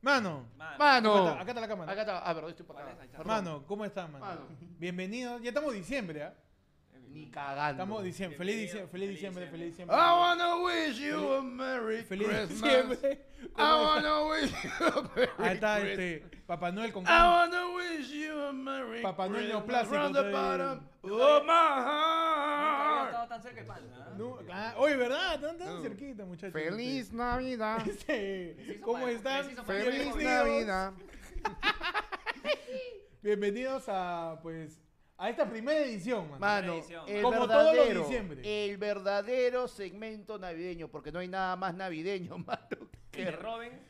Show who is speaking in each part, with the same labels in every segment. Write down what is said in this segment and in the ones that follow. Speaker 1: Mano,
Speaker 2: Mano.
Speaker 1: Acá, está, acá está la cámara.
Speaker 2: Acá está. Ah, perdón, estoy por acá.
Speaker 3: Ahí está.
Speaker 2: Perdón.
Speaker 1: Mano, ¿cómo estás, mano?
Speaker 2: Mano.
Speaker 1: Bienvenido. Ya estamos en diciembre, ¿ah?
Speaker 2: Ni cagando.
Speaker 1: Estamos en diciembre. Feliz diciembre,
Speaker 3: Bienvenido,
Speaker 1: feliz diciembre,
Speaker 3: feliz
Speaker 1: feliz
Speaker 2: I
Speaker 1: diciembre.
Speaker 2: wanna wish you a Merry
Speaker 1: Feliz
Speaker 2: Christmas.
Speaker 1: diciembre. ¿Cómo
Speaker 2: I
Speaker 1: estás?
Speaker 2: wanna wish you a Merry
Speaker 1: Ahí está
Speaker 2: Christmas. Ah,
Speaker 1: este Papá Noel con
Speaker 2: I
Speaker 1: canas.
Speaker 2: wanna wish you a Merry
Speaker 1: Papá Noel
Speaker 2: Christmas
Speaker 1: neoplásico,
Speaker 2: from the
Speaker 1: estoy-
Speaker 2: bottom of my
Speaker 3: Nunca había
Speaker 2: heart.
Speaker 3: estado tan cerca de pan, ¿ah?
Speaker 1: No, ah, oye, ¿verdad? Tan, tan
Speaker 2: No.
Speaker 1: cerquita, muchachos.
Speaker 2: Feliz Navidad.
Speaker 1: Este,
Speaker 3: Preciso
Speaker 1: ¿Cómo
Speaker 3: para-
Speaker 1: están?
Speaker 3: preciso para-
Speaker 2: Feliz
Speaker 1: Bienvenidos.
Speaker 2: Navidad.
Speaker 1: Bienvenidos a, pues, a esta primera edición, mano.
Speaker 3: Man.
Speaker 4: Mano,
Speaker 3: Tradición.
Speaker 4: el
Speaker 1: Como todos los
Speaker 4: verdadero,
Speaker 1: diciembre.
Speaker 4: el verdadero segmento navideño, porque no hay nada más navideño, mano.
Speaker 3: Que te roben.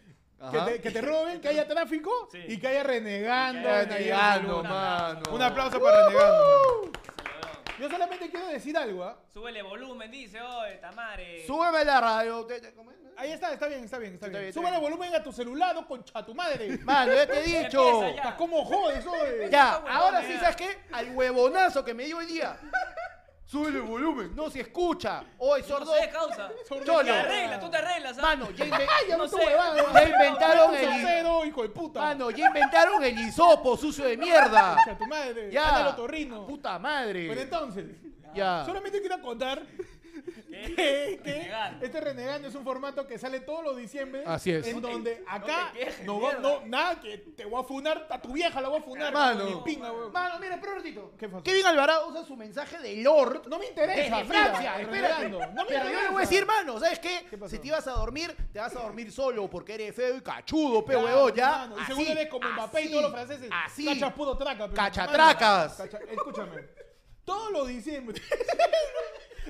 Speaker 1: Que, te, que te roben, que haya tráfico
Speaker 3: Sí.
Speaker 1: y que haya renegando.
Speaker 3: Y que haya
Speaker 1: en Navidad.
Speaker 3: renegando,
Speaker 1: Salud.
Speaker 3: mano.
Speaker 1: Un aplauso para renegando. mano.
Speaker 3: Cabrón.
Speaker 1: Yo solamente quiero decir algo, ¿ah?
Speaker 3: Súbele volumen, dice, "Oh, oye, Tamare.
Speaker 4: Súbeme la radio. te- te- ¿cómo es?
Speaker 1: Ahí está, está bien, está bien, está
Speaker 4: Sí, está
Speaker 1: bien.
Speaker 4: bien,
Speaker 1: Súbale
Speaker 4: está bien.
Speaker 1: volumen a tu celular, no, concha tu madre.
Speaker 4: Mano, ya te he dicho.
Speaker 3: Empieza
Speaker 1: Estás como jodes, oye.
Speaker 4: Ya,
Speaker 3: Esa huevona,
Speaker 4: ahora sí,
Speaker 3: ya.
Speaker 4: ¿sabes qué? Al huevonazo que me dio hoy día. Súbele el volumen. No se escucha. Hoy,
Speaker 3: No
Speaker 4: sordo.
Speaker 3: sé, causa.
Speaker 1: Sordo.
Speaker 3: Te
Speaker 4: Cholo.
Speaker 3: arreglas, tú te arreglas, ¿ah?
Speaker 4: Mano, ya, inve-
Speaker 1: Ya
Speaker 3: no
Speaker 1: me tu
Speaker 3: sé.
Speaker 1: huevada,
Speaker 4: ya
Speaker 1: mano.
Speaker 4: inventaron
Speaker 1: Cero,
Speaker 4: el.
Speaker 1: cero, hijo de puta.
Speaker 4: Mano, ya inventaron el hisopo, sucio de mierda.
Speaker 1: Concha tu madre. Anda
Speaker 4: Ya.
Speaker 1: al otorrino.
Speaker 4: Puta
Speaker 1: Pero
Speaker 4: madre.
Speaker 1: entonces.
Speaker 4: Ya.
Speaker 1: Solamente quiero contar
Speaker 3: ¿Qué?
Speaker 1: que, que
Speaker 3: Renegando.
Speaker 1: este renegando es un formato que sale todos los diciembre.
Speaker 4: Así es.
Speaker 1: En
Speaker 4: No
Speaker 1: donde acá
Speaker 3: te quejes,
Speaker 1: no, va-
Speaker 3: mierda.
Speaker 1: no, nada que te voy a funar, a tu vieja la voy a funar.
Speaker 4: Mano.
Speaker 1: ni pinga, weón.
Speaker 4: Mano, mira, espera un ratito.
Speaker 1: ¿Qué pasó?
Speaker 4: Kevin Alvarado usa su mensaje de Lord.
Speaker 1: No me interesa.
Speaker 4: Desde
Speaker 1: mira,
Speaker 4: Francia, espérate.
Speaker 1: renegando. No me
Speaker 4: Pero yo
Speaker 1: interesa.
Speaker 4: le voy a decir, mano, ¿sabes qué?
Speaker 1: ¿Qué pasó?
Speaker 4: si te vas a dormir, te vas a dormir solo porque eres feo y cachudo, pe
Speaker 1: Claro,
Speaker 4: huevón, ya.
Speaker 1: mano, Y
Speaker 4: Así,
Speaker 1: según eres como Mbappé y
Speaker 4: así,
Speaker 1: todos los franceses.
Speaker 4: Así.
Speaker 1: Cachas puro traca. pero-
Speaker 4: Cachatracas.
Speaker 1: Mano, cacha- escúchame. Todos los diciembre.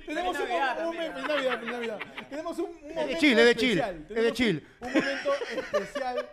Speaker 1: Tenemos un,
Speaker 3: Feliz Navidad
Speaker 1: un- un-
Speaker 3: también,
Speaker 1: feliz
Speaker 3: ¿no?
Speaker 1: Navidad, feliz Navidad. Tenemos un, un momento
Speaker 4: chill, es de chill,
Speaker 1: especial.
Speaker 4: es de
Speaker 1: Tenemos un-
Speaker 4: chill.
Speaker 1: Un, momento especial.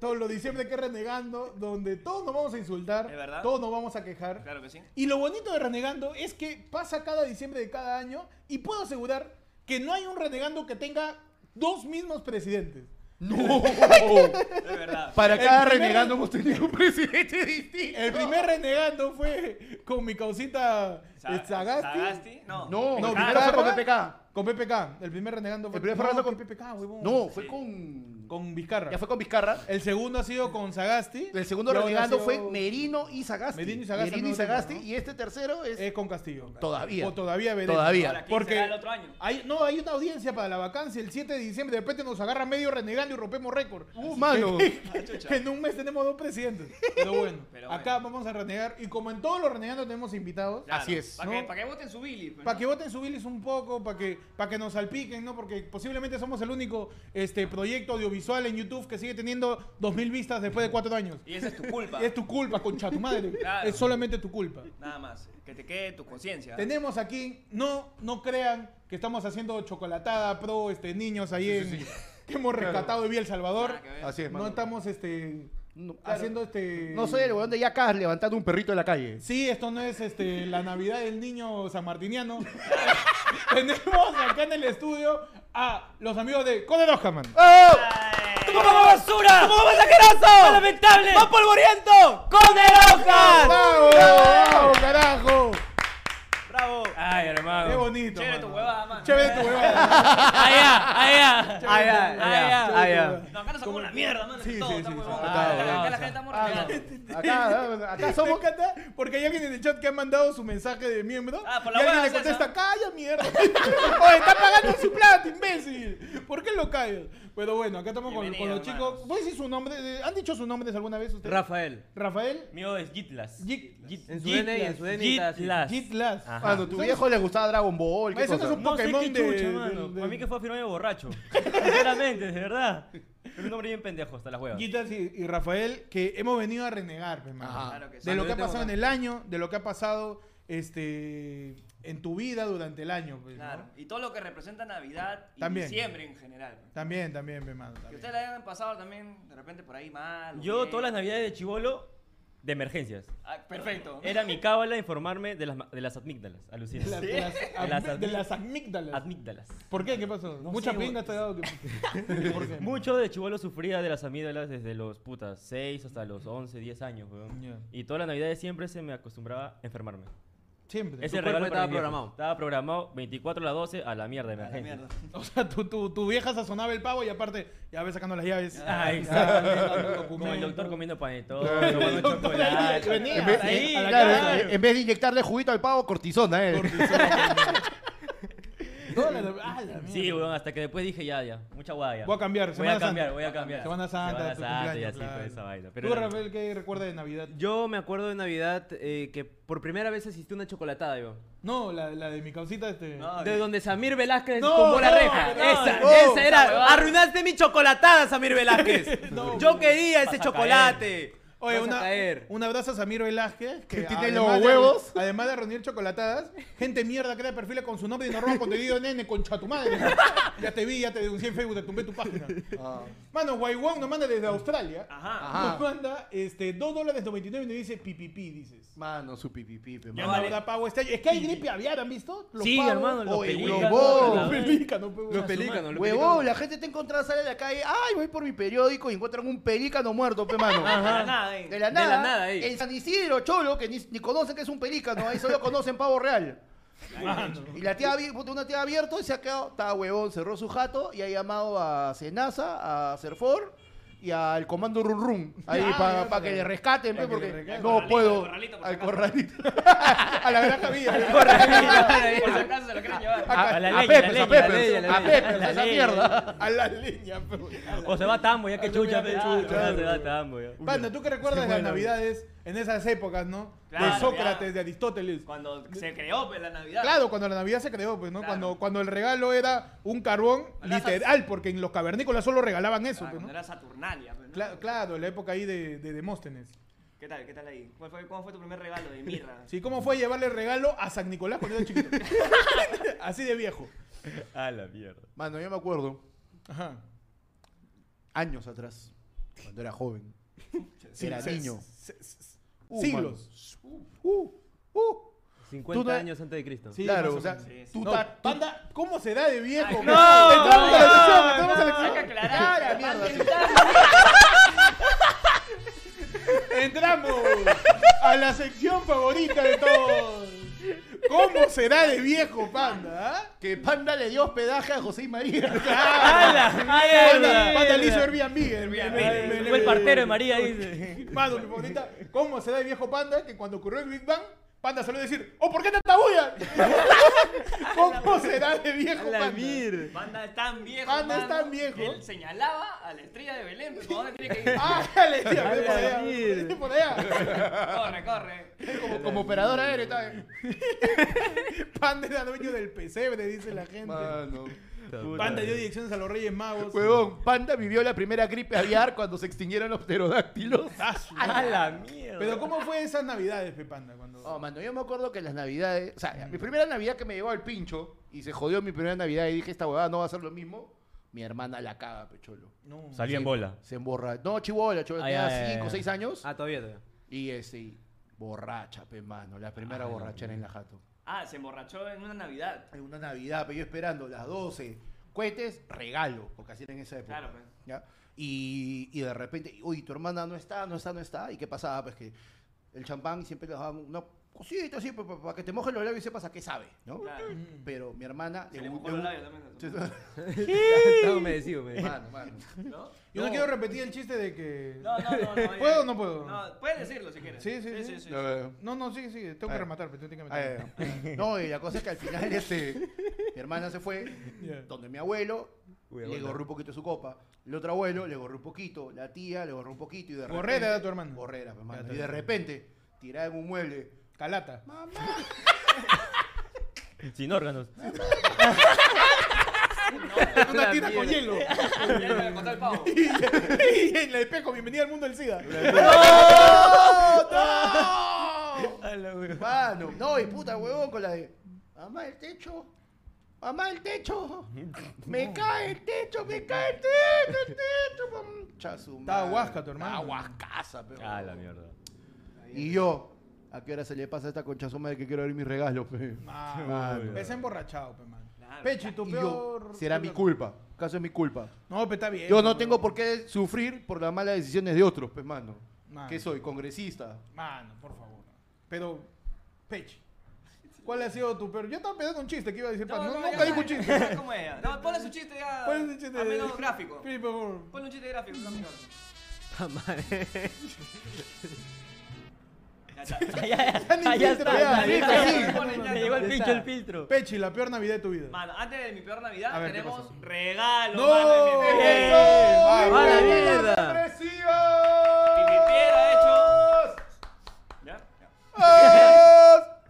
Speaker 1: Todos los diciembre que es renegando, donde todos nos vamos a insultar,
Speaker 3: ¿Es verdad?
Speaker 1: todos nos vamos a quejar.
Speaker 3: Claro que sí.
Speaker 1: Y lo bonito de Renegando es que pasa cada diciembre de cada año y puedo asegurar que no hay un Renegando que tenga dos mismos presidentes.
Speaker 4: No.
Speaker 3: Es verdad.
Speaker 4: Para
Speaker 1: El
Speaker 4: cada
Speaker 1: primer-
Speaker 4: renegando hemos tenido un presidente distinto.
Speaker 1: El primer renegando fue con mi causita eh,
Speaker 3: Sa-
Speaker 1: Sagasti.
Speaker 3: Sagasti.
Speaker 4: No,
Speaker 3: No.
Speaker 1: No,
Speaker 4: no,
Speaker 1: primero
Speaker 4: primero
Speaker 1: fue
Speaker 4: con
Speaker 1: con
Speaker 4: PPK.
Speaker 1: Con PPK. El primer renegando fue
Speaker 4: El primer
Speaker 1: No,
Speaker 4: renegando con-
Speaker 1: PPK, huevón.
Speaker 4: No, fue
Speaker 3: Sí.
Speaker 4: con.
Speaker 1: Con Vizcarra.
Speaker 4: Ya fue con Vizcarra.
Speaker 1: El segundo ha sido con Sagasti.
Speaker 4: El segundo
Speaker 1: Y ahora
Speaker 4: renegando
Speaker 1: ha
Speaker 4: fue
Speaker 1: sido,
Speaker 4: Merino y Sagasti.
Speaker 1: Merino y Sagasti,
Speaker 4: Merino y
Speaker 1: no tengo,
Speaker 4: Sagasti.
Speaker 1: ¿no?
Speaker 4: Y este tercero es.
Speaker 1: eh, con Castillo.
Speaker 4: Todavía.
Speaker 1: O todavía veremos.
Speaker 4: Todavía.
Speaker 3: Ahora, ¿quién
Speaker 1: Porque-
Speaker 3: será el otro año?
Speaker 1: Hay, no, hay una audiencia para la vacancia el 7 de diciembre. De repente nos agarra medio renegando y rompemos récord.
Speaker 4: Uh, mano.
Speaker 3: Ah, chucha.
Speaker 1: Que en un mes tenemos dos presidentes. Pero bueno,
Speaker 3: Pero bueno.
Speaker 1: acá vamos a renegar. Y como en todos los renegando tenemos invitados.
Speaker 3: Claro,
Speaker 4: Así es.
Speaker 3: Para
Speaker 1: ¿No?
Speaker 3: que, pa' que voten su Billy. pues,
Speaker 1: Para
Speaker 3: ¿no?
Speaker 1: que voten su bilis un poco, para que, pa' que nos salpiquen, ¿no? Porque posiblemente somos el único este, proyecto audiovisual en YouTube que sigue teniendo 2.000 vistas después de cuatro años.
Speaker 3: Y esa es tu culpa.
Speaker 1: Y es tu culpa, concha tu madre.
Speaker 3: Claro.
Speaker 1: Es solamente tu culpa.
Speaker 3: Nada más. Que te quede tu conciencia.
Speaker 1: Tenemos aquí, no, no crean que estamos haciendo chocolatada pro este, niños ahí en, que hemos rescatado de Vía El Salvador.
Speaker 3: Nada que ver.
Speaker 4: Así es,
Speaker 1: No
Speaker 4: mano.
Speaker 1: estamos este,
Speaker 4: No, claro.
Speaker 1: haciendo este.
Speaker 4: No soy el huevón de ya acá levantando un perrito de la calle.
Speaker 1: Sí, esto no es este, la Navidad del niño sanmartiniano. Tenemos acá en el estudio a los amigos de Code Dojaman.
Speaker 4: ¡Oh!
Speaker 3: Ay.
Speaker 5: ¡Como basura! ¡Como más asqueroso! ¡Lamentable! ¡Más polvoriento! ¡Con el
Speaker 4: ¡Bravo! ¡Bravo, carajo!
Speaker 3: Bravo.
Speaker 1: Ah,
Speaker 5: ¡Ay, hermano!
Speaker 1: Qué bonito.
Speaker 3: Chévere tu
Speaker 1: mano.
Speaker 3: huevada, Ah, mano.
Speaker 1: Chévere tu huevada.
Speaker 5: ¡Ay, ya! ¡Ay, ya!
Speaker 3: ah,
Speaker 5: ¡Ay, ya!
Speaker 1: Chévere tu
Speaker 5: ¡Ay, ya!
Speaker 1: huevada.
Speaker 3: No, acá nos sacamos una mierda, mano.
Speaker 1: Sí,
Speaker 3: Sí, todo,
Speaker 1: sí,
Speaker 3: está
Speaker 1: sí, sí.
Speaker 3: huevón.
Speaker 1: Ah,
Speaker 3: Acá-
Speaker 5: ah,
Speaker 3: acá la
Speaker 5: ah,
Speaker 3: gente estamos
Speaker 4: ah,
Speaker 3: renegando.
Speaker 4: Acá, acá
Speaker 1: Me
Speaker 4: somos.
Speaker 1: encanta porque hay alguien en el chat que ha mandado su mensaje de miembro
Speaker 3: Ah, por la
Speaker 1: y alguien
Speaker 3: hueva
Speaker 1: le
Speaker 3: es esa.
Speaker 1: contesta, calla mierda. Oye, está pagando su plata, imbécil. ¿Por qué lo callas? Pero bueno, acá estamos con, con los
Speaker 3: Bienvenido,
Speaker 1: chicos.
Speaker 3: hermanos.
Speaker 1: ¿Puedes decir su nombre? ¿Han dicho sus nombres alguna vez ustedes?
Speaker 5: Rafael.
Speaker 1: Rafael.
Speaker 5: Mío es Gitlas.
Speaker 1: Git-
Speaker 5: En
Speaker 1: su DNI, en su
Speaker 5: DNI Gitlas.
Speaker 1: Gitlas.
Speaker 5: Ajá.
Speaker 4: Mano, tu viejo le gustaba Dragon Ball. ¿qué
Speaker 1: Eso no
Speaker 4: cosa?
Speaker 1: es un
Speaker 5: No sé
Speaker 1: Pokémon
Speaker 5: qué chucha,
Speaker 1: de-
Speaker 5: mano.
Speaker 1: de- de-
Speaker 5: A mí que fue a firmarme borracho. Sinceramente, de verdad. Pero un hombre bien pendejo hasta las huevas.
Speaker 1: Guitas y, y Rafael, que hemos venido a renegar, pues, mano.
Speaker 4: Ajá.
Speaker 3: Claro que sí.
Speaker 1: de lo
Speaker 5: Mano,
Speaker 1: que
Speaker 5: yo
Speaker 1: ha
Speaker 5: tengo
Speaker 1: pasado en
Speaker 5: ganas.
Speaker 1: el año, de lo que ha pasado este, en tu vida durante el año. pues, ¿no?
Speaker 3: Claro. Y todo lo que representa Navidad y
Speaker 1: También.
Speaker 3: diciembre en general.
Speaker 1: También, también, mi hermano.
Speaker 3: Que
Speaker 1: también.
Speaker 3: ustedes la hayan pasado también de repente por ahí mal. o
Speaker 5: Yo
Speaker 3: bien.
Speaker 5: todas las navidades de chivolo, de emergencias.
Speaker 3: Ah, perfecto.
Speaker 5: Era mi cábala informarme de las, ma- de las amígdalas. Alucina.
Speaker 1: Las-
Speaker 5: De
Speaker 1: las-
Speaker 5: Las
Speaker 1: am- de
Speaker 5: amí-
Speaker 1: las amígdalas.
Speaker 5: Amígdalas.
Speaker 1: ¿Por qué? ¿Qué pasó?
Speaker 5: No
Speaker 1: Mucha
Speaker 5: sé,
Speaker 1: pinga
Speaker 5: güey.
Speaker 1: te ha dado. que- ¿Por qué?
Speaker 5: Mucho de chivolo sufría de las amígdalas desde los putas 6 hasta los 11, 10 años, weón.
Speaker 1: Ya.
Speaker 5: Y todas las navidades siempre se me acostumbraba a enfermarme.
Speaker 1: Siempre.
Speaker 5: Ese
Speaker 3: cuerpo
Speaker 5: regalo
Speaker 3: estaba
Speaker 5: para mi viejo.
Speaker 3: programado.
Speaker 5: Estaba programado 24 a las 12 a la mierda,
Speaker 3: A la
Speaker 5: emergencia.
Speaker 3: mierda.
Speaker 1: O sea, tu, tu, tu vieja sazonaba el pavo y aparte ya ves sacando las llaves.
Speaker 5: Ah, exacto. Como el doctor comiendo panetón, tomando chocolate.
Speaker 1: venía.
Speaker 4: En vez,
Speaker 5: Ahí,
Speaker 4: en-
Speaker 5: a la
Speaker 4: claro,
Speaker 5: cara.
Speaker 4: en- en vez de inyectarle juguito al pavo, cortisona, eh.
Speaker 1: Toda la- ah, la
Speaker 5: Sí,
Speaker 1: mierda.
Speaker 5: weón, hasta que después dije ya, ya, mucha guada ya.
Speaker 1: Voy a cambiar,
Speaker 5: voy
Speaker 1: Semana
Speaker 5: a cambiar,
Speaker 1: Santa.
Speaker 5: voy a cambiar.
Speaker 1: Semana Santa,
Speaker 5: Semana
Speaker 1: tu
Speaker 5: Santa y
Speaker 1: cumpleaños,
Speaker 5: así fue
Speaker 1: claro.
Speaker 5: esa vaina.
Speaker 1: ¿Tú,
Speaker 5: Pero
Speaker 1: Rafael, qué recuerdas de Navidad?
Speaker 6: Yo me acuerdo de Navidad eh, que por primera vez asistí a una chocolatada, yo.
Speaker 1: No, la, la de mi causita, este.
Speaker 3: No,
Speaker 6: De donde Samir Velázquez
Speaker 1: No,
Speaker 6: tumbó la
Speaker 1: no,
Speaker 6: reja.
Speaker 1: no,
Speaker 6: esa,
Speaker 1: no,
Speaker 6: esa era.
Speaker 3: esa huevada.
Speaker 6: Arruinaste mi chocolatada, Samir Velázquez.
Speaker 1: No,
Speaker 6: yo quería ese
Speaker 5: a
Speaker 6: chocolate.
Speaker 1: Oye,
Speaker 6: Vas a
Speaker 1: una,
Speaker 6: caer.
Speaker 1: un abrazo a Samir Velázquez.
Speaker 4: Que tiene
Speaker 1: además
Speaker 4: los
Speaker 1: de-
Speaker 4: huevos.
Speaker 1: además de reunir chocolatadas, gente mierda crea perfiles con su nombre y no roba contenido, nene, concha tu madre. ya te vi, ya te denuncié en Facebook, te tumbé tu página.
Speaker 4: Ah,
Speaker 1: Mano, Guaywong nos manda desde Australia.
Speaker 3: Ajá.
Speaker 4: Ajá.
Speaker 1: Nos manda este, 2 dólares 99 y nos dice pipipi, dices.
Speaker 4: Mano, su pipipipe,
Speaker 1: Ya
Speaker 4: mano.
Speaker 1: no habrá pavo este año. Es que hay gripe aviar, ¿han visto?
Speaker 5: Sí,
Speaker 1: pavos.
Speaker 5: hermano, los
Speaker 4: Oye,
Speaker 5: pelícanos,
Speaker 4: huevón.
Speaker 5: la
Speaker 1: Los
Speaker 5: vaina.
Speaker 1: pelícanos, pe,
Speaker 6: Los
Speaker 1: huevón.
Speaker 6: pelícanos, los
Speaker 4: Huevón,
Speaker 6: pelícanos.
Speaker 4: la gente está encontrada, sale a la calle. Ay, voy por mi periódico y encuentran un pelícano muerto, pe, mano.
Speaker 3: Para nada, eh.
Speaker 4: De la
Speaker 6: De
Speaker 4: nada.
Speaker 6: la nada, ahí.
Speaker 4: En San Isidro, Cholo, que ni, ni conocen que es un pelícano, ahí solo conocen pavo real. Y la tía, abi- puta, una tía abierto y se ha quedado, está huevón, cerró su jato y ha llamado a Senasa, a Cerfor y al comando Run Run. Ahí
Speaker 1: Ah,
Speaker 4: para
Speaker 1: ya,
Speaker 4: que
Speaker 1: ya.
Speaker 4: le rescaten,
Speaker 1: Ya
Speaker 4: pe,
Speaker 1: que le
Speaker 4: porque
Speaker 1: rescaten.
Speaker 4: no
Speaker 3: Al
Speaker 4: puedo.
Speaker 3: corralito, por si
Speaker 4: Al
Speaker 3: acaso.
Speaker 4: corralito.
Speaker 1: A la granja vía.
Speaker 3: Por si acaso se lo quieren llevar.
Speaker 1: Ah,
Speaker 5: A la
Speaker 4: A
Speaker 5: ley,
Speaker 4: Pepe,
Speaker 5: la
Speaker 4: a
Speaker 5: ley,
Speaker 4: Pepe,
Speaker 5: la ley, la
Speaker 4: a
Speaker 5: ley,
Speaker 4: Pepe,
Speaker 5: la
Speaker 4: esa
Speaker 5: ley.
Speaker 4: mierda.
Speaker 1: A la leña, pe, huevón.
Speaker 5: O se va tambo, ya que
Speaker 1: Ay, yo
Speaker 5: chucha,
Speaker 1: voy a
Speaker 5: pe.
Speaker 1: chucha,
Speaker 5: Ya se
Speaker 1: bro.
Speaker 5: va tambo, ya.
Speaker 1: Panda, ¿tú qué recuerdas de las navidades en esas épocas, no?
Speaker 3: Claro,
Speaker 1: de Sócrates,
Speaker 3: ya.
Speaker 1: de Aristóteles.
Speaker 3: Cuando se creó pues, la Navidad.
Speaker 1: Claro, cuando la Navidad se creó, pues, ¿no?
Speaker 3: Claro.
Speaker 1: Cuando, cuando el regalo era un carbón
Speaker 3: Las as-
Speaker 1: literal, porque en los cavernícolas solo regalaban eso, pues,
Speaker 3: Ah, cuando
Speaker 1: ¿no?
Speaker 3: era Saturnalia. pues, ¿no?
Speaker 1: Cla- claro, en la época ahí de, de Demóstenes.
Speaker 3: ¿Qué tal? ¿Qué tal ahí? ¿Cuál fue, ¿Cómo fue tu primer regalo de mirra?
Speaker 1: Sí, ¿cómo fue llevarle el regalo a San Nicolás cuando era chiquito? Así de viejo.
Speaker 5: A la mierda.
Speaker 4: Mano, yo me acuerdo,
Speaker 1: Ajá.
Speaker 4: años atrás, cuando era joven, era
Speaker 1: se-
Speaker 4: niño.
Speaker 1: se- se-
Speaker 4: Uh,
Speaker 1: siglos.
Speaker 4: Uh, uh.
Speaker 5: 50
Speaker 4: no-
Speaker 5: años antes de Cristo.
Speaker 1: Sí,
Speaker 4: claro,
Speaker 1: más
Speaker 4: o sea,
Speaker 1: menos.
Speaker 3: Sí, sí.
Speaker 4: tú
Speaker 1: No,
Speaker 4: ta- tú-
Speaker 1: Panda, ¿cómo se da de viejo?
Speaker 3: Ay,
Speaker 1: pe?
Speaker 3: no,
Speaker 1: entramos a la
Speaker 3: no,
Speaker 1: sección, entramos a la
Speaker 3: Hay que
Speaker 1: sección.
Speaker 3: aclarar.
Speaker 4: Cara, mierda, sí.
Speaker 1: Entramos a la sección favorita de todos. ¿Cómo será de viejo panda? ah?
Speaker 4: Que Panda le dio hospedaje a José y María.
Speaker 5: ¡A Ah, la
Speaker 1: Panda, panda le hizo
Speaker 5: mierda!
Speaker 1: Airbnb. Airbnb.
Speaker 5: Ay, Fue el partero de María, dice.
Speaker 1: Mano, mi favorita. ¿Cómo será de viejo panda que cuando ocurrió el Big Bang, panda salió a decir, ¡Oh, ¿por qué tanta bulla? ¿Cómo será de viejo
Speaker 6: A la
Speaker 1: panda?
Speaker 6: mierda.
Speaker 3: Banda es tan viejo.
Speaker 1: Banda es
Speaker 3: mano,
Speaker 1: tan viejo.
Speaker 3: que Él señalaba a la estrella de Belén. ¿Por dónde tiene que ir?
Speaker 1: Ah, le decía,
Speaker 5: A
Speaker 1: vete por
Speaker 5: la
Speaker 1: allá,
Speaker 5: mierda.
Speaker 1: vete por allá.
Speaker 3: Corre, corre.
Speaker 4: como, como operadora aérea, ¿sabes?
Speaker 1: Panda era dueño del pesebre, dice la gente.
Speaker 4: Mano.
Speaker 1: Panda dio direcciones a los Reyes Magos.
Speaker 4: Huevón, Panda vivió la primera gripe aviar cuando se extinguieron los pterodáctilos.
Speaker 1: Ah, su-
Speaker 5: A la mierda.
Speaker 1: Pero ¿cómo fue esas navidades, Pepanda? Cuando...
Speaker 4: Oh, mano, yo me acuerdo que las navidades. O sea, mi primera navidad que me llegó al pincho y se jodió mi primera navidad y dije, esta huevada no va a ser lo mismo. Mi hermana la caga, pecholo.
Speaker 1: No.
Speaker 5: Salió en bola.
Speaker 4: Se emborra. No, chibola, chibola,
Speaker 5: Ay, ay,
Speaker 4: tenía
Speaker 5: ay,
Speaker 4: 5
Speaker 5: ay.
Speaker 4: 6 años.
Speaker 6: Ah, todavía, todavía.
Speaker 4: Y este, borracha, pe mano. La primera borrachera en la jato.
Speaker 3: Ah, se emborrachó en una Navidad.
Speaker 4: En una Navidad, pero yo esperando las 12. Cohetes, regalo, porque así era en esa época.
Speaker 3: Claro, pues.
Speaker 4: ¿ya? Y, y de repente, uy, tu hermana no está, no está, no está. ¿Y qué pasaba? Pues que el champán siempre le daban una cosita así para que te mojen los labios y sepas a qué sabe, ¿no?
Speaker 3: Claro.
Speaker 1: Mm.
Speaker 4: Pero mi hermana...
Speaker 3: Se
Speaker 4: le
Speaker 3: le
Speaker 4: gu-
Speaker 3: mojó
Speaker 4: le
Speaker 3: los
Speaker 4: gu-
Speaker 3: labios también.
Speaker 6: Estaba humedecido, me
Speaker 4: Mano, mano.
Speaker 3: ¿No?
Speaker 1: Yo no,
Speaker 4: No.
Speaker 1: quiero repetir el chiste de que...
Speaker 3: No, no, no. no
Speaker 1: ¿Puedo o no puedo?
Speaker 3: No, puedes decirlo si quieres.
Speaker 1: Sí, sí, sí.
Speaker 4: Ya veo.
Speaker 1: No, no, sigue, sigue. Tengo que
Speaker 4: Ah.
Speaker 1: rematar, pero tú tienes que
Speaker 4: Ah,
Speaker 1: meter.
Speaker 4: ya, ya. No, y la cosa es que al final este, mi hermana se fue
Speaker 1: Ya.
Speaker 4: donde mi abuelo
Speaker 6: Uy,
Speaker 4: le
Speaker 6: aguanta.
Speaker 4: gorró un poquito su copa. El otro abuelo le gorró un poquito. La tía le gorró un poquito. Y de
Speaker 1: Gorrera
Speaker 4: repente-
Speaker 1: era tu hermana.
Speaker 4: Gorrera, mi hermana.
Speaker 1: Ya,
Speaker 4: Y de
Speaker 1: ya.
Speaker 4: repente, tirada en un mueble.
Speaker 1: Calata.
Speaker 5: Sin órganos.
Speaker 1: Una tira con hielo.
Speaker 3: Ya le acotó el pavo.
Speaker 1: y y en la espejo, bienvenida al mundo del SIDA.
Speaker 5: A la mierda.
Speaker 4: Mano, no, y puta huevón con la de. Mamá, el techo. Mamá, el techo. Me cae el techo, me cae el techo, el techo. mam- Chasu,
Speaker 1: Estaba
Speaker 4: madre.
Speaker 1: huasca tu hermana.
Speaker 4: Estaba huascaza, pero.
Speaker 6: Ah,
Speaker 5: A la mierda.
Speaker 4: Y yo, ¿a qué hora se le pasa a esta concha su madre que quiero abrir mis regalos, pe?
Speaker 1: Ah,
Speaker 4: Uy,
Speaker 1: es emborrachado, pe, man.
Speaker 3: Claro.
Speaker 1: Pechi, tu
Speaker 4: Y
Speaker 1: peor...
Speaker 4: yo, será mi culpa. ¿Acaso es mi culpa?
Speaker 1: No, pero está bien.
Speaker 4: Yo no
Speaker 1: pe,
Speaker 4: tengo
Speaker 1: man.
Speaker 4: por qué sufrir por las malas decisiones de otros, pues, mano.
Speaker 1: Mano.
Speaker 4: ¿Qué soy? ¿Congresista?
Speaker 1: Mano, por favor. Pero, Pechi. ¿Cuál ha sido tu peor? Yo estaba pensando un chiste que iba a decir, no, no,
Speaker 3: ya
Speaker 1: nunca dijo
Speaker 3: está,
Speaker 1: un chiste.
Speaker 3: ya está como ella. No, ponle su chiste ya.
Speaker 1: ¿Cuál es el chiste?
Speaker 3: A menos gráfico.
Speaker 1: Sí, por favor.
Speaker 3: Ponle un chiste gráfico. no, mejor. Ya está.
Speaker 5: Ah, ya está,
Speaker 1: ya,
Speaker 5: ya, ya,
Speaker 1: sí,
Speaker 5: ya.
Speaker 3: sí, sí.
Speaker 5: Me llegó el
Speaker 3: Ya
Speaker 5: pincho el filtro.
Speaker 1: Pechi, la peor Navidad de tu vida.
Speaker 3: Mano, antes de mi peor Navidad
Speaker 1: A ver, ¿qué
Speaker 3: tenemos
Speaker 1: pasó?
Speaker 3: regalo.
Speaker 1: ¡No!
Speaker 3: mano, de mi-
Speaker 1: ¡Eh!
Speaker 6: ¡A
Speaker 1: ¡Ay,
Speaker 6: la
Speaker 1: qué
Speaker 6: mierda!
Speaker 3: Pipipiera hecho. ¿Ya? Ya.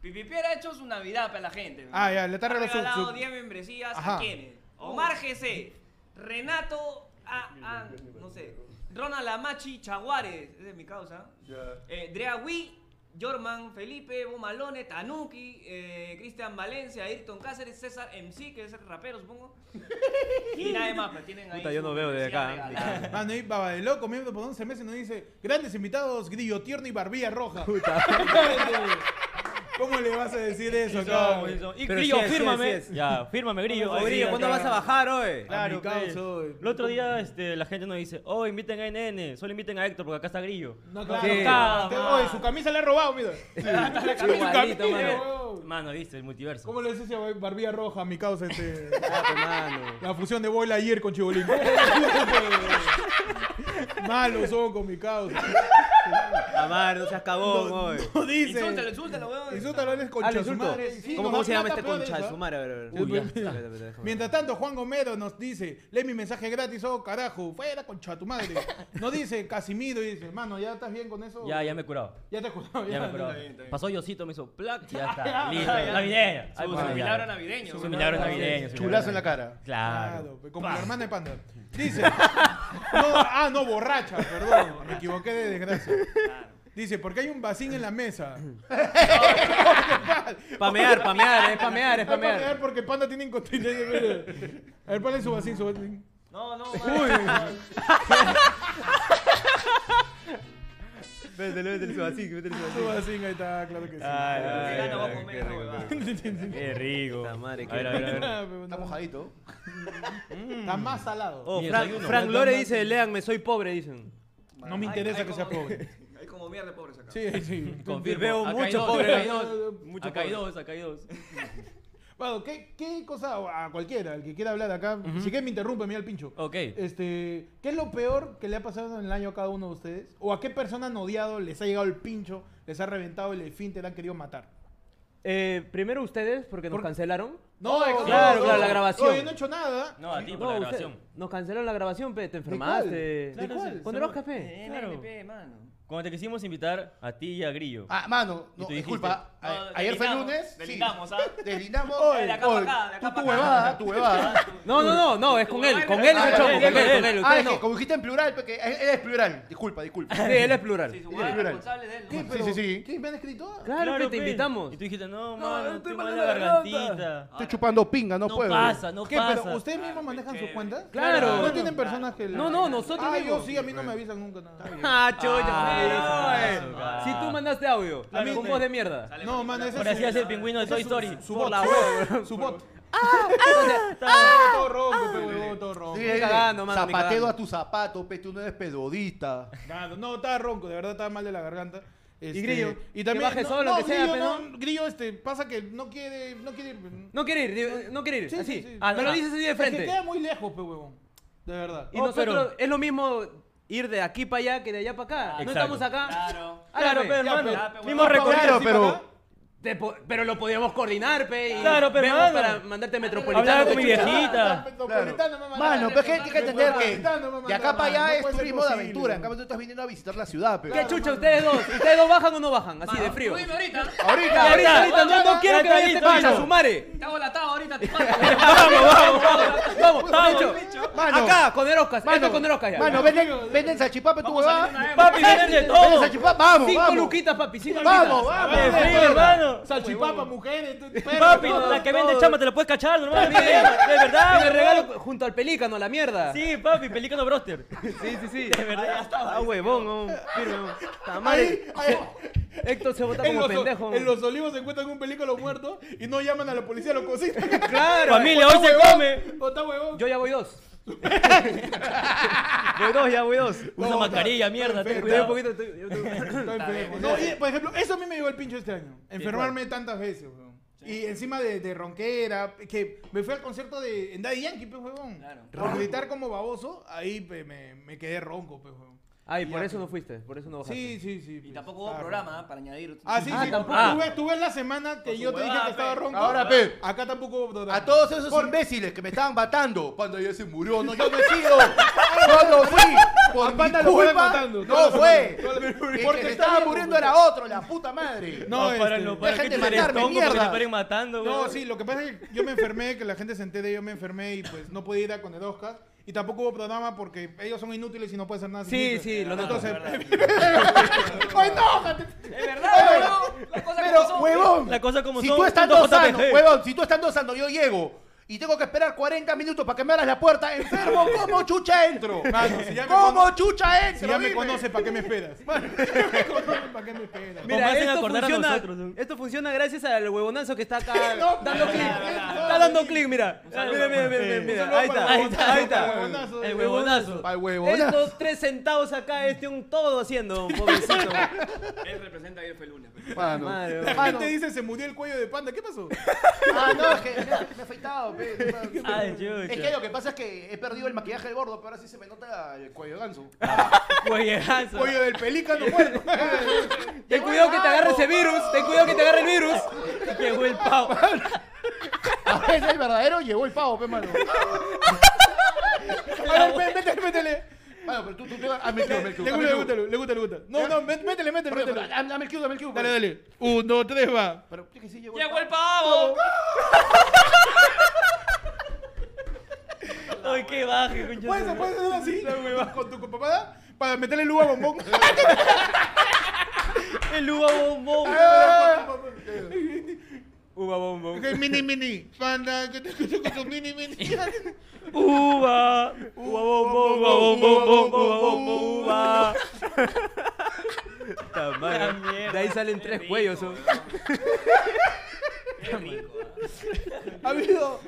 Speaker 3: Pipipiera ha hecho su Navidad para la gente.
Speaker 1: Ah, ya, le está
Speaker 3: Ha
Speaker 1: regalando su-
Speaker 3: regalado
Speaker 1: su-
Speaker 3: 10 membresías
Speaker 1: Ajá.
Speaker 3: a quienes. Omar GC, Renato A. A- no sé. Ronald Amachi Chaguares, esa es mi causa. Eh, Drea Wee, Jorman Felipe, Bomalone, Tanuki, eh, Cristian Valencia, Ayrton Cáceres, César MC, que es el rapero, supongo. Y nada más, pues tienen ahí.
Speaker 6: Puta, yo
Speaker 3: su
Speaker 6: no veo de acá,
Speaker 3: membresía
Speaker 6: ¿eh?
Speaker 3: regalada.
Speaker 1: Mano, ahí Babadeló comiendo por 11 meses y nos dice, grandes invitados, grillo tierno y barbilla roja. ¿Cómo le vas a decir eso acá?
Speaker 5: Somos, somos. Y
Speaker 6: Pero
Speaker 5: Grillo,
Speaker 6: sí es, sí es,
Speaker 5: fírmame.
Speaker 6: sí es.
Speaker 5: Ya, fírmame, Grillo.
Speaker 6: Oye,
Speaker 5: Ahí sí,
Speaker 6: Grillo, ¿cuándo
Speaker 5: acá.
Speaker 6: vas a bajar, oye?
Speaker 5: Claro,
Speaker 1: A mi causa,
Speaker 5: pe.
Speaker 1: oye.
Speaker 5: El otro día este, la gente nos dice, oh, inviten a NN, solo inviten a Héctor porque acá está Grillo.
Speaker 1: No,
Speaker 6: Sí.
Speaker 1: claro. Te- Oye, su camisa la he robado, mira. Su
Speaker 6: Igualito,
Speaker 1: camisa,
Speaker 6: mano.
Speaker 1: weón.
Speaker 5: Mano, viste, el multiverso.
Speaker 1: ¿Cómo le decís a Barbilla Roja a mi causa este?
Speaker 6: Ah, pues, mano.
Speaker 1: La fusión de Boy ayer con Chibolín. Malos son con mi causa.
Speaker 6: Amar, no seas cabón, oye.
Speaker 5: Ah,
Speaker 1: No dice.
Speaker 3: Insúltalo, insúltalo, weón.
Speaker 1: Insúltalo, él es
Speaker 6: Ah,
Speaker 1: concha
Speaker 6: lo
Speaker 1: de su
Speaker 6: insulto.
Speaker 1: madre. Sí,
Speaker 6: ¿Cómo,
Speaker 1: nos
Speaker 6: cómo
Speaker 1: da
Speaker 6: se llama
Speaker 1: plata
Speaker 6: este
Speaker 1: peor
Speaker 6: concha
Speaker 1: esa.
Speaker 6: de su madre? A ver, a ver.
Speaker 1: Uy, ya.
Speaker 6: Déjame ver, déjame ver.
Speaker 1: Mientras tanto, Juan Gomero nos dice, lee mi mensaje gratis, oh carajo, fuera concha de tu madre. No dice Casimiro y dice, hermano, ¿ya estás bien con eso?
Speaker 5: Ya, ya me he curado.
Speaker 1: Ya te he curado,
Speaker 5: Ya me he curado.
Speaker 1: ya.
Speaker 5: Pasó Yosito, me hizo plac, ya está. Listo.
Speaker 3: ya, ya.
Speaker 5: Navideña. Ay,
Speaker 3: Su,
Speaker 5: pues,
Speaker 3: su
Speaker 5: ya.
Speaker 3: milagro navideño.
Speaker 5: Su
Speaker 3: weón.
Speaker 5: milagro navideño. su
Speaker 4: Chulazo
Speaker 5: milagro
Speaker 4: en la cara.
Speaker 5: Claro.
Speaker 1: Claro, como la hermana de Panda. Dice, no, ah, no, borracha, perdón, me equivoqué de desgracia.
Speaker 3: Claro.
Speaker 1: Dice, porque hay un vacín en la mesa.
Speaker 6: Pamear, pamear,
Speaker 5: eh,
Speaker 6: es pamear, es
Speaker 1: Es para
Speaker 6: pamear.
Speaker 1: ver porque Panda tiene incontinencia. A ver, ponle su vacín, su vacín.
Speaker 3: No, no,
Speaker 1: Uy,
Speaker 3: mano.
Speaker 6: Métele, métele su así, métele su
Speaker 1: su vacín, ahí está, claro que sí.
Speaker 5: Ay,
Speaker 3: Si
Speaker 5: ay,
Speaker 3: gana, va a
Speaker 5: ay,
Speaker 3: comer
Speaker 5: qué
Speaker 3: esa
Speaker 5: rico.
Speaker 3: huevada.
Speaker 5: Qué rico.
Speaker 6: Puta madre,
Speaker 5: A
Speaker 6: qué
Speaker 5: ver, a ver, a ver.
Speaker 1: Ah, pero
Speaker 4: Está
Speaker 1: no.
Speaker 4: mojadito.
Speaker 1: Está más salado.
Speaker 6: Oh,
Speaker 5: Mi
Speaker 6: Frank,
Speaker 5: desayuno.
Speaker 6: Frank Lore dice, léanme, soy pobre, dicen.
Speaker 1: No me interesa que sea pobre.
Speaker 3: Hay como mierda de pobres acá.
Speaker 1: Sí, sí.
Speaker 5: Confirmo.
Speaker 6: Veo
Speaker 5: Acá hay
Speaker 6: mucho
Speaker 5: dos,
Speaker 6: pobre.
Speaker 5: Acá hay dos,
Speaker 6: Mucho
Speaker 5: acá hay
Speaker 6: pobre.
Speaker 5: dos, acá hay dos.
Speaker 1: Bueno, ¿qué, qué cosa a cualquiera, el que quiera hablar acá, si que me interrumpe, mira el pincho.
Speaker 5: Ok.
Speaker 1: Este, ¿qué es lo peor que le ha pasado en el año a cada uno de ustedes? ¿O a qué persona han odiado les ha llegado el pincho, les ha reventado el esfínter, le han querido matar?
Speaker 6: Eh, primero ustedes, porque nos
Speaker 1: Por-
Speaker 6: cancelaron.
Speaker 1: No,
Speaker 6: no, claro, claro, la grabación.
Speaker 1: yo no he hecho nada.
Speaker 5: No, a ti por
Speaker 6: No,
Speaker 5: la
Speaker 6: usted-
Speaker 5: grabación.
Speaker 6: Nos cancelaron la grabación, pe, te enfermaste.
Speaker 1: ¿De cuál?
Speaker 6: ¿Cuándo eras café?
Speaker 3: Eh,
Speaker 5: Claro.
Speaker 3: NNP, mano.
Speaker 5: Cuando te quisimos invitar a ti y a Grillo.
Speaker 4: Ah, mano,
Speaker 5: Y
Speaker 4: no,
Speaker 5: tú dijiste.
Speaker 4: disculpa. a-
Speaker 3: No,
Speaker 4: ayer fue
Speaker 3: delindamos,
Speaker 4: lunes. sí.
Speaker 3: Delindamos, ¿ah?
Speaker 4: Deslindamos.
Speaker 3: Oye, de acá
Speaker 4: Oye,
Speaker 3: para acá, de acá
Speaker 4: tú, tu
Speaker 3: para acá.
Speaker 4: huevada, tu huevada.
Speaker 6: No, no, no, no, es con él, con él
Speaker 4: Ah,
Speaker 6: es el choco,
Speaker 4: con
Speaker 6: con él,
Speaker 4: él,
Speaker 5: con
Speaker 6: con él,
Speaker 4: Ah,
Speaker 6: ustedes
Speaker 4: es que
Speaker 6: no.
Speaker 4: como dijiste en plural, porque él él es plural. Disculpa, disculpa.
Speaker 6: Sí, él es
Speaker 3: Sí,
Speaker 6: plural.
Speaker 3: su
Speaker 4: Sí,
Speaker 3: huevada es
Speaker 4: plural.
Speaker 3: responsable de él,
Speaker 1: ¿Qué?
Speaker 3: ¿no?
Speaker 1: Pero,
Speaker 4: sí, sí.
Speaker 1: ¿Qué me han escrito?
Speaker 6: Claro, pe, te
Speaker 5: pe.
Speaker 6: invitamos.
Speaker 5: Y tú dijiste, no,
Speaker 6: yo
Speaker 5: mano,
Speaker 6: estoy
Speaker 5: estoy mal de
Speaker 6: mal de la
Speaker 5: gargantita.
Speaker 4: Estoy chupando pinga, no,
Speaker 5: No
Speaker 4: puedo.
Speaker 5: pasa, no
Speaker 1: ¿Qué?
Speaker 5: pasa.
Speaker 1: ¿Pero ustedes mismos
Speaker 3: Claro,
Speaker 1: manejan
Speaker 3: qué
Speaker 1: sus
Speaker 3: chévere.
Speaker 1: cuentas?
Speaker 6: Claro.
Speaker 1: No tienen personas que...
Speaker 6: No, no, nosotros
Speaker 1: Ah, yo
Speaker 6: mismos.
Speaker 1: sí, a mí no me avisan nunca nada.
Speaker 6: Ah, choya,
Speaker 5: Ah,
Speaker 6: sí,
Speaker 5: su
Speaker 6: oye.
Speaker 5: caso.
Speaker 6: Si tú mandaste audio,
Speaker 5: A mí
Speaker 6: con
Speaker 5: me-
Speaker 6: voz de mierda.
Speaker 3: Sale
Speaker 1: No,
Speaker 3: bonito,
Speaker 1: mano,
Speaker 3: ¿no?
Speaker 1: ese
Speaker 5: Por
Speaker 1: es
Speaker 5: así
Speaker 1: su-
Speaker 5: hace el pingüino de Toy Story.
Speaker 1: Su
Speaker 6: Por
Speaker 1: bot,
Speaker 6: la
Speaker 1: su
Speaker 6: web.
Speaker 1: bot, su bot. Todo
Speaker 6: Ah,
Speaker 1: ronco, pe, huevón, todo ronco.
Speaker 4: Dile, dile,
Speaker 6: cagando, mano, ni
Speaker 4: zapatero
Speaker 6: cagando.
Speaker 4: a tu zapato, pe, tú no eres pedodista.
Speaker 1: Claro, no, estaba ronco, de verdad estaba mal de la garganta. Este,
Speaker 6: Grillo,
Speaker 1: y también,
Speaker 6: que baje
Speaker 1: no,
Speaker 6: solo,
Speaker 1: no,
Speaker 6: que sea,
Speaker 1: Grillo,
Speaker 6: pero-
Speaker 1: no, Grillo, este, pasa que no quiere, no quiere ir. pe.
Speaker 6: No quiere ir, di- no quiere ir,
Speaker 1: Sí, sí,
Speaker 6: así.
Speaker 1: sí.
Speaker 6: Ah, me lo dices así de
Speaker 1: Es que
Speaker 6: frente.
Speaker 1: queda muy lejos, pe huevón. De verdad.
Speaker 6: Y
Speaker 5: Oh,
Speaker 6: nosotros, es lo mismo ir de aquí para allá que de allá para acá. no
Speaker 5: Exacto.
Speaker 6: estamos acá. Ah,
Speaker 3: Claro.
Speaker 5: Claro,
Speaker 6: Espérame.
Speaker 5: pero
Speaker 1: Ya,
Speaker 5: hermano.
Speaker 1: pe.
Speaker 3: Ya, pe,
Speaker 5: Mismo
Speaker 3: huevón.
Speaker 5: recorrido.
Speaker 4: Claro,
Speaker 1: así
Speaker 4: pero-
Speaker 1: para acá.
Speaker 6: Te po- pero lo podíamos coordinar, pe. y
Speaker 5: Claro, pero
Speaker 6: vemos
Speaker 5: mano.
Speaker 6: para mandarte metropolitano.
Speaker 5: Hablaba con mi viejita.
Speaker 1: Metropolitano, mamá,
Speaker 4: Mano,
Speaker 1: dale,
Speaker 4: pero es que hay que entender que
Speaker 1: Metropolitano, mamá,
Speaker 4: de acá
Speaker 1: no,
Speaker 4: para
Speaker 1: no
Speaker 4: allá es
Speaker 1: puede ser
Speaker 4: turismo de
Speaker 1: posible,
Speaker 4: aventura. En
Speaker 1: man.
Speaker 4: cambio, tú estás viniendo a visitar la ciudad, pe.
Speaker 6: ¿Qué chucha ustedes dos? ¿Ustedes dos bajan o no bajan? Así de
Speaker 3: Mano,
Speaker 6: frío.
Speaker 3: Tú dime ahorita.
Speaker 4: Ahorita,
Speaker 6: Ya, ahorita,
Speaker 5: Ya,
Speaker 6: ahorita, no, no
Speaker 5: ya,
Speaker 6: quiero
Speaker 5: ya
Speaker 6: que
Speaker 5: está
Speaker 6: vaya este
Speaker 5: listo,
Speaker 6: concha,
Speaker 5: mano.
Speaker 6: su madre.
Speaker 3: Está volatado ahorita. te mato.
Speaker 6: Vamos, vamos, vamos, vamos,
Speaker 5: Vamos.
Speaker 6: vamos.
Speaker 4: Mano.
Speaker 6: Acá, con Eroscas, esto
Speaker 4: Mano,
Speaker 6: es con Eroscas ya.
Speaker 4: Mano, venden, venden salchipapa tu
Speaker 3: Vamos a salir una
Speaker 4: huevada.
Speaker 3: vez,
Speaker 5: Papi,
Speaker 3: mano.
Speaker 5: venden de
Speaker 4: Venden
Speaker 5: todo.
Speaker 4: salchipapa, vamos,
Speaker 6: Cinco
Speaker 4: vamos.
Speaker 6: luquitas, papi, cinco
Speaker 4: Vamos,
Speaker 6: luquitas.
Speaker 4: vamos.
Speaker 5: De frío, hermano.
Speaker 1: Salchipapa, mujeres, tú- perros,
Speaker 5: Papi,
Speaker 1: todo,
Speaker 5: la que
Speaker 1: todo.
Speaker 5: vende chamba te la puedes cachar, normal.
Speaker 6: También.
Speaker 5: De verdad.
Speaker 6: Y le
Speaker 5: huevón.
Speaker 6: regalo junto al pelícano, la mierda.
Speaker 5: Sí, papi, Pelícano Broster.
Speaker 6: sí, sí. sí.
Speaker 5: De verdad.
Speaker 6: Ah, huevón, huevón. firme, huevón. Puta
Speaker 1: Ahí,
Speaker 6: madre.
Speaker 1: ahí.
Speaker 6: Héctor se bota
Speaker 1: En
Speaker 6: como
Speaker 1: los,
Speaker 6: pendejo.
Speaker 1: en los olivos se encuentran un pelícano muerto y no llaman a la policía, lo cocinan.
Speaker 6: Claro.
Speaker 5: Familia, hoy se come.
Speaker 1: O está huevón.
Speaker 6: Yo ya voy dos. Voy dos, ya voy dos.
Speaker 1: No,
Speaker 5: Usa
Speaker 1: no,
Speaker 5: mascarilla, mierda,
Speaker 6: Estoy
Speaker 5: ten
Speaker 6: un
Speaker 5: cuidado.
Speaker 6: poquito. estoy- yo tengo-
Speaker 1: Estoy enfermo. No, y, por ejemplo, eso a mí me llevó el pincho este año. Enfermarme tantas veces, weón. Y encima de, de ronquera, que me fui al concierto de en Daddy Yankee, pues, weón.
Speaker 5: Claro.
Speaker 1: Por gritar como baboso, ahí pe, me, me quedé ronco, pues, weón.
Speaker 6: Ah, y por
Speaker 1: Ya,
Speaker 6: eso
Speaker 1: pues.
Speaker 6: no fuiste, por eso no bajaste.
Speaker 1: Sí, sí, sí.
Speaker 3: Y
Speaker 1: pues,
Speaker 3: tampoco hubo
Speaker 1: estaba
Speaker 3: programa
Speaker 1: ronco.
Speaker 3: ¿ah? para añadir.
Speaker 1: Ah, sí, sí.
Speaker 6: tampoco.
Speaker 1: Tuve, tuve la semana que
Speaker 3: Con su
Speaker 1: yo te dije
Speaker 3: huevada,
Speaker 1: que estaba
Speaker 3: pe.
Speaker 1: ronco.
Speaker 4: Ahora, pe.
Speaker 1: Acá tampoco hubo programa.
Speaker 4: A todos esos imbéciles que me estaban matando. Cuando yo se murió, no, yo no he sido. Yo no fui. Por mi
Speaker 1: Panda lo
Speaker 4: culpa,
Speaker 1: fueron matando.
Speaker 4: No fue.
Speaker 1: Todo el-
Speaker 4: El que
Speaker 1: porque está
Speaker 4: se estaba
Speaker 1: bien,
Speaker 4: muriendo
Speaker 1: pues.
Speaker 4: era otro, la puta madre.
Speaker 1: No,
Speaker 5: No, para,
Speaker 1: este,
Speaker 5: no, para
Speaker 4: dejen
Speaker 5: que
Speaker 4: de
Speaker 5: tú eres
Speaker 4: matarme,
Speaker 5: tonto porque te
Speaker 4: mierda.
Speaker 5: paren matando,
Speaker 1: No,
Speaker 5: weón.
Speaker 1: sí, lo que pasa es que yo me enfermé, que la gente se entere, yo me enfermé y pues no pude ir a con el Oscar. Y tampoco hubo programa porque ellos son inútiles y no pueden hacer nada. sin
Speaker 6: Sí,
Speaker 1: mí,
Speaker 6: sí, lo noto.
Speaker 1: Entonces,
Speaker 4: ¡Ay, no!
Speaker 3: Es verdad, huevón. Las cosas como
Speaker 4: Pero,
Speaker 3: son.
Speaker 4: huevón.
Speaker 5: La cosa como
Speaker 4: si
Speaker 5: son,
Speaker 4: tú
Speaker 5: punto
Speaker 4: estando sano,
Speaker 5: JPG.
Speaker 4: huevón, si tú estando sano, yo llego. Y tengo que esperar 40 minutos para que me abras la puerta enfermo. ¿Cómo chucha entro?
Speaker 1: Mano, si ya me
Speaker 4: ¿Cómo
Speaker 1: cono-
Speaker 4: chucha entro?
Speaker 1: si ya me
Speaker 4: Dime.
Speaker 1: conoces, ¿para qué me esperas? Si ya me conoces, ¿para qué me esperas?
Speaker 5: Mira, hacen acordar a
Speaker 6: funciona,
Speaker 5: nosotros, ¿no?
Speaker 6: esto funciona gracias al huevonazo que está acá
Speaker 4: No,
Speaker 6: dando
Speaker 4: no,
Speaker 6: clic.
Speaker 4: no, no,
Speaker 6: Está dando clic, mira. Mira, mira, mira, mira,
Speaker 5: Un
Speaker 6: mira.
Speaker 1: saludo
Speaker 6: Ahí
Speaker 1: para
Speaker 6: está,
Speaker 1: el
Speaker 6: ahí está, ahí está.
Speaker 1: huevonazo.
Speaker 5: El huevonazo.
Speaker 4: Pa'l huevona.
Speaker 6: Estos tres centavos acá, este un todo haciendo, pobrecito.
Speaker 3: Él representa a fue el lunes. pues. pe.
Speaker 4: Mano.
Speaker 6: Madre,
Speaker 1: La
Speaker 4: Mano.
Speaker 1: gente dice, se murió el cuello de panda. ¿Qué pasó?
Speaker 4: Ah, no, es que mira, me he afeitado. pe.
Speaker 5: Ay, chucha.
Speaker 4: Es que lo que pasa es que he perdido el maquillaje de gordo, pero ahora sí se me nota el cuello de ganso.
Speaker 5: Huellazo.
Speaker 1: Cuello del pelícano muerto.
Speaker 6: Ten cuidado que te agarre ese virus, ten cuidado que te agarre el virus.
Speaker 5: Llegó el pavo.
Speaker 1: Ah,
Speaker 4: A veces el verdadero llegó el pavo, pe, mano.
Speaker 1: A ver, mé- métele, métele.
Speaker 4: Mano, pero tú, tú, tú, hazme el cue, hazme el cue,
Speaker 1: Le
Speaker 4: hazme
Speaker 1: gusta, le
Speaker 4: el
Speaker 1: gusta,
Speaker 4: cue.
Speaker 1: le gusta, le gusta. No, no, mé- métele, métele,
Speaker 4: Pero, pero,
Speaker 1: métele.
Speaker 4: Dame dame el cue, dame el cue.
Speaker 1: Dale,
Speaker 4: pero-
Speaker 1: dale. Uno, tres, va.
Speaker 4: Pero, ¿qué sí llegó
Speaker 3: Llegó el pavo.
Speaker 5: Ay, qué baje, concha.
Speaker 1: ¿Puedes
Speaker 5: su-
Speaker 1: puedes hacer así? Con tu papada para meterle lugo a bombón.
Speaker 5: El uva bombón. eh,
Speaker 6: Uva bombo.
Speaker 1: Ok, mini, mini. Panda, que te escucho con tu mini, mini.
Speaker 5: Uva. Uva bombón, uva bombón, uva bombón, uva.
Speaker 6: Puta madre.
Speaker 5: La mierda.
Speaker 6: De ahí salen tres
Speaker 3: Qué
Speaker 6: cuellos.
Speaker 3: rico,
Speaker 6: ¿no?
Speaker 3: huevón. Qué rico. ¿ah?
Speaker 1: Ha habido.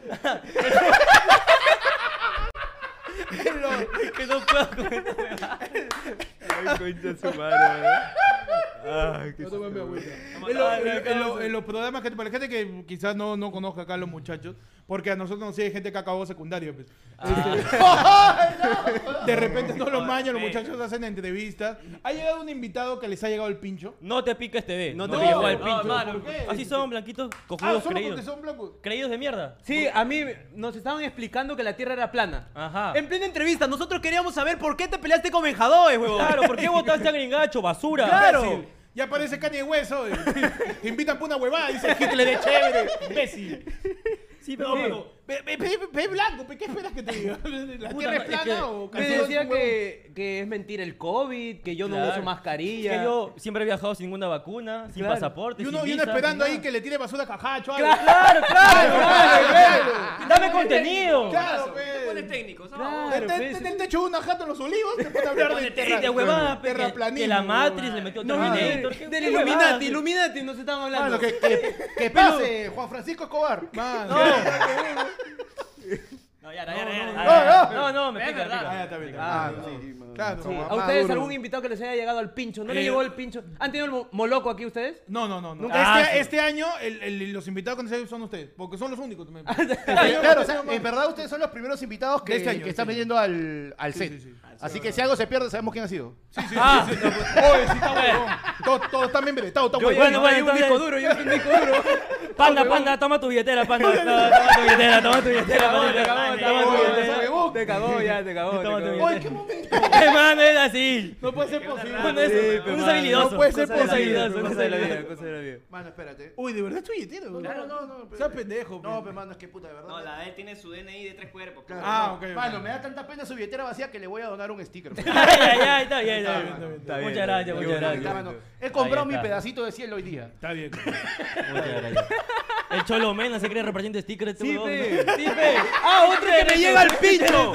Speaker 5: Que no puedo comer.
Speaker 6: Ay, concha su madre, ¿verdad? Ay, qué
Speaker 1: No tomé mi agüita.
Speaker 3: Vamos
Speaker 1: En,
Speaker 3: a
Speaker 1: lo-
Speaker 3: acabar,
Speaker 1: en- en lo- en los programas que para la gente que quizás no, no conozca acá a los muchachos, porque a nosotros nos sigue gente que acabó secundario. pues. Este, de repente no los mañan, los muchachos hacen entrevistas. Ha llegado un invitado que les ha llegado el pincho.
Speaker 5: No te piques TV.
Speaker 6: No
Speaker 5: No
Speaker 6: te
Speaker 5: te
Speaker 6: piques.
Speaker 5: llegó al
Speaker 3: No,
Speaker 5: pincho.
Speaker 3: hermano.
Speaker 1: ¿Por qué?
Speaker 5: Así son, blanquitos,
Speaker 1: Ah,
Speaker 5: cojudos
Speaker 1: solo porque
Speaker 5: creídos.
Speaker 1: son blancos.
Speaker 5: Creídos de mierda.
Speaker 6: Sí, a mí nos estaban explicando que la Tierra era plana.
Speaker 5: Ajá.
Speaker 6: En plena entrevista, nosotros queríamos saber por qué te peleaste con Benjadoes, huevón.
Speaker 5: Claro, ¿por qué votaste a Gringacho? Basura.
Speaker 6: Claro.
Speaker 1: Imbécil. Ya parece Kanye hueso. Te invitan por una huevada. Dice Hitler es chévere. Imbécil.
Speaker 5: Sí,
Speaker 1: No,
Speaker 5: pero.
Speaker 1: mano. Ve, ve- ve- ve blanco. pe, ¿Qué esperas que te diga? ¿La
Speaker 5: Puta,
Speaker 1: tierra es
Speaker 5: no, es
Speaker 1: plana
Speaker 5: que-
Speaker 1: o
Speaker 6: Me
Speaker 1: calzón es
Speaker 6: decía
Speaker 1: un huevo?
Speaker 6: que, que es mentira el COVID, que yo no
Speaker 5: Claro.
Speaker 6: uso mascarilla.
Speaker 5: Es que yo siempre he viajado sin ninguna vacuna, sin
Speaker 6: Claro.
Speaker 5: pasaporte,
Speaker 1: Y uno,
Speaker 5: sin
Speaker 1: y uno
Speaker 5: visa,
Speaker 1: esperando
Speaker 5: sin
Speaker 1: ahí
Speaker 5: nada.
Speaker 1: que le tire basura a cajacho. algo.
Speaker 5: Claro, claro, claro, claro. Dame contenido.
Speaker 1: Claro,
Speaker 3: Ah. pues. Te pones
Speaker 1: pe.
Speaker 3: técnico, ¿sabes?
Speaker 5: Claro.
Speaker 1: Te- te-
Speaker 5: pe,
Speaker 1: te-
Speaker 5: sí.
Speaker 1: te echó una jato en los olivos. pues, Te pones a hablar de pues,
Speaker 3: Sí,
Speaker 1: terra-
Speaker 5: de huevada, pe, que,
Speaker 1: terraplanismo,
Speaker 5: que la
Speaker 1: huevada.
Speaker 5: Matrix le metió
Speaker 6: No,
Speaker 5: Terminator.
Speaker 6: de-
Speaker 5: qué-
Speaker 6: del
Speaker 5: qué
Speaker 6: Illuminati,
Speaker 5: huevada.
Speaker 6: Illuminati, nos estaban hablando.
Speaker 4: Mano, que, que, que pase Juan Francisco Escobar.
Speaker 1: Mano. Ah,
Speaker 5: No, ya, ya, ya, ya,
Speaker 4: no,
Speaker 5: ya. No, no, me
Speaker 3: Es
Speaker 5: pica, me
Speaker 3: verdad.
Speaker 5: pica.
Speaker 1: Ah, ya está bien, está bien.
Speaker 6: Ah,
Speaker 1: Claro.
Speaker 6: Sí. ¿A
Speaker 1: Más
Speaker 6: ustedes
Speaker 1: duro.
Speaker 6: algún invitado que les haya llegado al pincho? ¿No les
Speaker 5: Eh,
Speaker 6: llegó el pincho? ¿Han tenido el mo- moloco aquí ustedes?
Speaker 1: No, no, no. no.
Speaker 5: Ah,
Speaker 1: este,
Speaker 5: sí.
Speaker 1: este año el- el- los invitados que nos son ustedes, porque son los únicos. también.
Speaker 4: Claro, o sea, en verdad ustedes son los primeros invitados que,
Speaker 1: De este año, este
Speaker 4: que están
Speaker 1: año.
Speaker 4: viniendo al, al set.
Speaker 1: sí, sí.
Speaker 4: Así que si algo se pierde, sabemos quién ha sido.
Speaker 1: Sí, sí,
Speaker 5: Ah.
Speaker 1: sí, sí, sí. Oye, sí, está huevón. Todos, todos están bien bretados, está
Speaker 5: Yo
Speaker 1: huevón.
Speaker 5: Bueno, bueno,
Speaker 6: hay un
Speaker 5: entonces-
Speaker 6: disco duro, yo tengo un disco duro.
Speaker 5: Panda, panda, toma tu billetera, panda. Toma toma tu billetera, toma tu billetera,
Speaker 6: Te cagó,
Speaker 5: panda,
Speaker 6: te
Speaker 5: toma tu
Speaker 6: cagó,
Speaker 1: Oye,
Speaker 5: billetera.
Speaker 1: ese huevón.
Speaker 6: Te cagó, ya, te cagó. te
Speaker 5: Toma tu
Speaker 6: cagó.
Speaker 5: billetera. Hermano, es así.
Speaker 1: No puede ser posible.
Speaker 5: Uno es,
Speaker 6: Sí,
Speaker 5: uno
Speaker 6: pero
Speaker 5: es
Speaker 6: mano,
Speaker 5: habilidoso.
Speaker 1: no puede ser
Speaker 5: uno es
Speaker 1: posible,
Speaker 5: habilidoso, uno es
Speaker 6: Cosa de la
Speaker 5: habilidoso.
Speaker 6: vida, cosa de la vida.
Speaker 4: Mano, espérate.
Speaker 1: Uy, de verdad estoy yetero.
Speaker 4: No,
Speaker 1: Claro,
Speaker 4: no, no, no.
Speaker 1: Seas pendejo. pues.
Speaker 4: No,
Speaker 1: pe.
Speaker 4: pero mano, es que puta, de verdad.
Speaker 3: No, la de él tiene su DNI de tres cuerpos. pe.
Speaker 4: Claro,
Speaker 1: Ah,
Speaker 4: no.
Speaker 1: ok, ok.
Speaker 4: Mano, me da tanta pena su billetera vacía que le voy a donar un sticker. pe.
Speaker 5: Ay, ay, ay, está bien, está
Speaker 1: Está bien,
Speaker 5: bien.
Speaker 1: está
Speaker 6: bien.
Speaker 5: Muchas gracias,
Speaker 6: Qué
Speaker 5: muchas
Speaker 6: bonito,
Speaker 5: gracias.
Speaker 4: Ya,
Speaker 6: qué
Speaker 4: mano, He comprado
Speaker 5: Ahí
Speaker 4: mi
Speaker 5: está.
Speaker 4: pedacito de cielo hoy día.
Speaker 1: Está bien.
Speaker 5: Muchas gracias. El Cholo Mena se cree repartiendo stickers. este
Speaker 6: Sí,
Speaker 5: huevón,
Speaker 6: pe,
Speaker 5: ¿no?
Speaker 6: sí, pe. Ah, otro que me llega al pincho.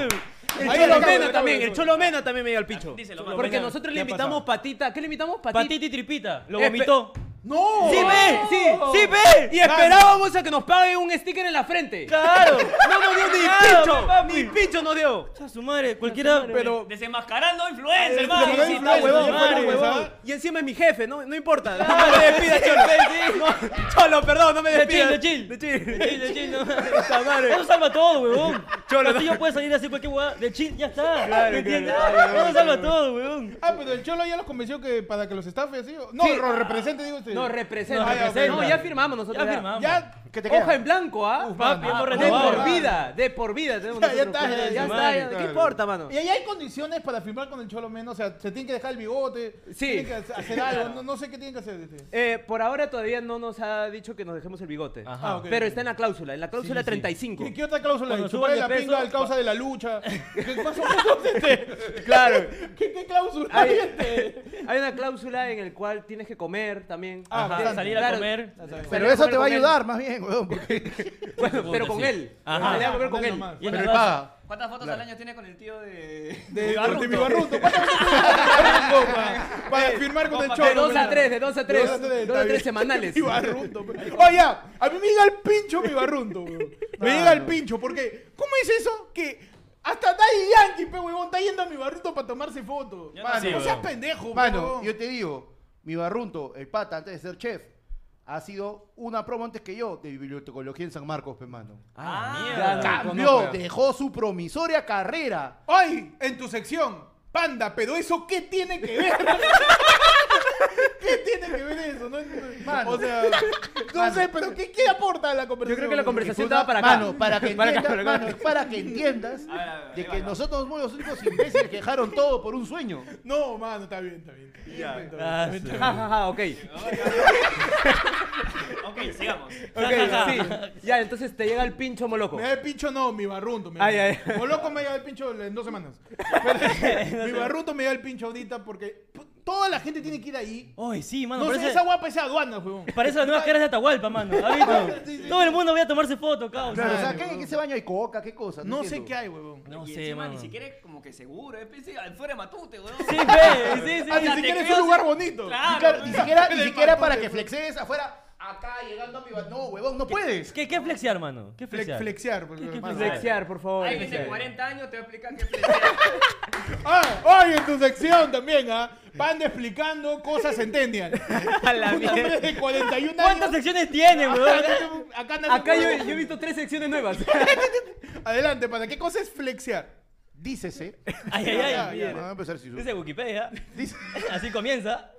Speaker 6: El
Speaker 1: Ahí
Speaker 6: Cholo
Speaker 1: está,
Speaker 6: Mena
Speaker 1: está,
Speaker 6: también,
Speaker 1: está,
Speaker 6: el
Speaker 1: está.
Speaker 6: Cholo Mena también me llega al pincho.
Speaker 3: Díselo,
Speaker 5: Cholo
Speaker 6: Porque
Speaker 5: Ah, Mena,
Speaker 6: nosotros
Speaker 1: ¿qué
Speaker 6: le
Speaker 1: ha
Speaker 6: invitamos
Speaker 1: pasado?
Speaker 6: patita. ¿Qué le invitamos? Patita.
Speaker 5: Patita y tripita. Lo
Speaker 6: Eh, pe-
Speaker 5: vomitó. Oh.
Speaker 1: ¡No!
Speaker 7: ¡Sí ve! ¡Sí! ¡Sí ve! Y esperábamos a que nos paguen un sticker en la frente.
Speaker 5: ¡Claro! ¡No nos dio
Speaker 7: Nada,
Speaker 5: ni
Speaker 7: papi.
Speaker 5: pincho! ¡Ni pincho nos dio! ¡A su madre! Cualquiera...
Speaker 1: Pero.
Speaker 3: Ah. Desenmascarando influencer,
Speaker 1: Pero
Speaker 3: man.
Speaker 1: no hay
Speaker 3: Sí,
Speaker 1: flag,
Speaker 3: tal,
Speaker 1: huevón,
Speaker 3: su
Speaker 1: fue
Speaker 3: madre.
Speaker 1: la huevada.
Speaker 7: Y encima es mi jefe, no, no importa. No me despidas, Cholo. No, Cholo, perdón, no me
Speaker 5: De chill, de
Speaker 7: despidas.
Speaker 5: chill. De chill, de chill. no.
Speaker 7: Esa madre.
Speaker 5: Eso salva todo, huevón.
Speaker 6: Cholo,
Speaker 5: Castillo
Speaker 6: no.
Speaker 5: puede salir así cualquier huevada. De chill, ya está.
Speaker 6: claro,
Speaker 5: ¿Me entiendes?
Speaker 6: claro,
Speaker 5: Eso salva todo, huevón.
Speaker 1: Ah, pero el Cholo ya los convenció que para que los estafe así. o- No,
Speaker 7: Sí.
Speaker 1: lo represente, digo este.
Speaker 7: No, representa.
Speaker 1: No, ya,
Speaker 7: representa.
Speaker 1: ok.
Speaker 7: No, ya firmamos nosotros.
Speaker 5: Ya firmamos.
Speaker 1: Ya.
Speaker 4: ¿Qué te
Speaker 7: Hoja
Speaker 4: queda?
Speaker 7: en blanco, ¿ah?
Speaker 1: Uf,
Speaker 5: Papi,
Speaker 1: mano.
Speaker 5: hemos
Speaker 7: de
Speaker 1: renovado.
Speaker 7: por vida, de por vida. tenemos
Speaker 1: Ya, ya
Speaker 7: nosotros
Speaker 1: está,
Speaker 7: por vida.
Speaker 1: ya,
Speaker 7: Ya
Speaker 1: su
Speaker 7: está,
Speaker 5: madre,
Speaker 7: ya, ¿qué
Speaker 6: claro.
Speaker 7: importa, mano?
Speaker 1: Y ahí hay condiciones para firmar con el Cholo menos. O sea, se tiene que dejar el bigote.
Speaker 7: Sí.
Speaker 1: Tienen que hacer- hacer algo. No, no sé qué tienen que hacer. este.
Speaker 7: Eh, por ahora todavía no nos ha dicho que nos dejemos el bigote.
Speaker 1: Ah, ok.
Speaker 7: Pero está en la cláusula, en la cláusula
Speaker 5: Sí, sí.
Speaker 7: 35.
Speaker 1: ¿Qué, qué otra cláusula hay?
Speaker 5: Cuando
Speaker 1: Chuparle la
Speaker 5: suban de
Speaker 1: pinga
Speaker 5: peso,
Speaker 1: al causa de la lucha. ¿Qué, más o menos, este?
Speaker 7: Claro.
Speaker 1: ¿Qué, qué cláusula hay?
Speaker 7: Hay,
Speaker 1: este?
Speaker 7: hay una cláusula en el cual tienes que comer también.
Speaker 1: Ah,
Speaker 7: Tienes-
Speaker 1: bastante.
Speaker 5: Salir a
Speaker 7: claro,
Speaker 5: comer.
Speaker 7: salir
Speaker 4: Pero eso
Speaker 7: comer
Speaker 4: te va a
Speaker 7: con él.
Speaker 4: ayudar más bien, weón. Porque
Speaker 7: Bueno, pero con
Speaker 5: sí.
Speaker 7: él.
Speaker 5: Ajá.
Speaker 7: Salir a comer con
Speaker 1: Dale
Speaker 7: él.
Speaker 1: nomás.
Speaker 5: Y en
Speaker 4: pero
Speaker 5: la
Speaker 4: él
Speaker 5: base.
Speaker 4: paga.
Speaker 3: ¿Cuántas fotos al año tiene con el tío de.?
Speaker 1: De, de,
Speaker 3: Barruto?
Speaker 1: de mi barruto. ¿Cuántas veces tengo que para, para firmar con el Cholo?
Speaker 7: De 2 a
Speaker 1: mira?
Speaker 7: 3, de 2 a 3.
Speaker 1: De dos a tres,
Speaker 7: 2 a
Speaker 1: está
Speaker 7: 3
Speaker 1: bien.
Speaker 7: semanales.
Speaker 1: Mi barrunto. Oye, a mí me llega el pincho mi barrunto, weón. Me llega el pincho, porque ¿cómo es eso que hasta Daddy Yankee, pe huevón, está yendo a mi barrunto para tomarse fotos?
Speaker 5: Ya
Speaker 1: Mano,
Speaker 5: sí,
Speaker 1: no seas
Speaker 5: weón.
Speaker 1: pendejo, pe,
Speaker 4: Mano,
Speaker 1: huevón.
Speaker 4: yo te digo, mi barrunto, el pata, antes de ser chef, ha sido una promo antes que yo de bibliotecología en San Marcos, pe, mano.
Speaker 3: Ah,
Speaker 7: mierda.
Speaker 3: mierda.
Speaker 4: Cambió, dejó su promisoria carrera.
Speaker 1: Hoy, en tu sección, panda, pero eso qué tiene que ver? ¿Qué tiene que ver eso? No, entiendo. o sea, no sé, pero ¿qué, ¿qué aporta a la conversación?
Speaker 7: Yo creo que la
Speaker 1: conversación
Speaker 7: conversación estaba para acá.
Speaker 4: Mano, para que
Speaker 7: Para acá,
Speaker 4: entiendas,
Speaker 7: para acá.
Speaker 4: mano, para que entiendas
Speaker 3: A ver, a ver, ahí
Speaker 4: de
Speaker 3: va, ahí
Speaker 4: que
Speaker 3: va.
Speaker 4: nosotros somos los únicos imbéciles que dejaron todo por un sueño.
Speaker 1: No, mano, está bien, está bien. está bien, está bien, está bien, está
Speaker 5: Ah,
Speaker 1: bien, está bien.
Speaker 7: Ja, ja, ja, ok.
Speaker 3: Ok, sigamos.
Speaker 7: Ok, sí. Ya, entonces te llega el pincho moloco.
Speaker 1: Me da el pincho, no, mi barrunto. Mi
Speaker 7: Ay,
Speaker 1: barrunto. Moloco me llega el pincho en dos semanas. mi barrunto me llega el pincho ahorita porque p- toda la gente tiene que ir ahí.
Speaker 5: Ay, sí, mano.
Speaker 1: no sé,
Speaker 5: parece,
Speaker 1: esa guapa es aduana, huevón.
Speaker 5: parece las nuevas caras de Atahualpa, mano. ¿Has visto?
Speaker 1: Sí, sí.
Speaker 5: Todo el mundo voy a tomarse fotos, caos.
Speaker 4: Claro, o sea,
Speaker 1: Claro,
Speaker 4: ¿qué hay en ese baño hay coca? ¿Qué cosa?
Speaker 1: No sé
Speaker 4: entiendo.
Speaker 1: qué hay, huevón.
Speaker 5: No
Speaker 3: y
Speaker 5: sé,
Speaker 3: encima
Speaker 5: mano.
Speaker 3: ni siquiera es como que seguro, es pensé, al fuera de matute, weón.
Speaker 5: Sí, fe, sí, sí.
Speaker 1: Ah, ni
Speaker 3: Ya te
Speaker 1: siquiera es
Speaker 3: creo,
Speaker 1: un lugar
Speaker 3: sí.
Speaker 1: bonito.
Speaker 4: Y
Speaker 3: Claro,
Speaker 4: claro, ni
Speaker 3: weón.
Speaker 4: siquiera,
Speaker 1: En
Speaker 4: ni
Speaker 1: el
Speaker 4: siquiera
Speaker 1: balcón
Speaker 4: para
Speaker 1: de-
Speaker 4: que flexees afuera, acá, llegando a mi ba- No, huevón, no puedes.
Speaker 5: ¿Qué, ¿Qué flexear, mano? ¿Qué
Speaker 1: Flex- Flexear,
Speaker 5: flexear?
Speaker 1: pues,
Speaker 5: qué
Speaker 1: hermano.
Speaker 7: Flexiar, por favor.
Speaker 3: Alguien de
Speaker 7: flexiar.
Speaker 3: 40 años te va a explicar qué flexear.
Speaker 1: Ah, hoy en tu sección también, ¿ah? Panda explicando cosas centennial.
Speaker 7: A la
Speaker 1: Un
Speaker 7: mierda.
Speaker 1: hombre de 41 años.
Speaker 5: ¿Cuántas secciones tiene, weón?
Speaker 1: Acá- Acá, anda-
Speaker 7: Acá yo, yo he visto tres secciones nuevas.
Speaker 1: Adelante, panda. ¿Qué cosa es flexear?
Speaker 4: Dícese.
Speaker 5: Ay, ay, ay.
Speaker 1: Ya, ya,
Speaker 4: Vamos a empezar si
Speaker 5: Dice Wikipedia.
Speaker 4: Dice-
Speaker 5: Así comienza.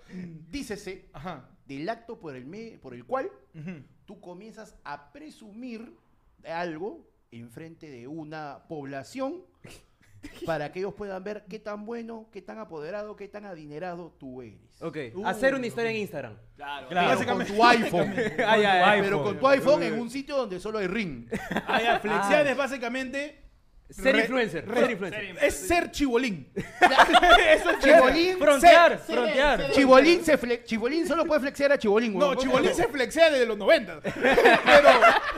Speaker 4: Dícese
Speaker 1: Ajá.
Speaker 4: del acto por el, me- por el cual
Speaker 1: Ujú.
Speaker 4: tú comienzas a presumir de algo enfrente de una población para que ellos puedan ver qué tan bueno, qué tan apoderado, qué tan adinerado tú eres.
Speaker 7: Ok,
Speaker 1: Uh,
Speaker 7: hacer una historia en Instagram.
Speaker 3: Claro.
Speaker 5: Claro.
Speaker 4: Pero con tu iPhone.
Speaker 7: Ay, ay, ay.
Speaker 4: Pero con tu iPhone en un sitio donde solo hay ring.
Speaker 1: Ah, ya, flexear es básicamente.
Speaker 7: Ser
Speaker 1: Re-
Speaker 7: influencer.
Speaker 1: re-
Speaker 7: Ser influencer.
Speaker 3: Serio,
Speaker 1: Es ser chibolín. Eso es
Speaker 4: Chibolín,
Speaker 5: Frontear,
Speaker 1: Sí, sí,
Speaker 5: frontear.
Speaker 4: Chibolín, se fle- Chibolín solo puede flexear a Chibolín.
Speaker 1: No,
Speaker 4: huevón.
Speaker 1: chibolín se flexea desde los 90. Pero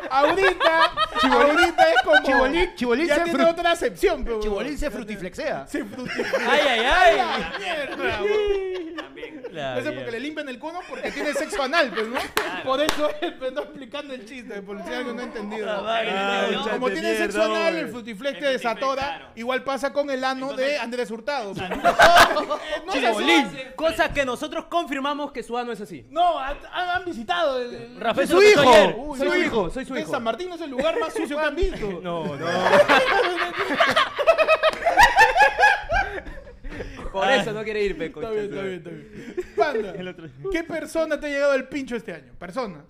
Speaker 1: ahorita, ahorita es como.
Speaker 4: Chibolín- Chibolín
Speaker 1: ya
Speaker 4: se
Speaker 1: tiene
Speaker 4: fru-
Speaker 1: otra acepción, pero.
Speaker 4: Chibolín se frutiflexea.
Speaker 1: Se frutiflexea.
Speaker 5: Ay, ay, ay.
Speaker 1: Mierda, weón.
Speaker 3: También.
Speaker 5: La
Speaker 1: No sé
Speaker 5: mierda.
Speaker 1: porque le limpian el cono porque tiene sexo anal, pues, ¿no? Por eso él me está explicando el chiste, por si algo no he entendido.
Speaker 5: Ah,
Speaker 1: Como-
Speaker 5: muchacho,
Speaker 1: Como tiene sexo
Speaker 5: mierda,
Speaker 1: anal, el
Speaker 5: hombre.
Speaker 1: frutiflex te
Speaker 3: El frutiflex,
Speaker 1: desatora,
Speaker 3: claro.
Speaker 1: igual pasa con el ano de Andrés Hurtado. pues. No sé,
Speaker 7: Chibolín.
Speaker 3: eso hace-
Speaker 7: Cosa que nosotros confirmamos que su ano es así.
Speaker 1: No, han, han visitado el, el-
Speaker 5: Rafael
Speaker 4: ¡Su
Speaker 5: se lo tocó
Speaker 4: hijo!
Speaker 5: ayer.
Speaker 1: Uy,
Speaker 7: Soy
Speaker 1: no.
Speaker 7: su hijo, soy su
Speaker 1: En
Speaker 7: hijo.
Speaker 1: San Martín es el lugar más sucio que han visto.
Speaker 5: No, no.
Speaker 7: Por eso no quiere ir, Peco.
Speaker 1: Está bien, está bien, está bien. Panda, ¿qué persona te ha llegado el pincho este año? Persona.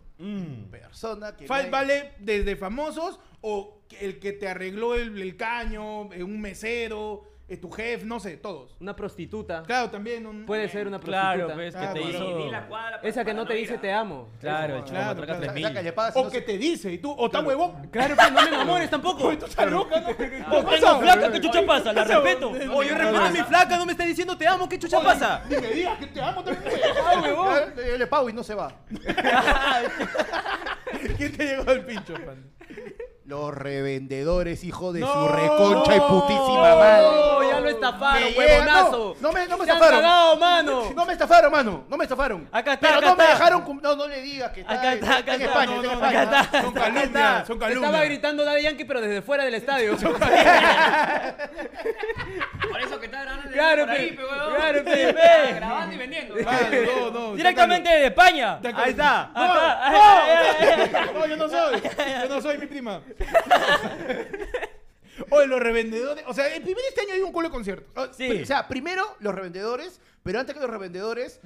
Speaker 4: Persona que.
Speaker 1: Fal-
Speaker 4: no hay-
Speaker 1: vale desde famosos o que- el que te arregló el, el caño, eh, un mesero, eh, tu jefe, no sé, todos.
Speaker 7: Una prostituta.
Speaker 1: Claro, también un...
Speaker 7: Puede ser una prostituta.
Speaker 5: Claro, pues que
Speaker 1: Ah,
Speaker 5: te
Speaker 1: bueno.
Speaker 5: hizo.
Speaker 3: Ni la cuadra para-
Speaker 7: Esa que
Speaker 3: para
Speaker 7: no te
Speaker 3: ir
Speaker 7: dice
Speaker 3: a-
Speaker 7: te amo.
Speaker 5: Claro, el chico
Speaker 1: Claro,
Speaker 5: matraca
Speaker 1: claro.
Speaker 4: Sa-
Speaker 5: 3000.
Speaker 4: Sácale paz.
Speaker 1: O que te dice, y tú, o está
Speaker 4: Ah,
Speaker 1: huevón.
Speaker 7: Claro, pues no me enamores tampoco.
Speaker 1: Oye, tú estás loca, ¿no? ¿Qué
Speaker 5: Oh,
Speaker 1: pasa?
Speaker 5: tengo flaca, ¿qué chucha pasa? La respeto.
Speaker 7: Oh, yo respeto a mi flaca, no me está diciendo te amo, ¿qué chucha pasa?
Speaker 1: Ni me digas que te amo también.
Speaker 4: Yo le pago y no se va.
Speaker 1: ¿Quién te llegó el pincho, panda?
Speaker 4: Los revendedores, hijo de
Speaker 1: No.
Speaker 4: su reconcha y putísima
Speaker 1: No,
Speaker 4: madre.
Speaker 7: Oh, ya lo estafaron,
Speaker 4: Me llega-
Speaker 7: huevonazo.
Speaker 4: No, no me, no me
Speaker 7: Te han
Speaker 4: estafaron.
Speaker 7: cagado, mano.
Speaker 4: No me estafaron, mano. No me estafaron.
Speaker 5: Acá está,
Speaker 4: Pero
Speaker 5: acá
Speaker 4: no me
Speaker 5: está.
Speaker 4: dejaron. cum- No, no le digas que está,
Speaker 5: Acá está, acá
Speaker 4: en
Speaker 5: está.
Speaker 4: España.
Speaker 5: No,
Speaker 4: está en
Speaker 5: no,
Speaker 4: España.
Speaker 5: acá está.
Speaker 1: Son calumnias, son calumnias.
Speaker 7: Estaba gritando Daddy Yankee, pero desde fuera del estadio.
Speaker 3: Por eso que está grabando el
Speaker 7: Claro,
Speaker 3: por ahí,
Speaker 7: pe.
Speaker 3: pe, huevón.
Speaker 7: Claro, pe,
Speaker 3: Está
Speaker 7: ve.
Speaker 3: Grabando y vendiendo.
Speaker 1: Vale, no, no, está
Speaker 7: Directamente de España.
Speaker 1: Está
Speaker 7: Ahí está.
Speaker 1: No,
Speaker 7: Acá, Ah, eh,
Speaker 1: no.
Speaker 7: ahí está, ahí está.
Speaker 1: No, yo no soy. Yo no soy mi prima. Oye, los revendedores. O sea, el primer este año hay un culo de conciertos.
Speaker 4: Ah,
Speaker 7: Sí.
Speaker 4: pri- O sea, primero los revendedores, pero antes que los revendedores,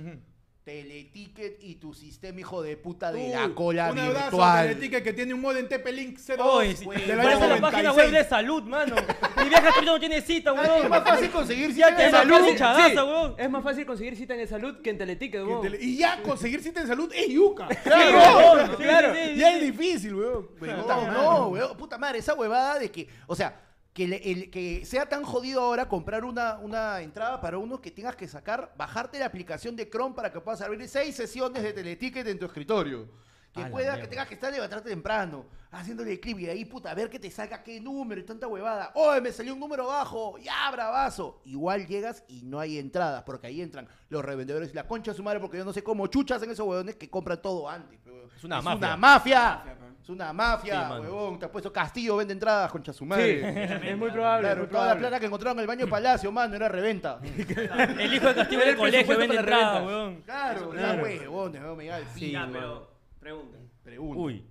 Speaker 4: Teleticket y tu sistema hijo de puta de la
Speaker 1: Uy,
Speaker 4: cola
Speaker 1: Uh, un abrazo a
Speaker 4: virtual.
Speaker 1: Teletica que tiene un mod en TP-Link 02.
Speaker 7: Oye, sí.
Speaker 1: del año
Speaker 7: Parece la página
Speaker 1: 96.
Speaker 7: web de salud, mano. Mi vieja tú no tiene cita,
Speaker 4: Ah, Es más
Speaker 7: weón.
Speaker 4: fácil conseguir
Speaker 7: Ya
Speaker 4: cita
Speaker 7: te
Speaker 4: de
Speaker 7: sacaste
Speaker 4: salud.
Speaker 7: el chadazo, Sí. weón. Es más fácil conseguir cita en el salud que en Teleticket,
Speaker 1: Que
Speaker 7: weón.
Speaker 1: tele- Y ya conseguir cita en salud es yuca.
Speaker 7: Claro, claro.
Speaker 1: Ya es difícil, weón.
Speaker 4: Huevón,
Speaker 1: Puta madre.
Speaker 4: no, weón, puta madre, esa huevada de que, o sea, que, le- el, que sea tan jodido ahora comprar una, una entrada para uno que tengas que sacar, bajarte la aplicación de Chrome para que puedas abrir seis sesiones de teleticket en tu escritorio. Que pueda, que tengas que estar levantarte temprano, haciéndole clip y de ahí, puta, a ver que te saca qué número y tanta huevada. ¡Oh, me salió un número bajo! ¡Ya, bravazo! Igual llegas y no hay entradas, porque ahí entran los revendedores y la concha de su madre, porque yo no sé cómo chuchas en esos huevones que compran todo antes. pe, huevón.
Speaker 5: Es una
Speaker 4: es
Speaker 5: mafia.
Speaker 4: Una mafia. Es una mafia,
Speaker 5: Sí, mano.
Speaker 4: huevón. Te has puesto Castillo, vende entradas, concha su madre.
Speaker 7: Es muy probable.
Speaker 4: Claro, toda la
Speaker 7: muy probable.
Speaker 4: plata que encontraron en el baño de Palacio, mano, era reventa.
Speaker 5: El hijo de Castillo en el colegio
Speaker 7: presupuesto
Speaker 5: vende
Speaker 7: para la
Speaker 5: entrada,
Speaker 7: reventa.
Speaker 5: weón.
Speaker 4: Claro,
Speaker 5: Claro.
Speaker 4: claro. huevón, huevón, me llega el
Speaker 3: Sí,
Speaker 4: pin.
Speaker 3: ya, pero pregunta.
Speaker 4: Pregunta.
Speaker 5: Uy.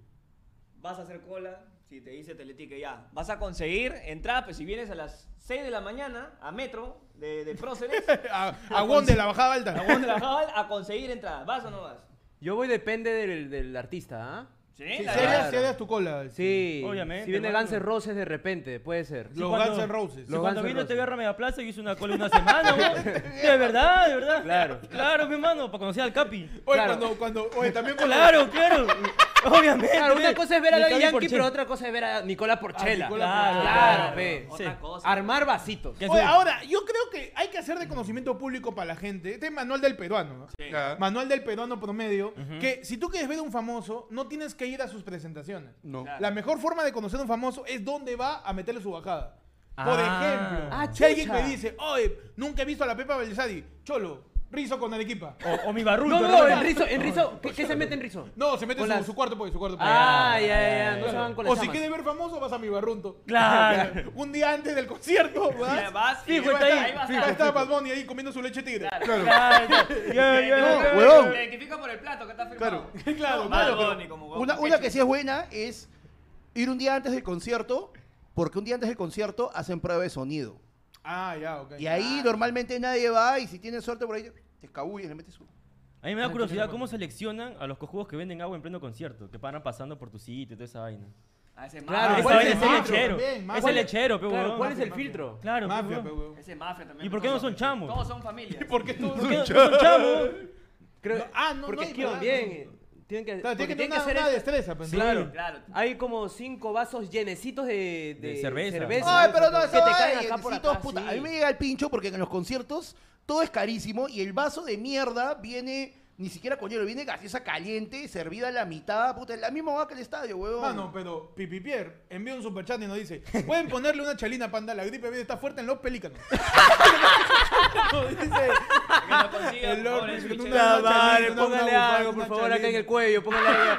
Speaker 3: Vas a hacer cola, si te dice Teletique ya. Vas a conseguir entrada, pues si vienes a las 6 de la mañana a Metro de, de Próceres,
Speaker 1: A, a Wonder, la bajada alta.
Speaker 3: a Wanda Lajabal, a conseguir entrada. ¿Vas o no vas?
Speaker 7: Yo voy depende del, del artista, ¿ah.
Speaker 3: Sí,
Speaker 1: Si
Speaker 3: la
Speaker 1: serias,
Speaker 3: verdad.
Speaker 7: seria-
Speaker 1: serias tu cola.
Speaker 7: Sí.
Speaker 5: Obviamente,
Speaker 7: Si viene
Speaker 5: mano.
Speaker 7: Guns N' Roses de repente, puede ser.
Speaker 1: Los
Speaker 5: cuando-
Speaker 1: Guns N' Roses.
Speaker 5: Si
Speaker 7: Los
Speaker 5: cuando
Speaker 7: Guns N'
Speaker 5: vino te
Speaker 7: Roses.
Speaker 5: agarra Mega Plaza, yo hice una cola una semana, weón. De verdad, de verdad.
Speaker 7: Claro.
Speaker 5: Claro, mi hermano, para conocer al Capi.
Speaker 1: Oye,
Speaker 7: claro.
Speaker 1: cuando, cuando, oye, también con
Speaker 5: Claro, claro. Obviamente.
Speaker 7: Claro, una
Speaker 5: ve.
Speaker 7: cosa es ver a
Speaker 5: Mi
Speaker 7: Daddy
Speaker 5: Capi
Speaker 7: Yankee,
Speaker 5: Porchela.
Speaker 7: pero otra cosa es ver a Nicola Porchela.
Speaker 1: Nicola
Speaker 7: claro,
Speaker 1: Porchela.
Speaker 7: claro,
Speaker 5: Claro,
Speaker 7: pe.
Speaker 3: Otra
Speaker 5: sí.
Speaker 3: cosa.
Speaker 7: Armar vasitos.
Speaker 5: Que
Speaker 1: Oye,
Speaker 5: su-
Speaker 1: ahora, yo creo que hay que hacer de conocimiento público para la gente. Este es manual del peruano, ¿no? Manual del peruano promedio. Que si tú quieres ver a un famoso, no tienes que ir a sus presentaciones.
Speaker 4: No.
Speaker 1: La mejor forma de conocer a un famoso es dónde va a meterle su bajada. Por
Speaker 5: Ah.
Speaker 1: ejemplo,
Speaker 7: Ah,
Speaker 1: si alguien
Speaker 7: chucha.
Speaker 1: me dice, oye, nunca he visto a la Pepa Belsadi, cholo, rizo con Arequipa.
Speaker 5: O, o mi barruto.
Speaker 7: No, no, en Rizo, en Rizo, ¿qué, qué se mete en Rizo?
Speaker 1: No, se mete
Speaker 7: Con
Speaker 1: su,
Speaker 7: las-
Speaker 1: su cuarto pues, su cuarto pues.
Speaker 7: Ah, ya, ya, ya, no se van con las
Speaker 1: O si
Speaker 7: chamas.
Speaker 1: quieres ver famoso, vas a mi barrunto.
Speaker 5: Claro.
Speaker 1: Un día antes del concierto,
Speaker 3: Ya
Speaker 1: vas.
Speaker 3: vas y va
Speaker 5: Fijo, está
Speaker 3: a estar-
Speaker 5: ahí,
Speaker 3: va a
Speaker 1: Ahí
Speaker 3: estar.
Speaker 1: está Bad Bunny ahí comiendo su leche tigre.
Speaker 5: Claro, ya,
Speaker 3: Te
Speaker 5: ya, ya.
Speaker 3: identifica-
Speaker 4: huevón.
Speaker 3: Te identifica por el plato que está firmado.
Speaker 4: Claro.
Speaker 1: Claro,
Speaker 3: Bad
Speaker 1: claro, pero-
Speaker 3: Bunny como huevón.
Speaker 4: Una, una que sí es buena es ir un día antes del concierto, porque un día antes del concierto hacen prueba de sonido.
Speaker 1: Ah, ya, ok.
Speaker 4: Y ahí normalmente nadie va y si tienes suerte por ahí te escabulles, le metes un...
Speaker 5: A mí me da curiosidad cómo seleccionan a los cojudos que venden agua en pleno concierto, que paran pasando por tu sitio y toda esa vaina.
Speaker 3: Ah, ese
Speaker 7: Claro,
Speaker 5: ese
Speaker 3: mafia.
Speaker 7: ¿cuál
Speaker 5: vaina es
Speaker 7: es el
Speaker 5: el
Speaker 1: filtro
Speaker 5: lechero.
Speaker 1: también, más-
Speaker 5: Es el lechero, pe,
Speaker 7: Claro,
Speaker 5: huevón.
Speaker 7: ¿cuál es el filtro?
Speaker 5: Claro, pe,
Speaker 1: Ah, Mafia,
Speaker 5: huevón.
Speaker 7: pues,
Speaker 1: pe, huevón.
Speaker 3: Ese mafia también.
Speaker 5: ¿Y por qué no son chamos?
Speaker 3: Todos son familia.
Speaker 1: ¿Por qué tú?
Speaker 5: ¿Por qué no son chamos?
Speaker 7: Creo,
Speaker 1: Ah, no,
Speaker 7: porque
Speaker 1: no hay
Speaker 7: esquivan
Speaker 1: verdad,
Speaker 7: bien.
Speaker 1: no.
Speaker 7: eh, Tienen que,
Speaker 1: Claro,
Speaker 7: porque
Speaker 1: tiene que
Speaker 7: tienen
Speaker 1: tener una, una
Speaker 7: hacer esto.
Speaker 1: destreza, pues.
Speaker 7: Sí, claro.
Speaker 3: Claro.
Speaker 7: Hay como cinco vasos llenecitos de,
Speaker 5: De cerveza.
Speaker 4: Ay, pero no,
Speaker 7: que
Speaker 4: eso
Speaker 7: te
Speaker 4: ay,
Speaker 7: caen acá por
Speaker 4: sí, todos
Speaker 7: acá.
Speaker 4: puta.
Speaker 7: sí.
Speaker 4: A mí me llega el pincho porque en los conciertos todo es carísimo y el vaso de mierda viene ni siquiera con hielo, viene gaseosa caliente, servida a la mitad, puta, es la misma vaca del estadio, huevón.
Speaker 1: Mano, pero Pipi Pierre envía un superchat y nos dice: Pueden ponerle una chalina panda, la gripe B está fuerte en los pelícanos. El Lord
Speaker 3: Lord
Speaker 1: dice que no
Speaker 5: Ya,
Speaker 1: Una
Speaker 5: vale,
Speaker 1: chalina, una
Speaker 5: póngale
Speaker 1: bufanda,
Speaker 5: algo,
Speaker 1: una
Speaker 5: por favor, acá en
Speaker 1: chalina.
Speaker 5: el cuello, póngale algo.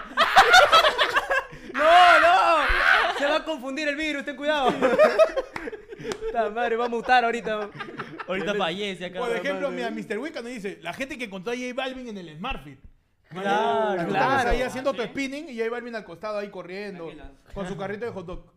Speaker 7: ¡No, no! Se va a confundir el
Speaker 3: Ah,
Speaker 7: virus, ten cuidado. Esta madre va a mutar ahorita.
Speaker 5: Ahorita fallece acá.
Speaker 1: Por ejemplo,
Speaker 5: hermano.
Speaker 7: eh.
Speaker 1: mira, Mr. Wicca nos dice: La gente que encontró a J Balvin en el Smartfit.
Speaker 5: Claro,
Speaker 1: Tú estabas
Speaker 7: claro.
Speaker 1: pues, ahí haciendo
Speaker 3: Ah,
Speaker 1: tu
Speaker 3: ¿sí?
Speaker 1: spinning y J Balvin al costado ahí corriendo
Speaker 3: Tranquila.
Speaker 1: con su carrito de hot dog.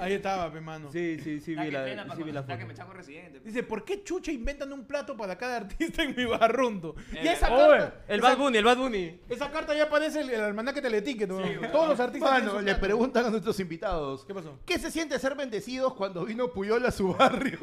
Speaker 1: Ahí estaba, pe, mano.
Speaker 7: Sí, sí, sí,
Speaker 3: La
Speaker 7: vi
Speaker 3: que
Speaker 7: la,
Speaker 3: entrena para
Speaker 7: sí vi la
Speaker 3: conocer, la que
Speaker 7: foto.
Speaker 3: me pues. chaco residente.
Speaker 1: Dice, ¿por qué chucha inventan un plato para cada artista en mi barrunto? y
Speaker 3: Eh,
Speaker 1: esa
Speaker 5: Oye,
Speaker 1: carta,
Speaker 5: Oh, el
Speaker 1: esa,
Speaker 5: Bad Bunny, el Bad Bunny.
Speaker 1: esa carta ya aparece en el almanaque Teletique, ¿no? Todos los artistas tienen su
Speaker 4: Mano, le
Speaker 1: plato.
Speaker 4: preguntan a nuestros invitados.
Speaker 1: ¿Qué pasó?
Speaker 4: ¿Qué se siente ser bendecidos cuando vino Puyol a su barrio?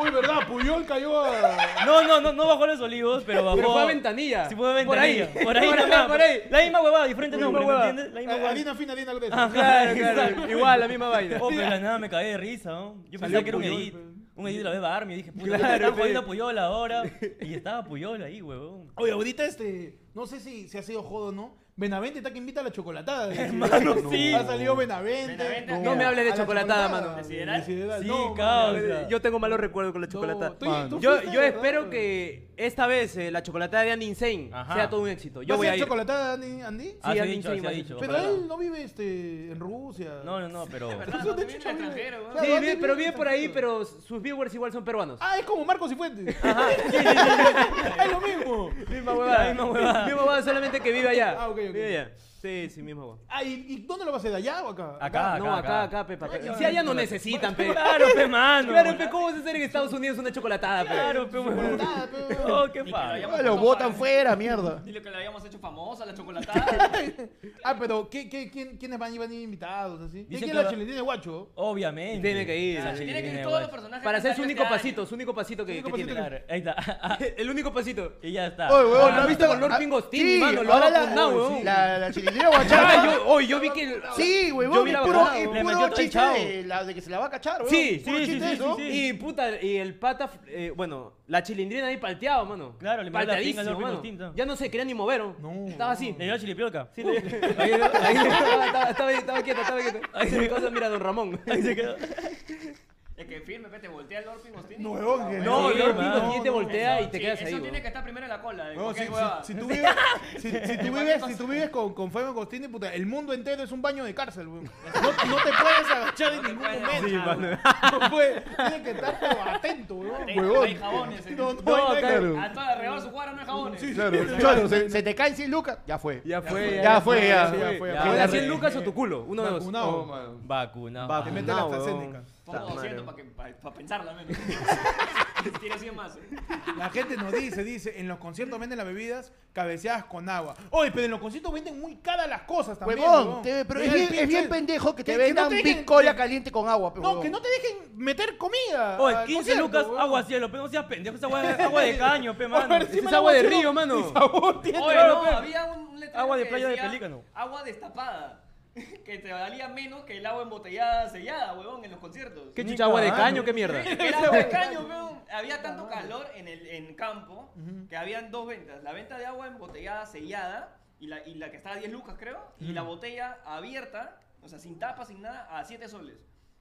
Speaker 1: Uy, verdad, Puyol cayó a...
Speaker 5: No, no, no, no bajó los olivos, pero bajó.
Speaker 7: Pero fue a Ventanilla.
Speaker 5: Sí, fue a ventanilla.
Speaker 7: Por ahí.
Speaker 5: Por ahí,
Speaker 7: por
Speaker 5: nada
Speaker 7: ahí.
Speaker 5: más.
Speaker 7: por ahí.
Speaker 5: La misma huevada, diferente
Speaker 7: La
Speaker 5: nombre,
Speaker 7: misma
Speaker 5: ¿me
Speaker 7: huevada.
Speaker 5: entiendes? La misma
Speaker 1: a-
Speaker 5: huevada.
Speaker 1: harina fina, harina gruesa.
Speaker 5: Ah,
Speaker 7: Claro,
Speaker 5: exacto.
Speaker 7: claro. Igual, la misma vaina.
Speaker 5: Oh, pero de la nada me caí de risa, ¿no? Yo
Speaker 1: Salió
Speaker 5: pensaba que era un
Speaker 1: Puyol,
Speaker 5: edit.
Speaker 1: pe.
Speaker 5: Un edit de la beba Army. Dije, puta,
Speaker 7: Claro,
Speaker 5: están
Speaker 7: pe.
Speaker 5: jodiendo a Puyol ahora. Y estaba Puyol ahí, huevón.
Speaker 1: Oye, ahorita este... No sé si, si ha sido jodo o no, Benavente está que invita a la chocolatada.
Speaker 7: Hermano, sí.
Speaker 1: Ha salido Benavente.
Speaker 3: Benavente.
Speaker 5: No me hables de
Speaker 1: A la
Speaker 5: chocolatada, mano.
Speaker 3: ¿Desideral?
Speaker 1: Desideral.
Speaker 7: Sí,
Speaker 1: No,
Speaker 7: causa.
Speaker 5: Yo tengo malos recuerdos con la chocolatada.
Speaker 1: tú- tú
Speaker 5: Yo,
Speaker 1: fuiste,
Speaker 5: yo
Speaker 1: ¿verdad?
Speaker 5: espero que esta vez eh, la chocolatada de Andy Insane
Speaker 7: Ajá.
Speaker 5: sea todo un éxito.
Speaker 1: ¿Va
Speaker 5: Yo
Speaker 1: a
Speaker 5: voy
Speaker 1: ser
Speaker 5: a ir.
Speaker 1: chocolatada, Andy? Andy?
Speaker 7: Ah, se ha
Speaker 5: Sí,
Speaker 7: dicho,
Speaker 5: Andy
Speaker 7: se ha
Speaker 5: Insane,
Speaker 7: dicho.
Speaker 1: Pero
Speaker 7: ojalá.
Speaker 1: él no vive este, en Rusia.
Speaker 7: No, no, no, pero...
Speaker 3: ¿Verdad?
Speaker 1: Eso
Speaker 3: No,
Speaker 1: te
Speaker 3: también
Speaker 1: chucha,
Speaker 3: en el
Speaker 1: mire.
Speaker 3: extranjero, weón.
Speaker 1: Claro,
Speaker 5: Sí,
Speaker 1: Andy
Speaker 5: bien,
Speaker 1: vive
Speaker 5: pero
Speaker 1: en
Speaker 5: bien por ahí,
Speaker 1: extranjero.
Speaker 5: pero sus viewers igual son peruanos.
Speaker 1: Ah, es como Marcos y Fuentes. es lo mismo.
Speaker 5: Misma huevada, misma huevada. Misma huevada, solamente que vive allá.
Speaker 1: Ah, ok, ok.
Speaker 5: Vive allá. Sí, sí, misma huevada.
Speaker 1: Ah, ¿y, y dónde lo vas a hacer? ¿Allá o acá?
Speaker 7: Acá,
Speaker 5: no, acá,
Speaker 7: acá,
Speaker 5: acá, pe, papá. Si allá no necesitan, pe.
Speaker 7: Claro, pe, mano.
Speaker 5: Claro, pe, ¿cómo vas a hacer en Estados Unidos una chocolatada, pe?
Speaker 7: Claro, pe, huevón.
Speaker 1: Ah, pero-
Speaker 7: Oh, qué
Speaker 3: Ni que lo
Speaker 7: padre.
Speaker 3: hayamos
Speaker 4: Ah, Los
Speaker 3: hecho
Speaker 4: botan
Speaker 3: famoso.
Speaker 4: fuera, mierda.
Speaker 3: Dile que la habíamos hecho famosa, la chocolatada.
Speaker 1: Ah, pero ¿qué, qué, quién, ¿quiénes van, iban invitados? Así?
Speaker 7: Dicen
Speaker 1: ¿Quién es
Speaker 7: que
Speaker 1: la
Speaker 7: va-
Speaker 1: chilindrina de guacho?
Speaker 7: Obviamente.
Speaker 5: Tiene que ir.
Speaker 3: Claro,
Speaker 7: Sí,
Speaker 3: Tiene que ir
Speaker 7: tiene
Speaker 3: todos los
Speaker 7: guacho.
Speaker 3: personajes.
Speaker 5: Para hacer su
Speaker 3: necesarios
Speaker 5: único
Speaker 3: este año.
Speaker 5: pasito, su único pasito que,
Speaker 1: Único
Speaker 5: que
Speaker 1: pasito
Speaker 5: tiene.
Speaker 7: Claro, ahí está.
Speaker 5: El único pasito.
Speaker 7: Y ya está.
Speaker 4: Oye, weón,
Speaker 5: Ah,
Speaker 4: ¿no has visto?
Speaker 5: con Lord
Speaker 4: ah,
Speaker 5: Pingostini,
Speaker 4: sí,
Speaker 5: mano, lo
Speaker 4: ahora
Speaker 5: han
Speaker 4: la-
Speaker 5: vacunado, weón.
Speaker 4: La, la chilindrina
Speaker 5: Ah,
Speaker 4: guachara.
Speaker 5: yo, oh, yo vi que.
Speaker 4: Sí, huevón,
Speaker 5: Yo vi
Speaker 4: es
Speaker 5: la
Speaker 4: puro,
Speaker 5: vacunada,
Speaker 4: es
Speaker 5: weón.
Speaker 7: Le
Speaker 4: puro
Speaker 7: metió todo el
Speaker 4: chiste
Speaker 7: chavo.
Speaker 4: de, la, de que se la va a cachar, weón.
Speaker 5: Sí,
Speaker 4: Puro
Speaker 7: sí, sí,
Speaker 4: chiste
Speaker 7: sí,
Speaker 4: eso.
Speaker 7: sí, sí.
Speaker 5: Y puta, y el pata, eh, bueno, la chilindrina ahí palteaba, mano.
Speaker 7: Claro, le mandó la pinga
Speaker 5: Palteadísimo,
Speaker 7: al Lord
Speaker 5: mano.
Speaker 7: Pingostinta.
Speaker 5: Ya no se quería ni mover, ¿o?
Speaker 1: No.
Speaker 5: Estaba así.
Speaker 7: Le dio la chilipioca.
Speaker 5: Sí, le- ahí- ahí- estaba, estaba- estaba ahí, estaba quieto, estaba quieto. Ahí se cosa, mira, don Ramón.
Speaker 7: Ahí se quedó.
Speaker 3: Es que firme, pe, te voltea el Lord Pingostini.
Speaker 1: No, huevón, que
Speaker 7: No,
Speaker 5: No,
Speaker 7: sí,
Speaker 5: Lord
Speaker 7: mano.
Speaker 5: Pingostinta te
Speaker 1: No, no,
Speaker 5: voltea y te
Speaker 3: Sí,
Speaker 5: quedas
Speaker 3: eso
Speaker 5: ahí.
Speaker 3: tiene
Speaker 5: weón.
Speaker 3: que estar primero en la cola. de
Speaker 1: No, si,
Speaker 3: cualquier
Speaker 1: si-
Speaker 3: huevada.
Speaker 1: si tú vives, si, si tú vives, si tú vives con, con Fabio Agostini, puta, el mundo entero es un baño de cárcel, weón. No, no te puedes agachar en
Speaker 3: No te
Speaker 1: ningún
Speaker 3: puedes
Speaker 1: momento.
Speaker 3: agachar,
Speaker 1: weón. No puedes. Tienes que estar como atento, weón.
Speaker 3: Atento, no hay jabones, eh.
Speaker 1: No, no, hay- no hay-
Speaker 5: claro.
Speaker 3: A todo alrededor de su cuadra no hay jabones.
Speaker 1: Sí,
Speaker 4: Claro, claro, se, se te caen 100 lucas. Ya fue.
Speaker 5: Ya fue,
Speaker 4: Ya fue, ya.
Speaker 1: fue,
Speaker 5: Ya,
Speaker 1: ya.
Speaker 5: ¿Ahora 100 lucas o tu culo? Uno de dos.
Speaker 1: Vacunado.
Speaker 7: Vacunado.
Speaker 1: Te mete la
Speaker 5: Vacunado,
Speaker 1: AstraZeneca.
Speaker 5: weón.
Speaker 3: Pongo
Speaker 5: Puta
Speaker 3: 200
Speaker 5: madre.
Speaker 3: para pa, pa pensarla, men. Tiene 100 más. eh.
Speaker 1: La gente nos dice, dice, en los conciertos venden las bebidas cabeceadas con agua. Oye, pero en los conciertos venden muy caras las cosas también.
Speaker 4: Huevón,
Speaker 1: weón.
Speaker 4: te- pero es
Speaker 1: Mira
Speaker 4: bien,
Speaker 1: el
Speaker 4: es bien Oh.
Speaker 1: pinche-
Speaker 4: pendejo que te
Speaker 1: que- que no
Speaker 4: vendan
Speaker 1: te
Speaker 4: picola
Speaker 1: dejen-
Speaker 4: caliente con agua. pe,
Speaker 1: No,
Speaker 4: huevón.
Speaker 1: que no te dejen meter comida.
Speaker 7: Oye,
Speaker 1: al
Speaker 7: 15 lucas,
Speaker 1: concierto,
Speaker 7: agua cielo, pero no seas pendejo, esa agua, agua de caño, pe, mano.
Speaker 1: Oye, encima
Speaker 5: Es
Speaker 1: el
Speaker 5: agua de
Speaker 1: cielo
Speaker 5: río, mano.
Speaker 1: ni sabor
Speaker 5: Oh,
Speaker 1: tiene,
Speaker 3: Oye,
Speaker 1: weón.
Speaker 3: no, había un letrero
Speaker 7: pues, Agua de
Speaker 3: que
Speaker 7: playa de
Speaker 3: decía
Speaker 7: pelícano.
Speaker 3: Agua destapada. Que te valía menos que el agua embotellada sellada, huevón, en los conciertos.
Speaker 5: ¿Qué chucha agua de caño? ¿Qué mierda?
Speaker 3: Era agua de caño, weón. Había tanto calor en el en campo que habían dos ventas. La venta de agua embotellada sellada y la, y la que estaba a 10 lucas, creo. Y la botella abierta, o sea, sin tapa, sin nada, a 7 soles.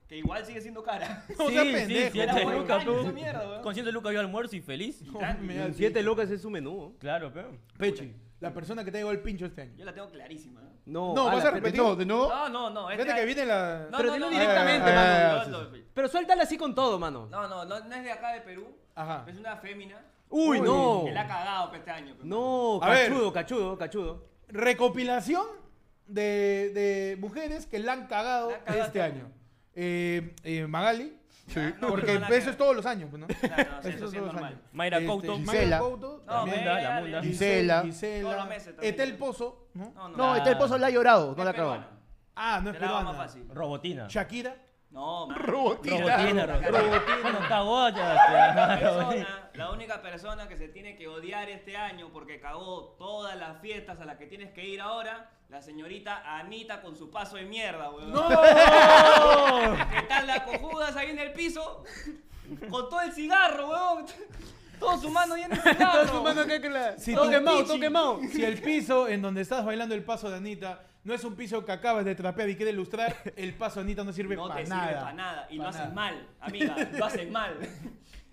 Speaker 3: Que igual sigue siendo cara.
Speaker 1: No
Speaker 7: Sí,
Speaker 1: seas
Speaker 7: sí,
Speaker 1: pendejo,
Speaker 7: siete
Speaker 1: weón.
Speaker 3: Era buen
Speaker 7: lucas,
Speaker 3: baño,
Speaker 7: pe.
Speaker 3: esa mierda, weón.
Speaker 7: Con 100 lucas yo almuerzo y feliz.
Speaker 3: Y tan-
Speaker 1: Mira,
Speaker 5: 7 lucas es su menú.
Speaker 7: Claro, pero.
Speaker 1: Pechi, la persona que te llegó el pincho este año.
Speaker 3: Yo la tengo clarísima. ¿no?
Speaker 5: No,
Speaker 1: No,
Speaker 5: ala,
Speaker 1: vas a
Speaker 5: pero-
Speaker 1: repetir.
Speaker 4: No, de nuevo.
Speaker 3: No, no, no. este
Speaker 1: Fíjate que
Speaker 3: año-
Speaker 1: viene la.
Speaker 3: No,
Speaker 5: Pero
Speaker 3: no,
Speaker 5: dilo
Speaker 3: no,
Speaker 5: directamente,
Speaker 3: no,
Speaker 4: mano.
Speaker 3: no,
Speaker 4: Ah,
Speaker 3: no,
Speaker 5: Pero suéltala así con todo, mano.
Speaker 3: No, no, no, no es de acá de Perú.
Speaker 1: Ajá.
Speaker 3: Es una fémina
Speaker 5: Uy, no.
Speaker 3: que la ha cagado pe, este año. pe.
Speaker 5: No,
Speaker 1: A ver.
Speaker 5: cachudo, cachudo, cachudo.
Speaker 1: Recopilación de, de mujeres que la han cagado
Speaker 3: La han cagado
Speaker 1: este
Speaker 3: este
Speaker 1: año. Eh, eh, Magali.
Speaker 3: No,
Speaker 1: porque
Speaker 3: no la
Speaker 1: eso es todos los años, pues, ¿no?
Speaker 3: Claro, no, sí,
Speaker 1: Eso
Speaker 3: eso
Speaker 1: es todos
Speaker 3: sí es
Speaker 1: los
Speaker 3: normal.
Speaker 1: años.
Speaker 7: Mayra
Speaker 4: Este,
Speaker 7: Couto.
Speaker 4: Gisela.
Speaker 1: Mayra Couto,
Speaker 3: No,
Speaker 1: también.
Speaker 3: Mayra,
Speaker 7: la
Speaker 3: ya,
Speaker 7: munda.
Speaker 3: ya.
Speaker 4: Gisela.
Speaker 1: Gisela.
Speaker 3: Todos los meses también.
Speaker 1: Etel Pozo, ¿no?
Speaker 3: No, no.
Speaker 4: No, este el pozo la ha llorado, no la ha
Speaker 3: Es peruana.
Speaker 4: clavado.
Speaker 1: Ah, no es
Speaker 3: Te la hago
Speaker 1: peruana.
Speaker 3: más fácil.
Speaker 7: Robotina.
Speaker 1: Shakira.
Speaker 3: No, man.
Speaker 7: Robotina, robotina. Cuando está este,
Speaker 3: La
Speaker 7: Goya,
Speaker 3: única
Speaker 7: robotina.
Speaker 3: persona- La única persona que se tiene que odiar este año porque cagó todas las fiestas a las que tienes que ir ahora, la señorita Anita con su paso de mierda, weón.
Speaker 1: ¡No!
Speaker 3: Que están las cojudas ahí en el piso con todo el cigarro, weón. Todo su mano llena de cigarro.
Speaker 5: Estás fumando acá que la.
Speaker 1: Si
Speaker 5: todo
Speaker 1: tu
Speaker 5: quemado,
Speaker 1: pichi-
Speaker 5: todo quemado.
Speaker 1: Si el piso en donde estás bailando el paso de Anita no es un piso que acabas de trapear y quieres ilustrar, el paso de Anita no sirve
Speaker 3: No
Speaker 1: para
Speaker 3: te
Speaker 1: nada.
Speaker 3: sirve para nada. Y
Speaker 1: Pa'
Speaker 3: lo haces
Speaker 1: nada.
Speaker 3: mal, amiga. Lo haces mal.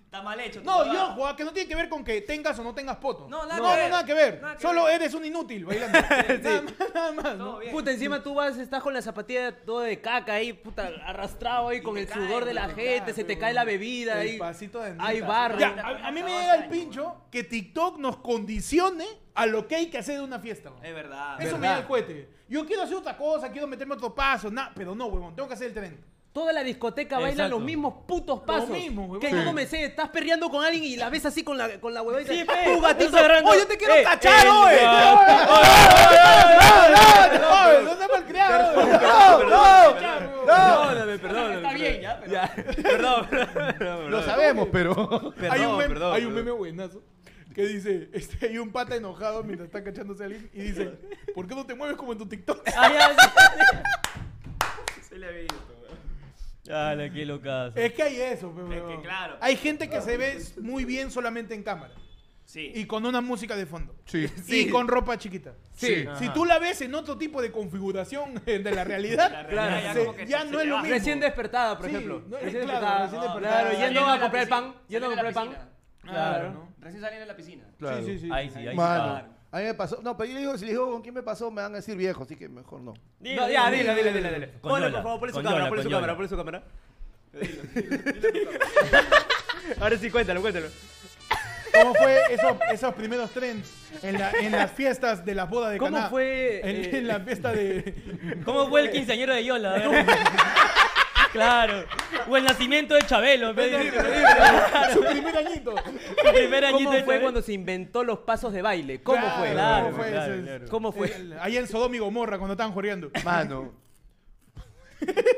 Speaker 3: Está mal hecho. tu
Speaker 1: No, y
Speaker 3: huevada.
Speaker 1: ojo, ah, que no tiene que ver con que tengas o no tengas poto.
Speaker 3: No, nada
Speaker 1: no,
Speaker 3: que ver.
Speaker 1: nada que ver.
Speaker 3: Nada que
Speaker 1: Solo
Speaker 3: ver.
Speaker 1: eres un inútil bailando. nada, más, nada más, ¿no?
Speaker 3: Todo bien.
Speaker 5: Puta, encima tú vas, estás con la zapatilla todo de caca ahí, puta, arrastrado ahí con
Speaker 3: te
Speaker 5: el
Speaker 3: cae,
Speaker 5: sudor
Speaker 3: güey,
Speaker 5: de la
Speaker 3: te
Speaker 5: gente,
Speaker 1: cae,
Speaker 5: se te
Speaker 1: güey.
Speaker 5: cae la bebida
Speaker 1: El
Speaker 5: ahí.
Speaker 1: pasito de Anita.
Speaker 5: Hay barro.
Speaker 1: Ya, a, a mí me llega el pincho que TikTok nos condicione a lo que hay que hacer de una fiesta. weón.
Speaker 3: Es verdad.
Speaker 1: Eso me da el cohete. Yo quiero hacer otra cosa, quiero meterme otro paso, nada, pero no, huevón, tengo que hacer el tren.
Speaker 5: Toda la discoteca baila
Speaker 7: Exacto.
Speaker 5: los mismos putos pasos.
Speaker 1: mismo, huevón.
Speaker 5: que yo no me sé, estás perreando con alguien y la ves así con la, con la huevada.
Speaker 7: Sí,
Speaker 5: y
Speaker 7: pe.
Speaker 5: tú, gatito,
Speaker 7: Estás agarrando-
Speaker 5: ¡Oh, yo te quiero
Speaker 7: Eh,
Speaker 5: cachar,
Speaker 7: eh,
Speaker 5: oye!
Speaker 7: no.
Speaker 1: ¡No, no seas malcriado!
Speaker 5: Perdóname, perdóname.
Speaker 3: Está bien, ya, pero.
Speaker 5: Perdón, perdón, perdón.
Speaker 4: Lo sabemos, pero.
Speaker 1: hay
Speaker 8: Perdón,
Speaker 1: un meme,
Speaker 8: perdón,
Speaker 1: hay
Speaker 8: perdón.
Speaker 1: un meme buenazo que dice, este, hay un pata enojado mientras está cachándose a alguien y dice, ¿por qué no te mueves como en tu TikTok?
Speaker 7: Ah, ya, sí.
Speaker 3: Se le ve esto, weón.
Speaker 7: Dale, qué locazo.
Speaker 1: Es que hay eso, pero
Speaker 3: que claro.
Speaker 1: Hay gente que se ve muy bien solamente en cámara.
Speaker 9: Sí.
Speaker 1: y con una música de fondo.
Speaker 10: Sí.
Speaker 1: Y con ropa chiquita.
Speaker 10: Sí.
Speaker 1: Si tú la ves en otro tipo de configuración eh, de la realidad,
Speaker 9: La realidad
Speaker 7: Claro.
Speaker 9: ya
Speaker 1: se-
Speaker 9: como que
Speaker 1: ya
Speaker 9: se
Speaker 1: no
Speaker 9: te
Speaker 1: es lo
Speaker 9: va.
Speaker 1: mismo.
Speaker 7: Recién despertada, por
Speaker 1: Sí,
Speaker 7: ejemplo.
Speaker 1: no,
Speaker 7: recién
Speaker 1: claro,
Speaker 7: despertada.
Speaker 1: recién
Speaker 7: Claro,
Speaker 1: despertada.
Speaker 7: yendo
Speaker 9: Saliendo de
Speaker 7: a
Speaker 9: la
Speaker 7: comprar el pan.
Speaker 9: piscina.
Speaker 7: Yendo a
Speaker 9: Saliendo
Speaker 7: comprar
Speaker 9: de
Speaker 7: el
Speaker 9: la
Speaker 7: pan.
Speaker 1: Claro.
Speaker 7: Claro.
Speaker 9: Recién saliendo de la piscina.
Speaker 10: Claro.
Speaker 1: Sí, sí, sí.
Speaker 5: Ahí sí, ahí sí.
Speaker 4: Mano,
Speaker 5: claro.
Speaker 4: a mí me pasó. No, pero yo le digo, si le digo con quién me pasó, me van a decir viejo, así que mejor no.
Speaker 7: No, ya, dile, dile, dile, dile.
Speaker 5: Con
Speaker 7: Ponle,
Speaker 5: Yola,
Speaker 7: por favor, ponle su
Speaker 5: con
Speaker 7: cámara,
Speaker 5: Yola,
Speaker 7: ponle su
Speaker 5: con Yola.
Speaker 7: cámara, ponle su cámara.
Speaker 6: Ahora sí, cuéntalo, cuéntalo.
Speaker 1: ¿Cómo fue eso- esos primeros trends en, la- en las fiestas de las bodas de
Speaker 7: ¿Cómo
Speaker 1: Caná?
Speaker 7: fue,
Speaker 1: En,
Speaker 7: eh,
Speaker 1: en la fiesta de...
Speaker 5: ¿Cómo fue el quinceañero de Yola? A ver. claro. O el nacimiento de Chabelo. en vez de-
Speaker 1: su primer añito.
Speaker 5: el primer añito
Speaker 7: ¿Cómo
Speaker 5: de
Speaker 7: fue
Speaker 5: Chabelo. Ah,
Speaker 7: cuando se inventó los pasos de baile? ¿Cómo
Speaker 1: Claro,
Speaker 7: fue?
Speaker 1: claro,
Speaker 7: ¿Cómo fue?
Speaker 1: claro,
Speaker 5: ese-
Speaker 1: claro.
Speaker 7: ¿Cómo fue?
Speaker 1: El- Ahí en Sodom y Gomorra cuando estaban joreando.
Speaker 4: Mano.
Speaker 5: En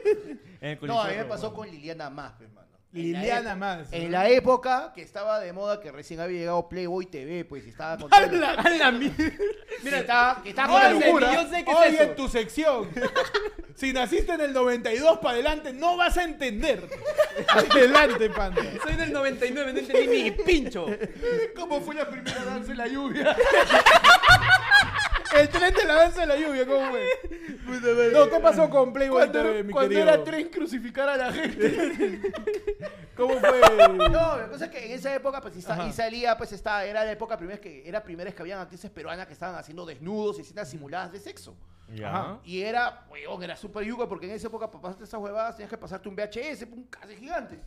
Speaker 5: el
Speaker 4: No, a mí me
Speaker 5: Coliseo,
Speaker 4: pasó con
Speaker 5: bueno.
Speaker 4: Liliana más, pues, mano. En la
Speaker 1: Liliana
Speaker 4: época-
Speaker 1: más.
Speaker 4: En la época que estaba de moda que recién había llegado Playboy TV, pues y estaba con todo-
Speaker 7: ¡A la mierda!
Speaker 4: Mira, estaba, que estaba
Speaker 1: ¡Hola,
Speaker 4: con
Speaker 7: sé,
Speaker 1: locura!
Speaker 7: yo sé qué es
Speaker 1: Hoy
Speaker 7: eso.
Speaker 1: en tu sección. Si naciste en el 92 para adelante, no vas a entender. Adelante, panda.
Speaker 7: Soy del 99, no entendí ni pincho.
Speaker 10: ¿Cómo fue la primera danza en la lluvia?
Speaker 1: El tren de la danza de la lluvia, ¿cómo fue? No, ¿qué pasó con Playboy TV, mi
Speaker 10: Cuando
Speaker 1: querido?
Speaker 10: era tren crucificar a la gente.
Speaker 1: ¿Cómo fue?
Speaker 4: No, la cosa es que en esa época, pues, y, sa-
Speaker 1: Ajá.
Speaker 4: y salía, pues, estaba, era la época primera que, era primera vez que habían actrices peruanas que estaban haciendo desnudos y escenas simuladas de sexo.
Speaker 5: Ya.
Speaker 1: Ajá.
Speaker 4: Y era, weón, era súper yuca, porque en esa época, para pasarte esas huevadas, tenías que pasarte un VHS, un casi gigante.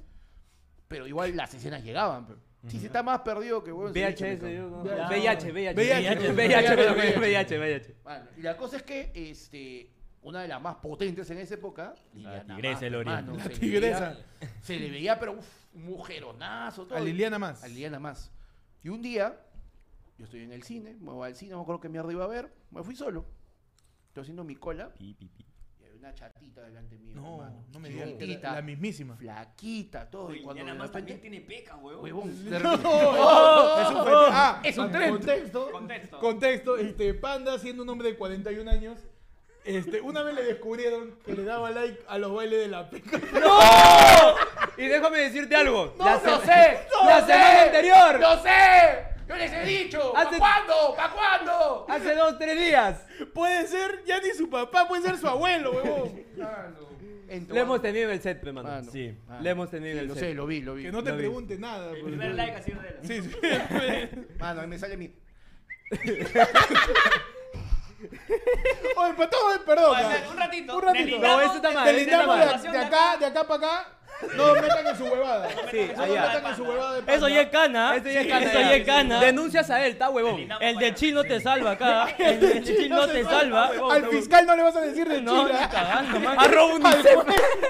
Speaker 4: Pero igual las escenas llegaban, pero. Si se está más perdido que huevón.
Speaker 7: VHS, yo no. VIH, VIH.
Speaker 1: VIH.
Speaker 7: VIH, VIH, VIH, VIH.
Speaker 4: Bueno, y la cosa es que, este, una de las más potentes en esa época, Liliana
Speaker 5: tigresa
Speaker 4: Massa,
Speaker 5: del Oriente.
Speaker 4: hermano,
Speaker 1: La
Speaker 4: se le
Speaker 1: tigresa.
Speaker 4: veía- Se le veía, pero uf, mujeronazo, todo.
Speaker 1: A Liliana más.
Speaker 4: A Liliana más. Y un día, yo estoy en el cine, me voy al cine, no me acuerdo qué mierda iba a ver, me fui solo. Estoy haciendo mi cola
Speaker 5: Pi, pi, pi.
Speaker 4: y hay una chatita delante mío.
Speaker 1: No,
Speaker 4: hermano.
Speaker 1: no me digas. que
Speaker 4: Chiquitita,
Speaker 1: era La mismísima.
Speaker 4: flaquita, todo. y
Speaker 9: Uy,
Speaker 4: cuando
Speaker 9: ya
Speaker 4: de
Speaker 9: nada más
Speaker 4: repente-
Speaker 9: también tiene pecas, huevón.
Speaker 4: Huevón, de repente-
Speaker 1: Oh, es un fetiche. Ah,
Speaker 4: es un tren.
Speaker 1: Contexto.
Speaker 9: Contexto.
Speaker 1: Contexto. Este, Panda, siendo un hombre de 41 años, este, una vez le descubrieron que le daba like a los bailes de la pica.
Speaker 7: Y déjame decirte algo.
Speaker 4: ¡No,
Speaker 7: La
Speaker 4: no
Speaker 7: se-
Speaker 4: sé! ¡No
Speaker 7: La
Speaker 4: sé!
Speaker 7: semana anterior.
Speaker 4: ¡No sé! ¡Yo les he dicho! ¿Para
Speaker 7: Hace-
Speaker 4: cuándo? ¿Para cuándo?
Speaker 7: Hace dos, tres días.
Speaker 1: Puede ser ya ni su papá, puede ser su abuelo, huevón.
Speaker 4: Entonces,
Speaker 7: Le hemos tenido en el set, pe,
Speaker 4: Mano.
Speaker 7: mano.
Speaker 5: Sí.
Speaker 4: Ah,
Speaker 7: Le hemos tenido en el
Speaker 4: Lo sé,
Speaker 7: set.
Speaker 4: lo vi, lo vi.
Speaker 1: Que no te
Speaker 7: Lo vi.
Speaker 1: pregunte nada.
Speaker 9: El
Speaker 1: pues.
Speaker 9: primer like así de
Speaker 1: Sí, sí.
Speaker 4: Mano, ahí me sale mi.
Speaker 1: Oye, patón, perdón.
Speaker 9: Oye,
Speaker 1: ah.
Speaker 9: un ratito.
Speaker 1: Un ratito.
Speaker 9: Delindamos-
Speaker 7: No, eso está mal. ese está
Speaker 1: Delindamos
Speaker 7: mal.
Speaker 1: de, de acá, de acá para acá. No metan en su huevada.
Speaker 7: Sí,
Speaker 1: Eso no
Speaker 7: allá.
Speaker 1: metan en su huevada de
Speaker 5: Eso
Speaker 1: Panda.
Speaker 5: ya es cana.
Speaker 7: Ese ya es cana,
Speaker 5: Eso
Speaker 7: ya.
Speaker 5: ya es cana.
Speaker 7: Denuncias a él, está huevón.
Speaker 9: Delindamos
Speaker 5: El de
Speaker 9: para-
Speaker 5: chino te salva acá. El de chino te salva.
Speaker 1: Al fiscal no le vas a decir de
Speaker 5: No, ni
Speaker 1: China.
Speaker 5: cagando, man.
Speaker 7: Arroba un
Speaker 1: Al juez,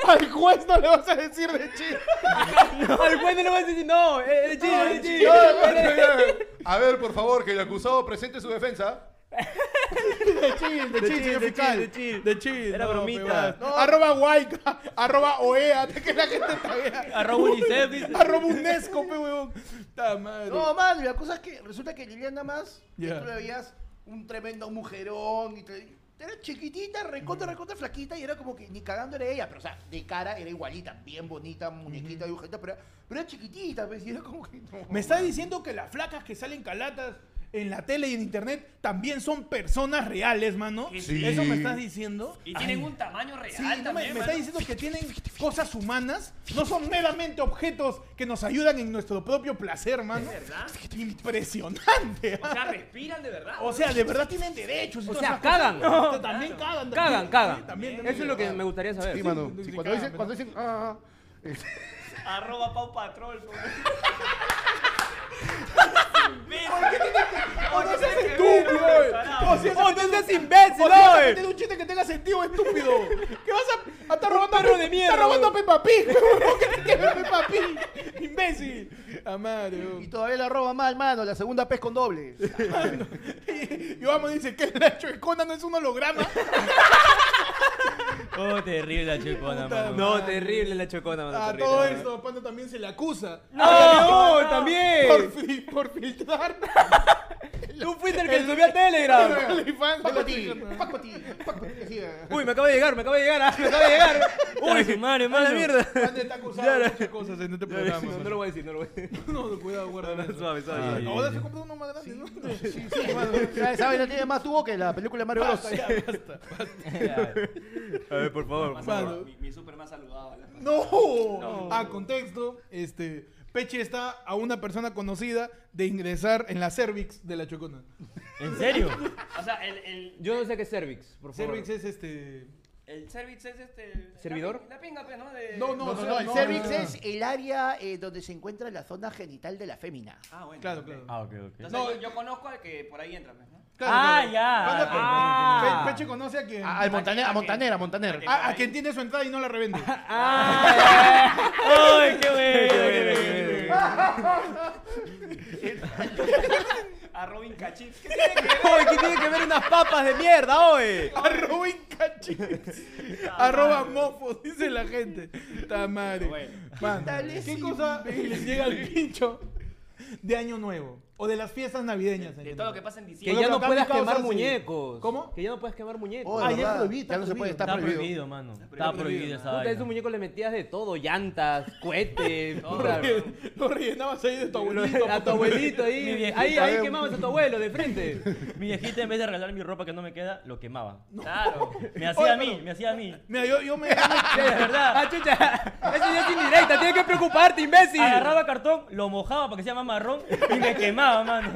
Speaker 1: al juez no le vas a decir de China.
Speaker 7: Al juez no le vas a decir, no, es chino, es chino.
Speaker 10: A ver, por favor, que el acusado presente su defensa.
Speaker 1: De chill, de chill, señor
Speaker 7: de
Speaker 1: fiscal.
Speaker 7: chill, de chill.
Speaker 1: De chill.
Speaker 7: Era
Speaker 1: no,
Speaker 7: bromita.
Speaker 1: pebada. Arroba Waika, arroba OEA, que la gente taguea.
Speaker 5: Arroba UNICEF. dice.
Speaker 1: Arroba UNESCO, pe huevón. Ta madre.
Speaker 4: No, mano, y la cosa es que resulta que Liliana más,
Speaker 1: Ya.
Speaker 4: tú le veías un tremendo mujerón y te- Era chiquitita, recontra, recontra, flaquita y era como que ni cagando era ella, pero o sea, de cara era igualita, bien bonita, muñequita, dibujadita, pero, era- pero era chiquitita, pues, y era como que no.
Speaker 1: Me está diciendo que las flacas que salen calatas en la tele y en internet también son personas reales, mano.
Speaker 10: Sí.
Speaker 1: ¿Eso me estás diciendo?
Speaker 9: Y tienen
Speaker 1: Ay.
Speaker 9: un tamaño real
Speaker 1: Sí,
Speaker 9: también,
Speaker 1: no me, me
Speaker 9: mano.
Speaker 1: está diciendo que tienen cosas humanas, no son meramente objetos que nos ayudan en nuestro propio placer, mano.
Speaker 9: ¿Verdad?
Speaker 1: Impresionante.
Speaker 9: O
Speaker 1: ¿ah?
Speaker 9: sea, respiran de verdad.
Speaker 1: O sea, de verdad tienen derechos. y
Speaker 7: O
Speaker 1: todas
Speaker 7: sea,
Speaker 1: esas cosas.
Speaker 7: cagan.
Speaker 1: No, También cagan.
Speaker 7: Cagan,
Speaker 1: también,
Speaker 7: cagan.
Speaker 1: sí, también, también.
Speaker 7: Eso es lo que me gustaría saber.
Speaker 4: Sí, mano,
Speaker 1: sí,
Speaker 4: sí,
Speaker 1: sí,
Speaker 4: cuando,
Speaker 1: cagan,
Speaker 4: dicen,
Speaker 1: pero-
Speaker 4: cuando dicen, ah,
Speaker 9: Arroba Pau Patrol. ¿Por
Speaker 1: ¡Oh, no seas estúpido! eh. ¡Oh, si es-
Speaker 7: ¡Oh, no seas imbécil,
Speaker 1: o sea,
Speaker 7: oe!
Speaker 1: métete un chiste que tenga sentido, estúpido! ¿Qué vas a, a estar robando a
Speaker 7: perro
Speaker 1: Pe-
Speaker 7: de mierda,
Speaker 1: ¡Estás robando a
Speaker 7: bro.
Speaker 1: Peppa Pig! huevón, ¿Qué tiene que ver Peppa Pig? ¡Imbécil! Amario.
Speaker 4: y todavía la roba mal, mano, la segunda pez con doble.
Speaker 1: Y vamos, dice que la chuecona no es un holograma.
Speaker 5: Oh, terrible la chocona, mano.
Speaker 7: No, terrible la chocona, mano.
Speaker 1: A
Speaker 7: terrible,
Speaker 1: todo
Speaker 7: mano.
Speaker 1: esto, Pando también se le acusa.
Speaker 7: ¡No! ¡También!
Speaker 1: Por, fi- por filtrar.
Speaker 7: Tú fuiste el que subió a Telegram.
Speaker 4: Paco a ti, Paco a ti, Paco a ti. Así, eh.
Speaker 7: Uy, me acaba de llegar, me acaba de llegar, ah, me acaba de llegar.
Speaker 5: Uy, su madre,
Speaker 7: ¡A la
Speaker 5: mano.
Speaker 7: mierda!
Speaker 1: Grande está acusado de muchas cosas en este programa.
Speaker 7: No, no lo voy a decir, no lo voy a decir.
Speaker 1: No, no, cuidado, guarda. eso.
Speaker 7: Suave, suave.
Speaker 5: Eh,
Speaker 1: Ahora se compró uno más grande, ¿no? Sí,
Speaker 4: Ya ¿Sabes? No tiene más tubo que la película de Mario Bros.
Speaker 1: Basta, ya, basta.
Speaker 5: Eh,
Speaker 6: A ver, por favor.
Speaker 1: Mano.
Speaker 9: Mi, mi super más saludaba. la-
Speaker 1: No. A contexto, este Peche está a una persona conocida de ingresar en la cervix de la chocona.
Speaker 5: ¿En serio?
Speaker 9: O sea, el, el,
Speaker 7: Yo no sé qué es Cervix, por favor.
Speaker 1: Cervix es este
Speaker 9: el cervix es este.
Speaker 7: ¿Servidor?
Speaker 9: La, pinga, pues, ¿no? De-
Speaker 1: No, no,
Speaker 4: No, no, no, el cervix es el área eh, donde se encuentra la zona genital de la fémina.
Speaker 9: Ah, bueno.
Speaker 1: Claro,
Speaker 9: ok.
Speaker 1: claro.
Speaker 5: Ah, ok, ok.
Speaker 9: Entonces,
Speaker 1: No,
Speaker 9: yo, yo conozco al que por ahí entra, pues, ¿no?
Speaker 1: Claro,
Speaker 5: Ah,
Speaker 1: claro.
Speaker 5: ya.
Speaker 1: Anda, pues.
Speaker 5: Ah.
Speaker 1: Pe- Peche conoce a quien
Speaker 4: Ah, al Montaner, a Montaner, eh, a Montaner.
Speaker 1: a, a quien tiene su entrada y no la revende.
Speaker 5: ¡Ay, qué bueno!
Speaker 9: A Robin Cachif. ¿Qué tiene que ver?
Speaker 7: Oye, ¿qué tiene que ver unas papas de mierda, oye?
Speaker 1: Arroba Incachi. Arroba mofo, dice la gente. Tamare. Mano, ¿Qué cosa les llega al pincho de Año Nuevo? O de las fiestas navideñas.
Speaker 9: De
Speaker 1: en
Speaker 9: todo
Speaker 1: general?
Speaker 9: lo que pasa en
Speaker 7: Que
Speaker 9: diciembre.
Speaker 1: Bueno,
Speaker 7: ya no
Speaker 1: acá mi
Speaker 7: puedas
Speaker 1: causa
Speaker 7: quemar
Speaker 1: sí.
Speaker 7: muñecos.
Speaker 1: ¿Cómo?
Speaker 7: Que ya no puedes quemar muñecos.
Speaker 4: Oh,
Speaker 1: Ah,
Speaker 4: de
Speaker 1: ya
Speaker 4: verdad.
Speaker 1: lo vi, está
Speaker 4: Ya no se
Speaker 1: prohibido.
Speaker 4: puede, está
Speaker 5: Está
Speaker 4: prohibido.
Speaker 5: prohibido, mano. Está prohibido esa
Speaker 7: Puta, esos
Speaker 5: vaina.
Speaker 7: muñecos le metías de todo, llantas, cohetes, puta.
Speaker 1: Lo rellenabas ahí de tu abuelito.
Speaker 7: a tu abuelito
Speaker 5: Mi
Speaker 7: ahí.
Speaker 5: viejita,
Speaker 7: Ahí, ahí
Speaker 5: eh.
Speaker 7: quemabas a tu abuelo de frente.
Speaker 5: Mi viejita, en vez de regalar mi ropa que no me queda, lo quemaba.
Speaker 9: Claro.
Speaker 5: Me hacía a mí, me hacía a mí.
Speaker 1: Mira, yo, yo me...
Speaker 5: De verdad.
Speaker 7: Ah, chucha. Eso ya es indirecta, tienes que preocuparte, imbécil.
Speaker 5: Agarraba cartón, lo mojaba para que sea más marrón y me quemaba, mano.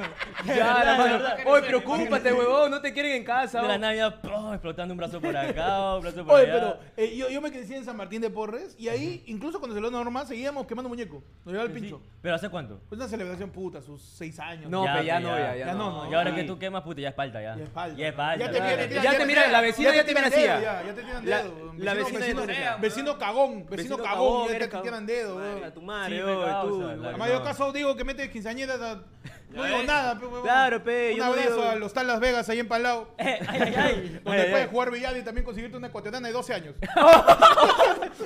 Speaker 5: De
Speaker 7: Ya, la
Speaker 5: verdad, de
Speaker 7: mano.
Speaker 5: verdad.
Speaker 7: Oye, preocúpate, huevón, no te quieren en casa.
Speaker 5: De la
Speaker 7: oh.
Speaker 5: Navidad, ¡pum! explotando un brazo por acá, un brazo por
Speaker 1: Oye,
Speaker 5: allá.
Speaker 1: pero eh, yo, yo me crecí en San Martín de Porres y ahí, incluso cuando se lo normal, seguíamos quemando muñeco. Nos llevaba el
Speaker 5: Sí,
Speaker 1: pincho.
Speaker 5: ¿Pero hace cuánto?
Speaker 1: Pues una celebración puta, sus seis años.
Speaker 7: No,
Speaker 5: Ya,
Speaker 7: pero ya
Speaker 5: pe,
Speaker 7: no,
Speaker 5: ya.
Speaker 7: ya, ya.
Speaker 1: Ya no,
Speaker 5: No,
Speaker 1: no,
Speaker 5: y ahora
Speaker 1: sí.
Speaker 5: que tú quemas, puta, ya es palta, ya.
Speaker 1: Ya es falta.
Speaker 5: Ya es palta.
Speaker 1: Ya te
Speaker 5: claro.
Speaker 1: tienen,
Speaker 7: Ya te mira, la vecina ya te
Speaker 1: tiran
Speaker 7: miracía.
Speaker 1: dedo, Ya, ya te tiran
Speaker 7: La-
Speaker 1: dedo. weón.
Speaker 7: la
Speaker 1: Vecino-
Speaker 7: vecina
Speaker 1: vecino-
Speaker 7: denuncia.
Speaker 1: Vecino, cagón, vecino, cagón, ya
Speaker 7: eres
Speaker 1: te tiran dedo.
Speaker 7: Madre,
Speaker 1: weón.
Speaker 7: A tu madre,
Speaker 5: Sí, me
Speaker 7: oye,
Speaker 5: causa,
Speaker 7: tú.
Speaker 5: la
Speaker 7: igual.
Speaker 1: Además, yo acaso digo que metes quinceañeras a... No
Speaker 9: Ya
Speaker 1: digo
Speaker 9: ves.
Speaker 1: nada, pe, weón.
Speaker 7: Claro, pe,
Speaker 1: Un
Speaker 7: yo no
Speaker 1: abrazo
Speaker 7: digo-
Speaker 1: a los tal Las Vegas ahí en Palau.
Speaker 5: Eh, ay, ay, ay.
Speaker 1: Donde
Speaker 5: Ay, ay,
Speaker 1: puedes
Speaker 5: ay.
Speaker 1: jugar billar y también conseguirte una ecuatoriana de 12 años.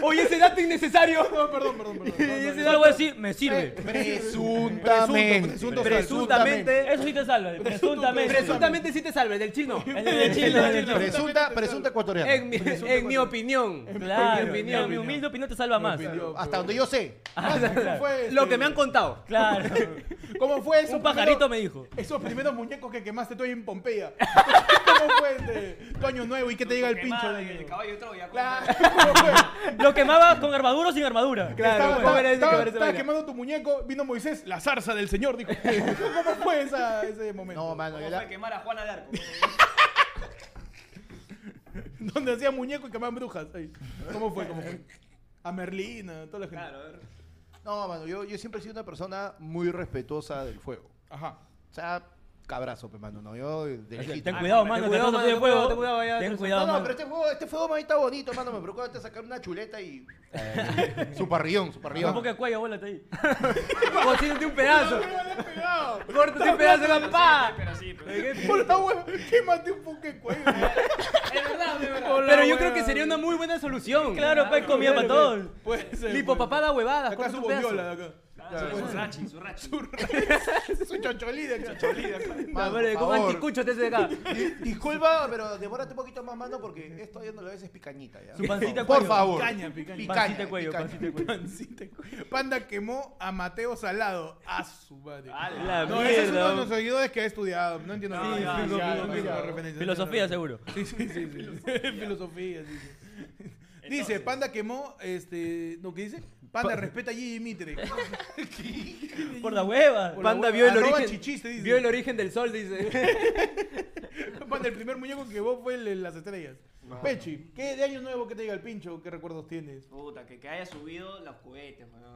Speaker 7: Oye, ese dato innecesario.
Speaker 1: No, perdón, perdón, perdón.
Speaker 5: Y si no lo voy a decir, me sirve.
Speaker 4: Eh, Presuntamente.
Speaker 1: Presunto, presunto,
Speaker 7: Presuntamente.
Speaker 5: Eso sí te salva, presuntamente.
Speaker 7: Presuntamente sí te salves, del chino.
Speaker 5: El de Chile, el de Chile.
Speaker 4: Presunta, presunta ecuatoriana.
Speaker 7: En mi, en mi opinión.
Speaker 5: Claro,
Speaker 7: En mi
Speaker 5: mi, mi
Speaker 7: opinión.
Speaker 5: humilde opinión te salva más.
Speaker 4: Hasta donde yo sé.
Speaker 1: ¿Cómo fue,
Speaker 7: Ah, Lo
Speaker 1: este,
Speaker 7: que me han contado.
Speaker 5: Claro.
Speaker 1: ¿Cómo fue eso?
Speaker 5: Un pajarito me dijo.
Speaker 1: Esos primeros muñecos que quemaste tú ahí en Pompeya. ¿Cómo fue este tu año nuevo y que te llega el pincho?
Speaker 9: Quemada,
Speaker 1: de
Speaker 9: El
Speaker 1: año?
Speaker 9: caballo de Troya.
Speaker 1: Claro,
Speaker 9: como-
Speaker 1: ¿cómo fue?
Speaker 5: Lo quemaba con armadura o sin armadura.
Speaker 1: Estaba-
Speaker 7: Claro,
Speaker 1: estaba-
Speaker 7: ¿cómo era ese
Speaker 1: estaba-
Speaker 7: que
Speaker 1: estaba
Speaker 7: parece
Speaker 1: quemando tu muñeco, vino Moisés, la zarza del Señor, dijo. ¿Cómo fue esa- ese momento?
Speaker 4: No, mano, yo
Speaker 9: ¿Cómo
Speaker 4: la-
Speaker 9: fue quemar a pues, Juana de Arco?
Speaker 1: Donde hacía muñeco y quemaban brujas. ahí. ¿Cómo fue? ¿Cómo fue? A Merlina, toda la gente.
Speaker 9: Claro, a ver.
Speaker 4: No, mano, yo, yo siempre he sido una persona muy respetuosa del fuego.
Speaker 1: Ajá.
Speaker 4: O sea, cabrazo, pe, mano. No, yo de lejito.
Speaker 5: Ten cuidado, mano.
Speaker 7: ten cuidado,
Speaker 5: te
Speaker 7: mano,
Speaker 5: de
Speaker 7: ten
Speaker 5: fuego.
Speaker 7: cuidado, ten cuidado, ya,
Speaker 5: Ten
Speaker 7: tres-
Speaker 5: cuidado,
Speaker 4: No, no,
Speaker 5: mano.
Speaker 4: pero este fuego, este fuego man, está bonito, mano. Me preocupa ahorita sacar una chuleta y. eh, su parrillón, su
Speaker 5: Un
Speaker 4: parrillón.
Speaker 5: poco de cuello, vuélate ahí.
Speaker 7: Cocínate un pedazo. Córtate un pedazo de la pa.
Speaker 9: Pero sí, pues, pero.
Speaker 1: Por la hueva, quémate un poco de cuello.
Speaker 9: Es verdad, es verdad.
Speaker 7: Pero yo creo que sería una muy buena solución.
Speaker 5: Claro, pues comida para todos.
Speaker 1: Puede ser.
Speaker 7: Lipopapada huevada,
Speaker 1: Acá
Speaker 7: córtate
Speaker 1: su
Speaker 7: un pedazo.
Speaker 1: bondiola, acá.
Speaker 9: Claro, su rachi, su rachi.
Speaker 1: Su choncholida, choncholida.
Speaker 7: A
Speaker 4: Mano,
Speaker 7: ver,
Speaker 4: por
Speaker 7: con
Speaker 4: favor.
Speaker 7: anticucho te hace de acá.
Speaker 4: Di- Disculpa, pero demórate un poquito más, mano, porque esto ya no lo ves es picañita. ¿ya?
Speaker 5: Su pancita de
Speaker 4: Por
Speaker 5: cuello.
Speaker 4: favor.
Speaker 1: Picaña, picaña.
Speaker 4: Picaña,
Speaker 5: Pancita de cuello,
Speaker 4: picaña.
Speaker 5: pancita de cuello.
Speaker 1: Pancita. Panda quemó a Mateo Salado. A su madre.
Speaker 5: La
Speaker 1: No, ese es uno de
Speaker 5: mierda.
Speaker 1: los seguidores que ha estudiado. No entiendo.
Speaker 9: Sí,
Speaker 1: nada.
Speaker 9: sí,
Speaker 1: No
Speaker 9: sí,
Speaker 1: entiendo
Speaker 9: sí,
Speaker 1: la
Speaker 9: sí.
Speaker 1: referencia.
Speaker 5: Filosofía, seguro.
Speaker 1: Sí, sí, sí. sí. Filosofía, sí, sí. Dice, Panda quemó, este, ¿no qué dice? Panda respeta a Gigi Mitre.
Speaker 5: Por la hueva.
Speaker 1: Por la
Speaker 7: Panda
Speaker 1: hueva.
Speaker 7: vio el
Speaker 1: Arroba
Speaker 7: origen.
Speaker 1: chichiste, dice.
Speaker 7: Vio el origen del sol, dice.
Speaker 1: Panda, el primer muñeco que vos fue el de las estrellas. Pechi, ¿qué de año nuevo que te diga el pincho? ¿Qué recuerdos tienes?
Speaker 9: Puta, que, que haya subido los juguetes, weón.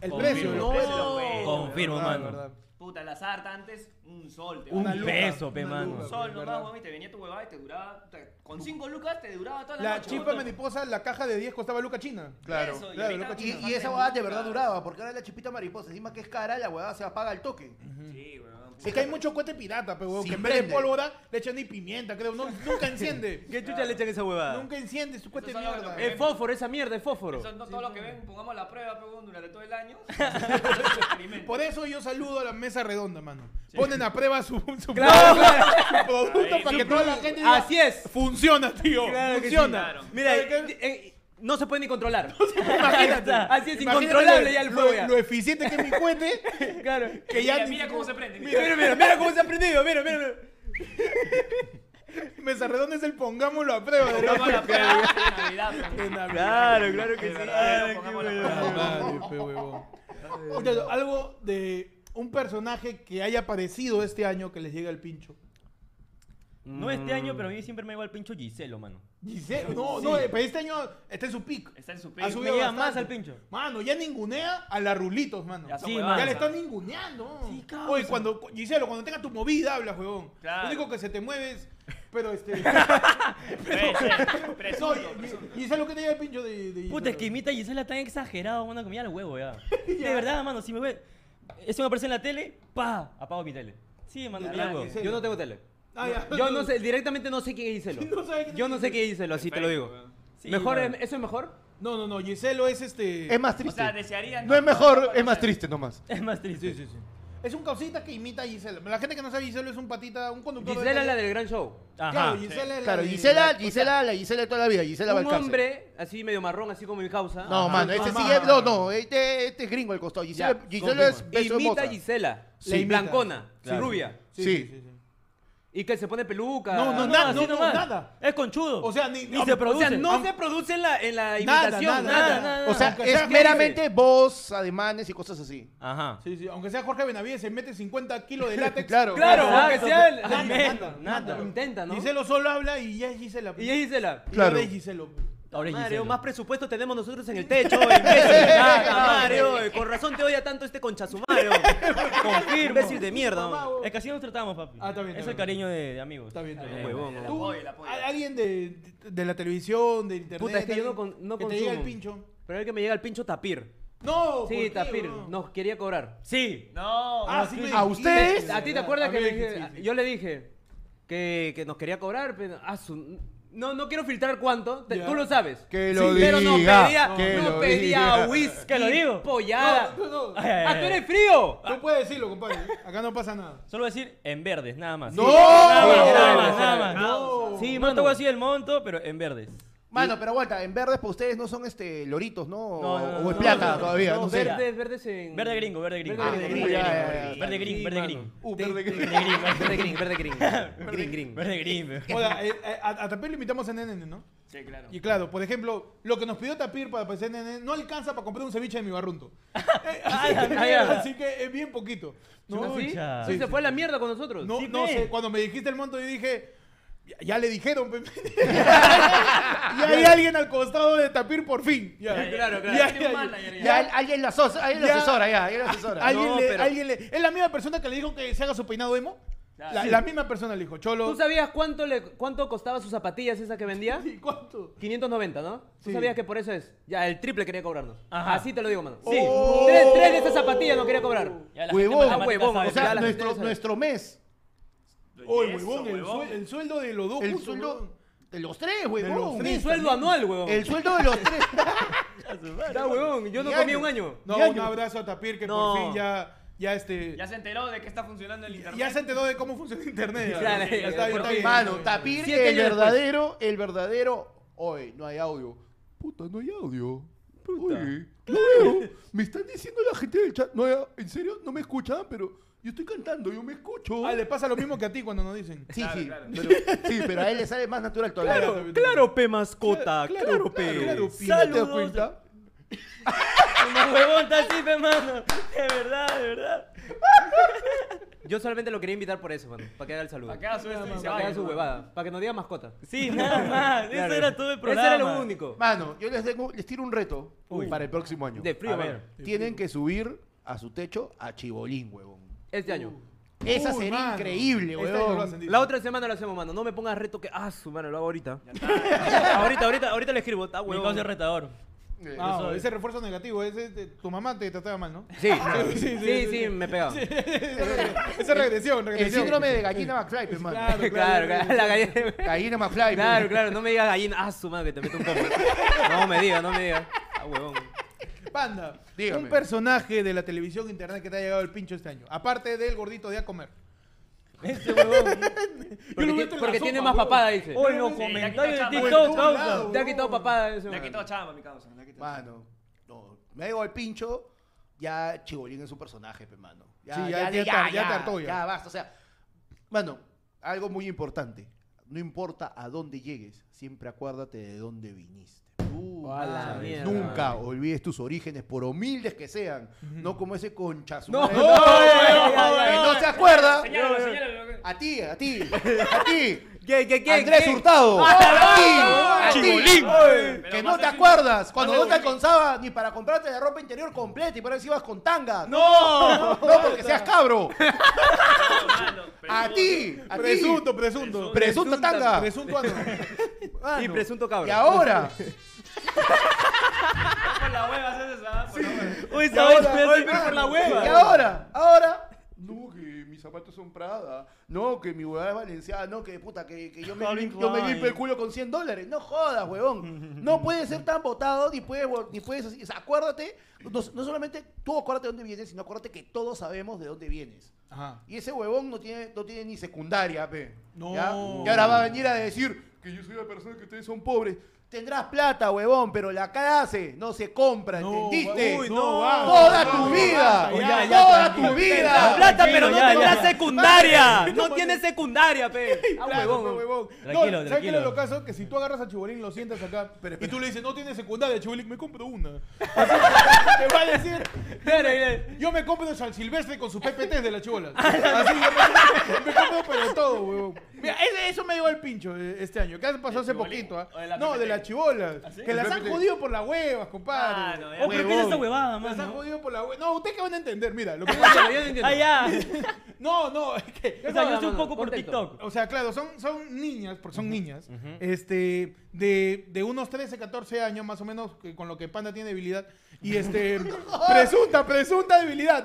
Speaker 1: El
Speaker 3: Oh,
Speaker 5: Confirmo.
Speaker 1: precio, ¿no?
Speaker 9: Los precios de los juguetes,
Speaker 5: Confirmo,
Speaker 1: Verdad,
Speaker 5: mano.
Speaker 1: verdad.
Speaker 9: weón. Puta, la sarta antes, un sol. Te
Speaker 5: Un
Speaker 9: valía.
Speaker 1: luca,
Speaker 5: peso, pe,
Speaker 1: una
Speaker 5: mano.
Speaker 9: Un
Speaker 1: luca.
Speaker 9: sol nomás,
Speaker 1: verdad.
Speaker 9: weón, y te venía tu huevada y te duraba. te- con 5 lucas te duraba toda la,
Speaker 1: La
Speaker 9: noche.
Speaker 1: chispa
Speaker 9: weón.
Speaker 1: mariposa, la caja de 10 costaba Luca China.
Speaker 9: Claro,
Speaker 1: Claro,
Speaker 9: claro,
Speaker 1: Luca
Speaker 4: Y,
Speaker 1: China.
Speaker 4: y esa huevada de verdad duraba, porque ahora la chipita mariposa, encima que es cara, la huevada se apaga al toque.
Speaker 9: Sí, weón.
Speaker 1: Es que hay mucho cohete pirata, pero que en vez de
Speaker 4: prende.
Speaker 1: pólvora le echan ni pimienta, creo. No, nunca enciende.
Speaker 7: ¿Qué chucha le echan esa huevada?
Speaker 1: nunca enciende su cohete
Speaker 3: son los-
Speaker 1: mierda.
Speaker 7: Es fósforo, esa mierda, es fósforo.
Speaker 3: Eso no todo lo que ven, pongamos la prueba pe, huevón, durante todo el año.
Speaker 1: Por eso yo saludo a la mesa redonda, mano. Ponen a prueba su, su
Speaker 7: Claro, claro,
Speaker 1: producto para que toda la gente diga,
Speaker 5: Ah,
Speaker 7: así es.
Speaker 1: funciona, tío,
Speaker 7: Claro que sí.
Speaker 1: funciona.
Speaker 7: Mira,
Speaker 1: ¿Sabe qué?
Speaker 7: eh, eh, no se puede ni controlar.
Speaker 1: Imagínate.
Speaker 7: Así es,
Speaker 1: Imagínate
Speaker 7: incontrolable
Speaker 1: lo-
Speaker 7: ya el
Speaker 1: lo-
Speaker 7: fuego ya.
Speaker 1: Lo eficiente que es mi cohete,
Speaker 7: Claro.
Speaker 1: que ya
Speaker 3: Mira,
Speaker 1: ni-
Speaker 3: mira cómo se prende.
Speaker 1: Mira.
Speaker 7: Mira, mira, mira cómo se ha prendido, mira, mira, mira.
Speaker 1: mesa redonda es el pongámoslo a prueba. de
Speaker 3: Pongamos la prueba de Navidad, pe,
Speaker 1: de Navidad.
Speaker 6: Claro, claro que sí.
Speaker 3: verdad,
Speaker 6: Ay,
Speaker 3: no
Speaker 6: qué
Speaker 3: pongamos la
Speaker 6: bueno.
Speaker 1: Madre, pe, huevón. Oye, Algo de un personaje que haya aparecido este año que les llega el pincho.
Speaker 5: No este
Speaker 1: Mm.
Speaker 5: año, pero a mí siempre me da igual pincho Giselo, mano.
Speaker 1: Giselle, no, no, pero este año está en su pico.
Speaker 3: Está en su
Speaker 1: Ha
Speaker 3: pecho.
Speaker 1: subido
Speaker 5: Me llega
Speaker 1: bastante.
Speaker 5: más al pincho.
Speaker 1: Mano, ya ningunea a la Rulitos, mano.
Speaker 3: Ya son
Speaker 5: Sí,
Speaker 3: huevadas,
Speaker 1: Ya le
Speaker 5: mano.
Speaker 1: están ninguneando.
Speaker 5: Sí, causa.
Speaker 1: Oye, cuando, Giselo, cuando tenga tu movida, habla, huevón.
Speaker 3: Claro.
Speaker 1: Lo único que se te mueve es. Pero este.
Speaker 3: Pe, pe,
Speaker 1: no,
Speaker 3: Presunto, presunto.
Speaker 1: y, Giselo, ¿qué te llega el pincho de, de
Speaker 5: Puta,
Speaker 1: Giselo?
Speaker 5: es que imita a Gisela tan exagerado, mano, que me da el huevo ya. De verdad, mano, si me ve. Eso me aparece en la tele, pa, apago mi tele. Sí, mano, me da el huevo.
Speaker 7: Yo no tengo tele.
Speaker 1: Ah, ya.
Speaker 7: Yo no sé, directamente no sé quién es Giselo.
Speaker 1: No sabe quién es
Speaker 7: Yo no sé quién es Giselo, así te lo digo.
Speaker 5: Sí,
Speaker 7: mejor,
Speaker 5: mano.
Speaker 7: ¿Eso es mejor?
Speaker 1: No, no, no. Giselo es este.
Speaker 4: Es más
Speaker 3: O
Speaker 4: triste.
Speaker 3: sea, desearía.
Speaker 4: no es mejor,
Speaker 3: conocer.
Speaker 4: es más triste nomás.
Speaker 5: Es más triste.
Speaker 1: Sí, sí, sí. Es un causita que imita a Gisela. La gente que no sabe Giselo es un patita, un conductor. de
Speaker 7: Gisela es la
Speaker 1: tele.
Speaker 7: del gran show.
Speaker 5: Ajá.
Speaker 1: Claro, Gisela es la
Speaker 4: Claro,
Speaker 1: de-
Speaker 4: Gisela, Gisela, la Gisela de toda la vida, Gisela
Speaker 7: Un
Speaker 4: Valcárcel.
Speaker 7: hombre, así medio marrón, así como mi causa.
Speaker 4: No, mano, este sí es, no, no, este, este es gringo el costado. Gisela,
Speaker 7: Ya,
Speaker 4: Gisela es
Speaker 7: confirmo.
Speaker 4: beso de
Speaker 7: Imita a
Speaker 4: moza.
Speaker 7: Gisela.
Speaker 4: Sí,
Speaker 7: la
Speaker 4: imita.
Speaker 7: blancona, rubia.
Speaker 1: Sí,
Speaker 4: Sí.
Speaker 1: sí, sí, sí.
Speaker 7: Y que se pone peluca.
Speaker 1: No, no, nada, no, no, nada.
Speaker 5: Es conchudo.
Speaker 1: O sea, ni-
Speaker 5: Ni se
Speaker 7: O
Speaker 5: produce.
Speaker 7: sea, no se produce en la, en
Speaker 1: Nada,
Speaker 7: la imitación.
Speaker 1: nada,
Speaker 7: Nada, nada,
Speaker 1: nada.
Speaker 4: O sea,
Speaker 1: Aunque sea
Speaker 4: es
Speaker 1: gente.
Speaker 4: meramente voz, ademanes y cosas así.
Speaker 5: Ajá.
Speaker 1: Sí, sí, aunque sea Jorge Benavides, se mete 50 kilos de látex.
Speaker 4: Claro.
Speaker 7: Claro,
Speaker 5: Exacto.
Speaker 7: aunque sea el-
Speaker 1: Nada,
Speaker 5: Nada,
Speaker 1: nada,
Speaker 5: nada.
Speaker 7: Intenta, ¿no?
Speaker 1: Giselo solo habla y ya es Gisela.
Speaker 7: Y es Gisela.
Speaker 4: Claro.
Speaker 1: Y es Giselo.
Speaker 5: Ahora es
Speaker 7: Mario,
Speaker 5: Giselo.
Speaker 7: más presupuesto tenemos nosotros en el techo, imbécil. Nada, Mario, eh, con razón te odia tanto este conchasumario. Confirmo. Imbécil de mierda.
Speaker 1: Mamá,
Speaker 7: hombre.
Speaker 5: Es que así nos tratamos, papi.
Speaker 1: Ah, está bien, está
Speaker 5: Es
Speaker 1: bien.
Speaker 5: el cariño de, de amigos.
Speaker 1: Está bien, está
Speaker 5: Eh,
Speaker 1: bien.
Speaker 5: huevón.
Speaker 3: El
Speaker 1: Tú,
Speaker 3: apoyo, el apoyo.
Speaker 1: a- Alguien de, de la televisión, de internet.
Speaker 7: Puta, es que yo no,
Speaker 1: alguien
Speaker 7: con- no
Speaker 1: que te llega el
Speaker 7: consumo.
Speaker 1: pincho.
Speaker 7: Pero el que me llega el pincho tapir.
Speaker 1: No, ¿por
Speaker 7: Sí,
Speaker 1: qué,
Speaker 7: tapir.
Speaker 1: huevón?
Speaker 7: Nos quería cobrar.
Speaker 5: Sí.
Speaker 3: No,
Speaker 1: Ah, sí, me
Speaker 4: ¿A
Speaker 1: dijiste.
Speaker 4: ustedes?
Speaker 7: ¿A ti te acuerdas
Speaker 1: A
Speaker 7: que
Speaker 1: mí
Speaker 7: me
Speaker 1: me
Speaker 7: dije-
Speaker 1: dijiste, sí, sí.
Speaker 7: yo le dije que, que nos quería cobrar? Pero, ah, su- no, no quiero filtrar cuánto, te-
Speaker 1: Ya.
Speaker 7: tú lo sabes.
Speaker 4: Que lo
Speaker 7: Pero nos
Speaker 4: diga,
Speaker 7: pedía,
Speaker 4: que
Speaker 7: nos
Speaker 4: lo
Speaker 7: pedía
Speaker 4: diga.
Speaker 7: whisky,
Speaker 5: Que lo digo.
Speaker 7: pollada.
Speaker 1: No, no, no.
Speaker 5: Ay, ay,
Speaker 7: ¡Ah,
Speaker 5: ay.
Speaker 7: tú eres frío!
Speaker 1: Tú puedes decirlo, compadre. Acá no pasa nada.
Speaker 5: Solo decir en verdes, nada más.
Speaker 4: ¡No!
Speaker 5: Sí. Nada más, nada más, nada más.
Speaker 1: No.
Speaker 7: Sí,
Speaker 5: No te
Speaker 7: mano.
Speaker 5: voy a decir el monto, pero en verdes.
Speaker 4: Mano, pero aguanta, en verdes para ustedes no son este loritos, ¿no?
Speaker 5: No, no, no,
Speaker 4: o es
Speaker 5: no,
Speaker 4: plata
Speaker 5: no, no,
Speaker 4: todavía, no,
Speaker 7: No,
Speaker 4: sé.
Speaker 7: verdes, verdes en...
Speaker 5: Verde gringo, verde gringo.
Speaker 7: Verde gringo,
Speaker 5: Verde
Speaker 4: ya,
Speaker 5: gringo,
Speaker 4: ya,
Speaker 5: verde
Speaker 4: ya.
Speaker 5: gringo, verde gringo.
Speaker 1: Uh, verde que-
Speaker 7: Verde green, verde green, verde green. Green, green.
Speaker 5: Verde gringo.
Speaker 1: Hola, eh, eh, a, a Tapir lo invitamos en NN, ¿no?
Speaker 3: Sí, claro.
Speaker 1: Y claro, por ejemplo, lo que nos pidió Tapir para aparecer en NN no alcanza para comprar un ceviche de mi barrunto. Eh, así,
Speaker 5: Ah,
Speaker 1: que-
Speaker 5: ya, ya.
Speaker 1: así que es bien poquito. No,
Speaker 7: ¿No, sí?
Speaker 5: Chucha.
Speaker 7: Sí,
Speaker 1: Sí,
Speaker 7: se
Speaker 1: sí,
Speaker 7: fue a la mierda con nosotros.
Speaker 1: No,
Speaker 7: Sí,
Speaker 1: no
Speaker 7: pe.
Speaker 1: sé, cuando me dijiste el monto yo dije, ya, ya le dijeron. pe". y hay alguien al costado de Tapir por fin. Ya,
Speaker 3: Ya, ya,
Speaker 7: claro,
Speaker 1: ya,
Speaker 7: claro.
Speaker 1: ya,
Speaker 3: Tiene
Speaker 1: ya.
Speaker 3: un manager, ya.
Speaker 4: Ya, al- alguien la asocia, alguien la
Speaker 1: Ya.
Speaker 4: asesora, ya, alguien la asesora.
Speaker 1: Alguien,
Speaker 7: No,
Speaker 1: le,
Speaker 7: pero-
Speaker 1: alguien le- es la misma persona que le dijo que se haga su peinado emo.
Speaker 3: Claro.
Speaker 1: La, la misma persona le dijo, Cholo.
Speaker 7: ¿Tú sabías cuánto, le, cuánto costaba sus zapatillas esa que vendía?
Speaker 1: ¿y ¿Cuánto?
Speaker 7: 590, ¿no? ¿Tú
Speaker 1: Sí.
Speaker 7: sabías que por eso es? Ya, el triple quería cobrarnos.
Speaker 5: Ajá.
Speaker 7: Así te lo digo, mano.
Speaker 5: Sí.
Speaker 7: Tres, tres de esas zapatillas no quería cobrar.
Speaker 5: Ya la
Speaker 4: Huevón,
Speaker 5: gente matemática
Speaker 7: huevón,
Speaker 5: sabe.
Speaker 4: o sea,
Speaker 7: Ya la gente
Speaker 4: nuestro,
Speaker 7: sabe.
Speaker 4: nuestro mes,
Speaker 1: Oh, el
Speaker 3: Eso,
Speaker 1: huevón, el,
Speaker 3: huevón.
Speaker 1: suel- el sueldo de los dos.
Speaker 4: el
Speaker 1: justo,
Speaker 4: sueldo
Speaker 1: huevón.
Speaker 4: de los tres,
Speaker 1: los
Speaker 4: huevón.
Speaker 1: tres.
Speaker 7: Mi sueldo anual, huevón.
Speaker 4: El sueldo de los tres.
Speaker 7: Ya, huevón, yo no
Speaker 4: Mi
Speaker 7: comí
Speaker 4: año.
Speaker 7: un año.
Speaker 1: No,
Speaker 4: Ya
Speaker 1: un
Speaker 4: yo-
Speaker 1: abrazo a Tapir que
Speaker 7: No.
Speaker 1: por fin ya, ya este.
Speaker 3: Ya
Speaker 1: Ya,
Speaker 3: se enteró de que está funcionando el internet.
Speaker 1: se enteró de cómo funciona internet.
Speaker 7: Ya,
Speaker 1: ya,
Speaker 7: la-
Speaker 1: ya está bien, está bien.
Speaker 4: Mano,
Speaker 1: está bien.
Speaker 4: Tapir,
Speaker 7: Siete
Speaker 4: el
Speaker 7: años después.
Speaker 4: verdadero, el verdadero. Oye, no hay audio. Puta, no hay audio. Oye, no veo. Me están diciendo la gente del chat. No hay- en serio, no me escuchan, pero yo estoy cantando, yo me escucho.
Speaker 1: Ah, le pasa lo mismo que a ti cuando nos dicen.
Speaker 4: Sí,
Speaker 3: Claro,
Speaker 4: sí,
Speaker 3: claro.
Speaker 4: Pero, sí, pero a él le sale más natural todavía.
Speaker 1: Claro,
Speaker 7: Claro, pe mascota. Claro,
Speaker 1: claro,
Speaker 7: pe.
Speaker 1: claro,
Speaker 4: Pi, ¿no te das
Speaker 5: Saludos.
Speaker 4: cuenta?
Speaker 5: Como huevón, está así, pe, mano. De verdad, de verdad.
Speaker 7: Yo solamente lo quería invitar por eso, mano. Para que haga el saludo.
Speaker 3: Para que haga su esto y se
Speaker 7: Para que
Speaker 3: vaya,
Speaker 7: haga su
Speaker 3: ¿no?
Speaker 7: huevada. Para que nos diga mascota.
Speaker 5: Sí, nada más.
Speaker 7: Claro.
Speaker 5: Eso era todo el programa.
Speaker 7: Ese era lo único.
Speaker 4: Mano, yo les, tengo- les tiro un reto para el próximo año.
Speaker 7: De frío,
Speaker 5: A ver.
Speaker 7: mano.
Speaker 4: Tienen que subir a su techo a Chibolín, huevón.
Speaker 7: Este año.
Speaker 4: Esa
Speaker 1: Uy,
Speaker 4: sería
Speaker 1: mano.
Speaker 4: increíble,
Speaker 1: Este año lo
Speaker 4: huevón.
Speaker 1: hacen, dice.
Speaker 7: La otra semana lo hacemos, mano. No me pongas reto que. Ah, su mano, lo hago ahorita. ahorita, ahorita, ahorita le escribo. Está
Speaker 5: Mi
Speaker 7: huevón.
Speaker 5: causa es retador.
Speaker 4: Eh,
Speaker 1: Ah,
Speaker 7: soy-
Speaker 1: ese refuerzo negativo, ese, te- tu mamá te trataba mal, ¿no?
Speaker 7: Sí, sí, sí, me pegaba.
Speaker 1: Esa regresión,
Speaker 4: El
Speaker 1: regresión.
Speaker 4: síndrome de gallina McFly, pues, mano.
Speaker 1: Claro,
Speaker 7: Claro, claro, la gallina.
Speaker 4: Gallina McFly.
Speaker 7: Claro,
Speaker 4: pues.
Speaker 7: claro, no me digas gallina. Ah, su madre, que te meto un combo. No me digas, no me digas. Ah, huevón.
Speaker 1: Panda,
Speaker 4: Dígame.
Speaker 1: un personaje de la televisión internet que te ha llegado el pincho este año. Aparte del gordito de a comer.
Speaker 5: Ese huevón.
Speaker 7: Porque, ti- porque tiene más papada, dice.
Speaker 5: Hoy los
Speaker 3: Sí, le ha
Speaker 5: comentarios de
Speaker 3: quitado chamba.
Speaker 1: Por
Speaker 5: TikTok,
Speaker 1: todos lados.
Speaker 5: causa.
Speaker 7: Te ha quitado papada ese
Speaker 3: Le ha
Speaker 7: huevón.
Speaker 3: quitado chamba, mi causa. le ha quitado chamba.
Speaker 4: Mano, no. Me digo el pincho, ya Chibolín es un personaje, pe, mano.
Speaker 1: Sí, ya- ya te har- ya te hartó ya.
Speaker 4: ya basta. O sea, mano, algo muy importante. No importa a dónde llegues, siempre acuérdate de dónde viniste. Uh,
Speaker 7: A la
Speaker 4: ¿sabes?
Speaker 7: mierda.
Speaker 4: Nunca olvides tus orígenes, por humildes que sean. No como ese concha su
Speaker 7: No,
Speaker 4: madre.
Speaker 7: no,
Speaker 4: Que
Speaker 7: no,
Speaker 4: no se acuerda.
Speaker 3: Señálalo, señálalo.
Speaker 4: A ti, a ti, a ti.
Speaker 7: ¿Qué, qué, qué?
Speaker 4: Andrés
Speaker 7: qué? Oh,
Speaker 4: Hurtado. A ti, a ti. Que
Speaker 3: Pero
Speaker 4: no
Speaker 3: más
Speaker 4: te
Speaker 3: así-
Speaker 4: acuerdas cuando
Speaker 3: más
Speaker 4: no te
Speaker 3: así-
Speaker 4: alcanzaba ni para comprarte la ropa interior completa y por eso ibas con tanga.
Speaker 1: ¡No!
Speaker 4: no porque seas cabro.
Speaker 3: No, mano, pero
Speaker 4: A
Speaker 3: no,
Speaker 4: ti, a ti.
Speaker 1: Presunto, presunto.
Speaker 4: Presunta tanga.
Speaker 1: Presunto ano.
Speaker 4: Mano,
Speaker 7: Y presunto
Speaker 4: Y
Speaker 7: cabrón.
Speaker 4: ahora,
Speaker 3: no, Por la hueva haces esa. por la hueva.
Speaker 5: Uy, ¿sabes? Uy, pero por la
Speaker 4: y
Speaker 5: hueva.
Speaker 4: ahora, ahora.
Speaker 10: No, que mis zapatos son
Speaker 4: Prada, No, que mi huevada es valenciana, no, que puta, que, que yo me, lim- yo me limpio el culo con 100 dólares. No jodas, huevón. No puedes ser tan votado, ni puedes, vo- ni puedes así. O sea, acuérdate, no, no solamente tú acuérdate de dónde vienes, sino acuérdate que todos sabemos de dónde vienes.
Speaker 1: Ajá.
Speaker 4: Y ese huevón no tiene, no tiene ni secundaria, pe.
Speaker 1: No.
Speaker 4: ¿Ya? Y ahora va a venir a decir,
Speaker 10: decir que yo soy la persona que ustedes son pobres.
Speaker 4: tendrás plata, huevón, pero la clase no se compra, ¿entendiste?
Speaker 1: uy, no, va.
Speaker 4: Toda
Speaker 1: no,
Speaker 4: tu
Speaker 1: no,
Speaker 4: vida,
Speaker 1: basta, ya, ya,
Speaker 4: toda
Speaker 1: tranquilo.
Speaker 4: tu vida.
Speaker 1: Ah,
Speaker 7: La plata, pero no
Speaker 5: Tranquilo, ya,
Speaker 7: tendrá
Speaker 5: ya.
Speaker 7: secundaria. No tiene secundaria, pe. Ah,
Speaker 1: Claro,
Speaker 7: huevón.
Speaker 1: pe, huevón.
Speaker 5: Tranquilo,
Speaker 1: no, ¿Sabes qué
Speaker 5: tranquilo.
Speaker 1: es lo caso? Que si tú agarras a Chibolín, lo sientas acá y tú le dices, no tiene secundaria, Chibolín, me compro una. Así te va a decir, yo me compro San Silvestre con sus PPTs de Ah, la chibola. Así, yo me, me compro pero todo, huevón. Mira, ese- eso me dio el pincho eh, este año. ¿Qué pasó hace poquito? ah? No, de la chibola. Que las han jodido por las huevas,
Speaker 3: Ah,
Speaker 1: compadre.
Speaker 3: no,
Speaker 5: Oh,
Speaker 3: ya.
Speaker 5: pero ¿qué es esa huevada,
Speaker 1: Las han
Speaker 5: mano?
Speaker 1: jodido por las huevas. No, ustedes que van a entender, mira. Lo que
Speaker 7: Ah, yo no entiendo.
Speaker 5: Ah, ya.
Speaker 1: No, no, es que...
Speaker 5: O sea, yo
Speaker 7: no,
Speaker 5: estoy un
Speaker 7: no,
Speaker 5: poco por
Speaker 7: contexto.
Speaker 5: TikTok.
Speaker 1: O sea, claro, son, son niñas, porque son niñas, este, de, de unos 13, 14 años más o menos, que- con lo que Panda tiene debilidad. Y este, presunta, presunta debilidad.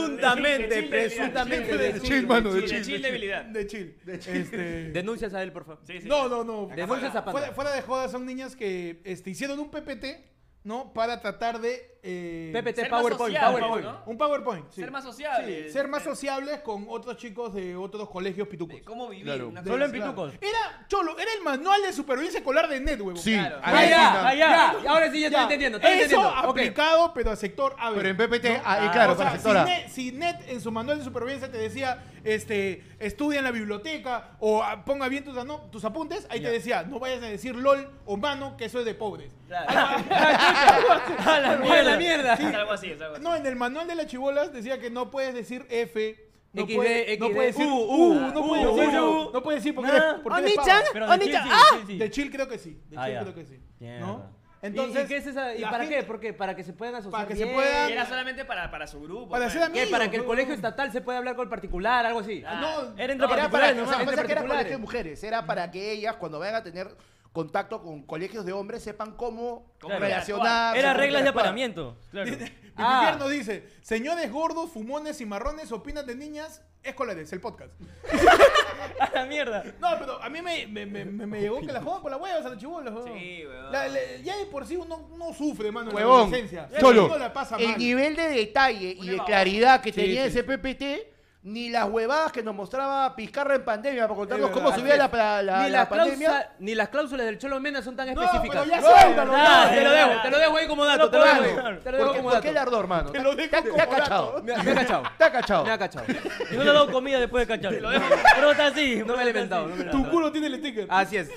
Speaker 7: Presuntamente,
Speaker 3: Chile,
Speaker 7: presuntamente.
Speaker 3: Chile,
Speaker 7: de-
Speaker 10: Chill, mano, de
Speaker 3: Sí, de
Speaker 10: chill.
Speaker 3: chill debilidad.
Speaker 1: De chill. Este,
Speaker 7: Denuncias a él, por favor.
Speaker 3: Sí, sí.
Speaker 1: no, no, no.
Speaker 7: Denuncias
Speaker 1: Fuera-
Speaker 7: a Panda.
Speaker 1: Fuera, fuera de joda, son niñas que este, hicieron un PPT, ¿no? Para tratar de... eh,
Speaker 7: PPT,
Speaker 3: Ser más
Speaker 7: PowerPoint,
Speaker 3: social,
Speaker 7: PowerPoint.
Speaker 3: ¿no?
Speaker 1: Un PowerPoint. sí.
Speaker 3: Ser más sociable.
Speaker 1: Sí, ser más sociables con otros chicos de otros colegios pitucos.
Speaker 3: De cómo vivir.
Speaker 10: Claro.
Speaker 3: una
Speaker 5: Solo
Speaker 3: cosa
Speaker 5: en
Speaker 3: así.
Speaker 5: pitucos.
Speaker 1: Era, Cholo, era el manual de supervivencia escolar de Net, huevón.
Speaker 10: Sí,
Speaker 3: Claro.
Speaker 10: a la
Speaker 7: Ah, ya,
Speaker 10: esquina.
Speaker 7: ah, ya. Ahora sí ya estoy
Speaker 1: Ya,
Speaker 7: entendiendo. Estoy
Speaker 1: eso
Speaker 7: entendiendo. Ok.
Speaker 1: aplicado, pero a sector A.
Speaker 4: Pero en PPT, ah, y
Speaker 1: Ah,
Speaker 4: claro,
Speaker 1: o sea,
Speaker 4: para
Speaker 1: si
Speaker 4: sectora.
Speaker 1: Net- si, Net, en su manual de supervivencia te decía, este, estudia en la biblioteca o ah, ponga bien tus, ano- tus apuntes, ahí te decía, no vayas a decir LOL o mano, que eso es de pobres.
Speaker 7: A la mierda. la mierda.
Speaker 3: Es algo así, es algo así.
Speaker 1: No, en el manual de las chibolas decía que no puedes decir F. No,
Speaker 7: XD,
Speaker 1: puede- no
Speaker 7: XD,
Speaker 1: puedes decir
Speaker 7: U,
Speaker 1: U,
Speaker 7: U,
Speaker 1: no
Speaker 7: U,
Speaker 1: puedes decir
Speaker 7: U. Ah.
Speaker 1: U, no puedes decir porque
Speaker 5: Nah.
Speaker 1: eres- porque eres pavo.
Speaker 5: Pero de chill, sí,
Speaker 1: ah.
Speaker 5: de chill, sí.
Speaker 1: De chill creo que sí, de
Speaker 5: Ah,
Speaker 1: chill
Speaker 5: ya.
Speaker 1: creo que sí,
Speaker 5: Mierda.
Speaker 1: ¿no? Entonces,
Speaker 7: ¿Y, y qué es esa? ¿Y
Speaker 1: la
Speaker 7: para
Speaker 1: gente-
Speaker 7: qué? ¿Por qué? Para que se puedan asociar.
Speaker 1: Para que se
Speaker 7: bien.
Speaker 1: puedan-
Speaker 3: Y Era solamente para, para su grupo.
Speaker 1: Para
Speaker 3: pues.
Speaker 1: ser amigos.
Speaker 7: ¿Qué? Para que el
Speaker 1: huevón.
Speaker 7: colegio estatal se pueda hablar con el particular, algo así.
Speaker 3: Ah,
Speaker 1: No,
Speaker 5: Era entre
Speaker 4: Era
Speaker 5: particulares
Speaker 4: para, o
Speaker 5: nomás.
Speaker 4: sea,
Speaker 5: entre
Speaker 4: pensé que era para
Speaker 5: particulares.
Speaker 4: que mujeres, era para que ellas cuando vayan a tener contacto con colegios de hombres sepan cómo
Speaker 3: Cómo
Speaker 4: relacionarse.
Speaker 5: Era
Speaker 4: cómo
Speaker 5: reglas
Speaker 4: interactuar.
Speaker 5: de apareamiento. Claro.
Speaker 1: Mi
Speaker 7: Ah.
Speaker 1: infierno dice, señores gordos, fumones y marrones opinan de niñas escolares, el podcast.
Speaker 5: A la mierda.
Speaker 1: No, pero a mí me, me, me, me- me llegó que la jodan por la huevas a los chibolos, huevón.
Speaker 3: Sí, huevón.
Speaker 1: La- la- Ya de por sí uno, uno sufre, mano, en la
Speaker 4: Huevón,
Speaker 1: adolescencia.
Speaker 4: cholo.
Speaker 1: Uno la pasa
Speaker 4: El
Speaker 1: mal.
Speaker 4: nivel de detalle y
Speaker 3: Una
Speaker 4: de
Speaker 3: babada.
Speaker 4: claridad que tenía
Speaker 5: sí.
Speaker 4: ese PPT, ni las huevadas que nos mostraba Pizcarra en pandemia para contarnos
Speaker 1: Es
Speaker 4: cómo
Speaker 1: verdad.
Speaker 4: subía la, la- la-
Speaker 7: ni,
Speaker 4: la
Speaker 7: las
Speaker 4: pandemia.
Speaker 7: cláusula- ni las cláusulas del Cholo Mena son tan
Speaker 1: No,
Speaker 7: específicas.
Speaker 1: pero ya
Speaker 7: No,
Speaker 1: suéltalo,
Speaker 7: Ah,
Speaker 1: ya.
Speaker 7: te lo dejo, te lo dejo ahí como dato, te lo
Speaker 4: Claro.
Speaker 7: dejo. ahí, Te lo dejo
Speaker 4: ¿Por qué,
Speaker 7: como
Speaker 4: por qué el
Speaker 7: dato.
Speaker 4: ardor, mano?
Speaker 1: lo
Speaker 4: Te,
Speaker 1: dejo
Speaker 4: te ha-
Speaker 1: como
Speaker 4: te ha
Speaker 1: dato.
Speaker 4: cachado.
Speaker 7: Me, me ha cachado.
Speaker 4: Te ha cachado.
Speaker 7: Me ha cachado.
Speaker 5: Yo no le hago comida después de cachar. Pero está así.
Speaker 7: No me lo he inventado, no me lo he
Speaker 1: Tu
Speaker 7: inventado.
Speaker 1: culo tiene el sticker.
Speaker 7: Así es.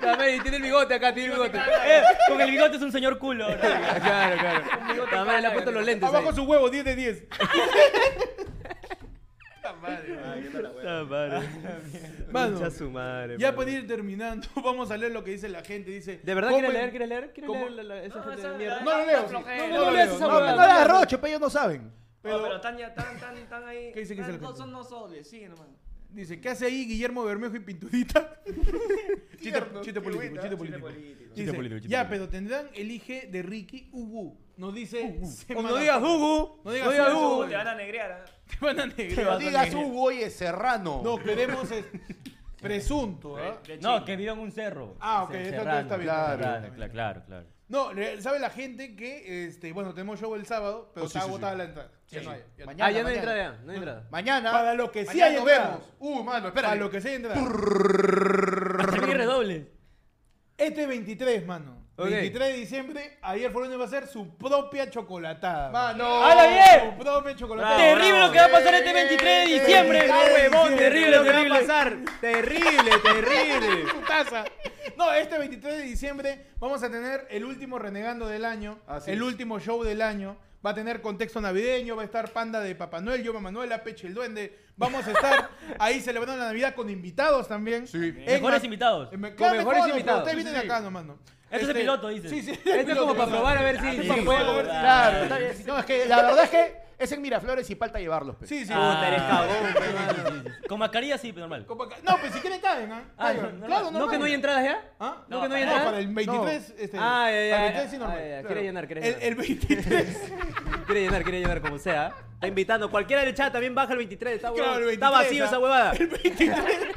Speaker 7: También, y tiene el bigote acá, tiene el bigote.
Speaker 5: Eh, con el bigote es un señor culo ahora.
Speaker 7: Claro, claro. También le ha puesto los lentes. ahí.
Speaker 1: Abajo su huevo, 10 de 10.
Speaker 6: Puta madre.
Speaker 1: Mano,
Speaker 6: Concha su madre.
Speaker 1: ya
Speaker 6: mano.
Speaker 5: pues,
Speaker 1: para ir terminando, vamos a leer lo que dice la gente. Dice,
Speaker 7: ¿De verdad
Speaker 1: ¿cómo
Speaker 7: quieres
Speaker 1: en-
Speaker 7: leer? ¿Quieres leer? ¿Quieres
Speaker 1: ¿Cómo?
Speaker 7: leer la- la- esa
Speaker 3: No,
Speaker 7: gente
Speaker 3: esa-
Speaker 7: de mierda?
Speaker 1: No lo
Speaker 3: Está
Speaker 1: leo. sí.
Speaker 3: flojera.
Speaker 1: No,
Speaker 7: No
Speaker 1: lo
Speaker 7: leas
Speaker 1: leo.
Speaker 7: esa
Speaker 1: no,
Speaker 4: No,
Speaker 7: huevada.
Speaker 4: no la roche, pero ellos no saben.
Speaker 3: No, pero
Speaker 1: pero-
Speaker 3: están ya, tan, tan, tan ahí.
Speaker 1: ¿Qué dice que dice la
Speaker 3: Tan-
Speaker 1: gente?
Speaker 3: Son no soles, sí, hermano.
Speaker 1: Dice, ¿qué hace ahí Guillermo Bermejo y Pinturita? chiste,
Speaker 10: Tierno,
Speaker 1: chiste
Speaker 10: qué
Speaker 1: político,
Speaker 10: buena.
Speaker 1: chiste
Speaker 10: Chiste
Speaker 1: político.
Speaker 9: político.
Speaker 1: Dice,
Speaker 6: Chiste político, chiste
Speaker 1: ya,
Speaker 6: político.
Speaker 1: pero tendrán el IG de Ricky Ubu. Nos dice.
Speaker 7: Como
Speaker 1: semana-
Speaker 7: no digas Hugo,
Speaker 1: No
Speaker 7: no
Speaker 1: digas
Speaker 7: digas,
Speaker 1: Hugo,
Speaker 7: Hugo.
Speaker 3: Te van a negrear. ¿ah?
Speaker 1: Te van a negrear.
Speaker 4: No digas Hugo, oye, Serrano.
Speaker 1: No, queremos es- presunto, ¿ah?
Speaker 5: No, que vive en un cerro.
Speaker 1: Ah, ok,
Speaker 5: Se-
Speaker 1: eso-
Speaker 5: serrano.
Speaker 1: está bien, está
Speaker 5: Claro,
Speaker 1: bien,
Speaker 5: claro,
Speaker 1: está bien.
Speaker 5: claro, claro, claro.
Speaker 1: No, le- sabe la gente que, este, bueno, tenemos show el sábado, pero
Speaker 10: Oh, sí,
Speaker 1: está
Speaker 10: sí, sí.
Speaker 1: agotada la entrada. Ya no hay. ya no hay.
Speaker 4: Mañana,
Speaker 7: Ah, ya no
Speaker 4: mañana.
Speaker 7: hay entrada, ya, no hay entrada.
Speaker 4: Mañana.
Speaker 1: Para lo que sí
Speaker 4: mañana
Speaker 1: hay
Speaker 4: nos
Speaker 1: entrada.
Speaker 4: vemos. Uh, mano,
Speaker 1: Para
Speaker 4: espérate.
Speaker 1: lo que sí hay entrada.
Speaker 5: Hasta que redoble.
Speaker 1: Este 23, mano.
Speaker 7: Ok.
Speaker 1: 23 de diciembre, ayer Forone va a hacer su propia chocolatada.
Speaker 4: Mano.
Speaker 5: ¡Hala bien!
Speaker 1: Su propia chocolatada.
Speaker 7: Bravo,
Speaker 5: Terrible lo que va a pasar este 23 de diciembre.
Speaker 1: Terrible,
Speaker 5: huevón,
Speaker 1: terrible,
Speaker 5: terrible
Speaker 7: lo
Speaker 5: lo
Speaker 7: que va
Speaker 5: terrible.
Speaker 7: a pasar. Terrible, terrible.
Speaker 1: Tu taza. No, este 23 de diciembre vamos a tener el último renegando del año,
Speaker 4: Así
Speaker 1: el
Speaker 4: es.
Speaker 1: último show del año. Va a tener contexto navideño, va a estar Panda de Papá Noel, yo, Mamá Noel, Peche el Duende. Vamos a estar ahí celebrando la Navidad con invitados también.
Speaker 10: Sí.
Speaker 1: En
Speaker 5: Mejores
Speaker 1: ma-
Speaker 5: invitados.
Speaker 1: en me-
Speaker 4: Con
Speaker 1: claro,
Speaker 4: mejores
Speaker 1: mejor,
Speaker 4: invitados.
Speaker 1: Ustedes vienen
Speaker 4: Sí, sí, sí.
Speaker 1: acá nomás, ¿no? Este,
Speaker 5: Esto Este es piloto, dices.
Speaker 1: Sí, sí.
Speaker 7: Esto Este es como para probar a ver si,
Speaker 1: Sí,
Speaker 7: si
Speaker 1: para
Speaker 7: puede.
Speaker 1: probar, a ver si-
Speaker 4: Claro, está bien. No, es que la verdad es que es en Miraflores y falta llevarlos. pe.
Speaker 1: Sí, sí.
Speaker 5: Ah,
Speaker 7: eres cagón,
Speaker 5: sí, sí, sí, sí. Con mascarilla sí, pero normal.
Speaker 1: Copa- No, pues si quieren caen, ¿ah?
Speaker 7: Ah,
Speaker 1: Caigan.
Speaker 7: no,
Speaker 1: Claro,
Speaker 7: no, que no hay entradas ya.
Speaker 1: ¿Ah?
Speaker 7: No, que no hay
Speaker 1: No,
Speaker 7: entrada.
Speaker 1: para el 23, este, para
Speaker 7: Ah, ya, ya,
Speaker 1: el
Speaker 7: ya,
Speaker 1: 23 sí normal.
Speaker 7: ah, ya, ya.
Speaker 1: claro.
Speaker 7: Quiere llenar, quiere
Speaker 1: El,
Speaker 7: llenar.
Speaker 1: el 23,
Speaker 7: Quiere llenar, quiere llenar como sea. Está invitando. Cualquiera del chat también baja el 23. Está,
Speaker 1: Claro,
Speaker 7: huevón.
Speaker 1: el
Speaker 7: Está
Speaker 1: 23,
Speaker 7: vacío
Speaker 1: ¿ah?
Speaker 7: esa huevada.
Speaker 1: el 23.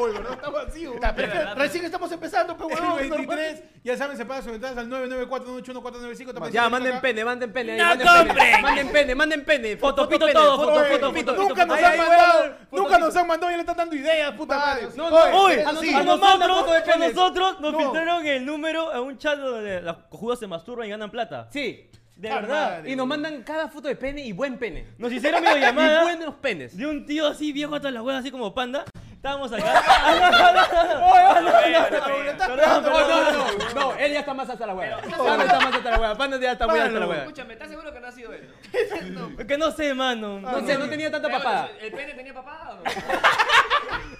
Speaker 1: Uy, ¿verdad? Está vacío.
Speaker 4: Puta, pero es que Recién estamos empezando, pe huevón,
Speaker 1: El
Speaker 4: normal.
Speaker 1: 23, ya saben, se pagan sus entradas al 994-981-495. también
Speaker 7: Ya,
Speaker 1: se
Speaker 7: manden
Speaker 1: acá.
Speaker 7: pene, manden pene. ahí,
Speaker 5: ¡No
Speaker 7: manden pene,
Speaker 5: compren!
Speaker 7: Manden pene, manden pene. Foto,
Speaker 5: Fotopito
Speaker 7: pene,
Speaker 5: todo,
Speaker 7: foto,
Speaker 5: fotopito,
Speaker 7: foto,
Speaker 5: fotopito.
Speaker 7: foto,
Speaker 1: Nunca nos
Speaker 7: Ahí,
Speaker 1: han
Speaker 7: ahí,
Speaker 1: mandado,
Speaker 7: huevón,
Speaker 1: nunca
Speaker 7: fotopito.
Speaker 1: nos han mandado y le están dando ideas, puta madre.
Speaker 4: Mano,
Speaker 7: No,
Speaker 4: sí.
Speaker 7: no,
Speaker 4: Oye,
Speaker 7: oye,
Speaker 4: eso sí.
Speaker 5: A
Speaker 7: no manda foto de
Speaker 5: nosotros, a
Speaker 7: pene.
Speaker 5: nosotros nos
Speaker 1: No.
Speaker 5: filtraron el número a un chat donde las cojudas se masturban y ganan plata.
Speaker 7: Sí.
Speaker 5: De
Speaker 1: Ah,
Speaker 5: verdad.
Speaker 1: madre.
Speaker 7: Y nos mandan cada foto de pene y buen pene.
Speaker 5: Nos hicieron
Speaker 7: Y
Speaker 5: videollamada
Speaker 7: buenos penes.
Speaker 5: de un tío así viejo hasta las huevas, así como panda. Estábamos acá. Ah, no, no, no, no, no, no, no, no, perdón,
Speaker 7: No, no,
Speaker 5: perdón.
Speaker 7: no, no, no, él ya está más hasta la hueá. Panda está más hasta la hueá. Panda ya está muy hasta la hueá.
Speaker 3: Escúchame, ¿estás seguro que no ha sido él? no?
Speaker 5: Es que no sé, mano.
Speaker 7: No sé, no tenía tanta papada.
Speaker 3: eh, ¿El pene tenía papada o no?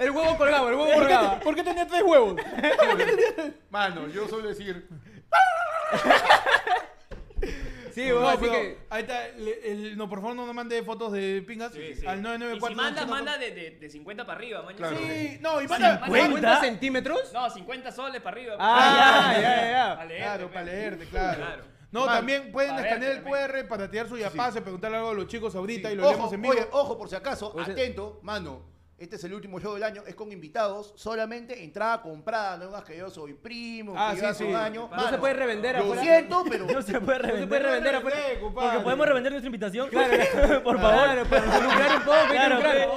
Speaker 7: El huevo colgaba, el huevo
Speaker 1: ¿Por qué,
Speaker 7: colgaba.
Speaker 1: por qué tenía tres huevos?
Speaker 10: Mano, yo suelo decir.
Speaker 7: Sí, huevón, así
Speaker 1: pero
Speaker 7: que.
Speaker 1: Ahí está, le- el- no, por favor no nos mande fotos de pingas al
Speaker 3: Y si
Speaker 1: 994.
Speaker 3: mandas, manda de, de, de 50 para arriba, mañana.
Speaker 10: Claro.
Speaker 1: Sí, no, y manda.
Speaker 3: ¿Cuenta?
Speaker 7: ¿50 centímetros?
Speaker 3: No, 50 soles para arriba.
Speaker 7: Ah,
Speaker 3: pues.
Speaker 7: ya, ya, ya.
Speaker 3: Pa' leerte,
Speaker 1: Claro,
Speaker 3: pe.
Speaker 1: para leerte, claro.
Speaker 3: Claro.
Speaker 1: No, también pueden
Speaker 3: para
Speaker 1: escanear el
Speaker 3: verte también.
Speaker 1: QR para tirar su yapase, preguntarle algo a los chicos ahorita y lo leemos
Speaker 4: Ojo,
Speaker 1: en vivo.
Speaker 4: oye, ojo, por si acaso,
Speaker 7: O sea-
Speaker 4: atento, mano. Este es el último show del año, es con invitados, solamente entrada comprada, no digas que yo soy primo,
Speaker 1: Ah,
Speaker 4: que
Speaker 1: sí,
Speaker 4: yo hace
Speaker 1: sí.
Speaker 4: un año.
Speaker 7: No se puede revender
Speaker 4: Lo
Speaker 7: afuera.
Speaker 4: siento, pero
Speaker 5: No se puede
Speaker 7: No
Speaker 5: revender.
Speaker 7: se puede revender afuera.
Speaker 5: Porque podemos revender nuestra invitación. por
Speaker 7: Claro,
Speaker 5: favor.
Speaker 7: para lucrar un poco,
Speaker 5: Claro,
Speaker 7: claro.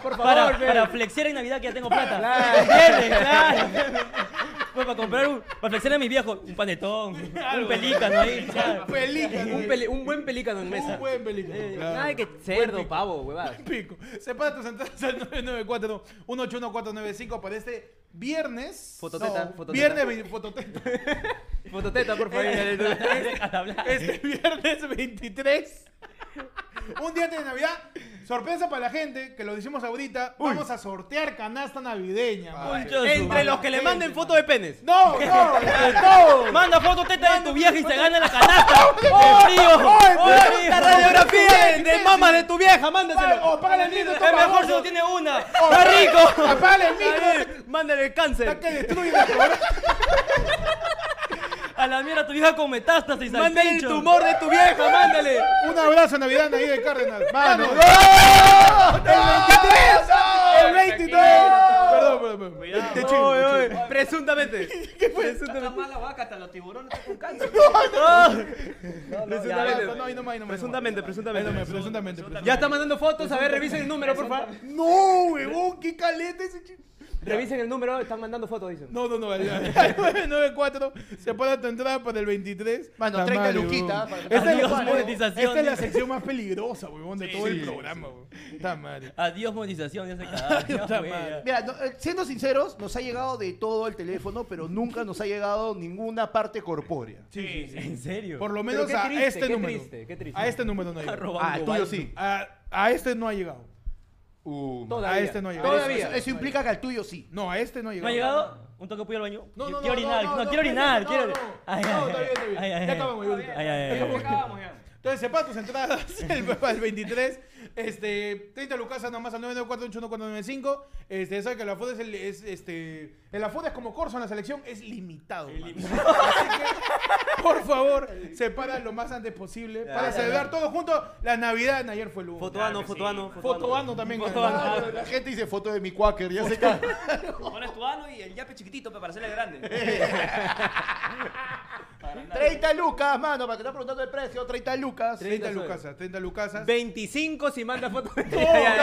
Speaker 7: Por
Speaker 5: Para,
Speaker 7: favor,
Speaker 5: para
Speaker 7: pero.
Speaker 5: flexear en Navidad que ya tengo plata.
Speaker 7: Claro.
Speaker 5: ¿Entiendes? Claro. Pues para comprar un. Para flexear a mis viejos. Un panetón. Un pelícano ahí.
Speaker 7: Este-
Speaker 5: claro.
Speaker 1: Pelícano.
Speaker 7: Un, peli- un buen pelícano en
Speaker 1: Un
Speaker 7: mesa. Eh,
Speaker 1: buen pelícano. claro.
Speaker 7: Nada de que cerdo, pavo, huevada.
Speaker 1: pico. Separa tus entradas al 994 181495 para este viernes.
Speaker 7: Fototeta,
Speaker 1: No,
Speaker 7: fototeta.
Speaker 1: Viernes, ve- fototeta.
Speaker 7: Fototeta, por favor.
Speaker 5: Hasta hablar.
Speaker 1: Este viernes 23. Un día antes de Navidad. Sorpresa para la gente, que lo decimos ahorita. Vamos a sortear canasta navideña. man.
Speaker 5: Concho de su
Speaker 7: Entre
Speaker 5: madre.
Speaker 7: los que le manden fotos de penes.
Speaker 1: No, no, de todo.
Speaker 5: Manda foto teta de tu vieja y se gana la canasta. ¡Qué frío! ¡Qué
Speaker 7: La
Speaker 5: frío!
Speaker 7: radiografía de, de mama de tu vieja, mándaselo.
Speaker 1: O págale el micro,
Speaker 5: Es
Speaker 1: toma,
Speaker 5: mejor si
Speaker 1: gordo.
Speaker 5: no tiene una.
Speaker 1: Oh,
Speaker 5: ¡Está rico!
Speaker 1: Apágale el
Speaker 7: Está
Speaker 1: micro.
Speaker 7: bien, Mándale el cáncer.
Speaker 1: Que destruye la programa.
Speaker 5: A la mierda tu vieja con metástasis al
Speaker 7: Mándale el
Speaker 5: pecho.
Speaker 7: tumor de tu vieja, mándale.
Speaker 1: Un abrazo a Navidad ahí de Cárdenas. Mano. El 23. El 23. Perdón, perdón, perdón.
Speaker 3: Cuidado.
Speaker 1: Te chingo,
Speaker 3: No,
Speaker 1: te chingo.
Speaker 7: Oye, oye, Presuntamente. ¿Qué fue?
Speaker 3: Está tan
Speaker 7: Presuntamente.
Speaker 3: mal la vaca, hasta los tiburones están con cáncer.
Speaker 7: Presuntamente.
Speaker 1: No, ahí nomás, ahí nomás. Ahí
Speaker 7: Presuntamente,
Speaker 1: nomás,
Speaker 7: presuntamente.
Speaker 1: presuntamente, presuntamente.
Speaker 7: Ya está mandando fotos, a ver, revisen el número, por favor.
Speaker 1: No, huevón, qué caleta ese chico.
Speaker 7: Revisen el número, están mandando fotos, dicen.
Speaker 1: No, no, no. ya, ya. 994 se pone tu entrada para el 23.
Speaker 4: Mano,
Speaker 1: Está
Speaker 4: 30
Speaker 1: mal,
Speaker 4: luquita,
Speaker 1: huevón.
Speaker 4: para-
Speaker 1: Esta, es
Speaker 5: Adiós,
Speaker 1: la,
Speaker 5: monetización.
Speaker 1: esta es la sección más peligrosa, huevón, de todo el
Speaker 10: sí,
Speaker 1: programa, huevón. Está mal.
Speaker 5: Adiós monetización, ya se cagaron.
Speaker 1: Puta
Speaker 5: ya, güey,
Speaker 1: madre.
Speaker 4: Mira, no, eh, siendo sinceros, nos ha llegado de todo el teléfono, pero nunca nos ha llegado ninguna parte corpórea.
Speaker 3: Sí,
Speaker 5: ya. ¿En serio?
Speaker 1: Por lo menos
Speaker 7: qué
Speaker 1: a
Speaker 7: triste,
Speaker 1: este
Speaker 7: qué
Speaker 1: número.
Speaker 7: triste, qué triste.
Speaker 1: A este número no ha
Speaker 5: Está
Speaker 1: llegado.
Speaker 5: robando
Speaker 4: Ah, el tuyo
Speaker 5: baile.
Speaker 4: sí.
Speaker 1: A, a este no ha llegado.
Speaker 10: Uh,
Speaker 7: Todavía.
Speaker 1: a este no ha llegado.
Speaker 7: Todavía.
Speaker 4: Eso, eso implica que al tuyo sí.
Speaker 1: No, a este no ha llegado.
Speaker 5: ¿No ha llegado? ¿Un toque puyo al baño?
Speaker 1: No, no,
Speaker 5: Yo
Speaker 1: no,
Speaker 5: quiero
Speaker 1: no,
Speaker 5: orinar,
Speaker 1: no,
Speaker 5: no,
Speaker 1: no,
Speaker 5: quiero orinar,
Speaker 1: no,
Speaker 5: quiero.
Speaker 1: no. No, está bien, está bien. Ya acabamos, ya
Speaker 5: Ay, ay, ay.
Speaker 3: acabamos ya.
Speaker 1: Entonces, sepa tus entradas el, para el 23. Este, 30 lucas nomás al 994-81495. Este, ya sabe que la FUD es, el, es este. El AFUD es como Corso en la selección, es limitado. mano. Así que, por favor, separa lo más antes posible para
Speaker 7: ya,
Speaker 1: celebrar todos juntos la Navidad. Ayer fue el lunes.
Speaker 7: Fotoano, fotoano,
Speaker 1: Fotoando también.
Speaker 7: Fotoano.
Speaker 1: ganó.
Speaker 4: Claro, la gente dice foto de mi quaker, ya se cae.
Speaker 3: Pones tu ano y el yape chiquitito pe, para hacerle grande.
Speaker 4: 30 lucas, mano, para que estás preguntando el precio, 30 lucas.
Speaker 1: 30 lucasas, 30 lucasas.
Speaker 7: 25 si manda fotos. Ya,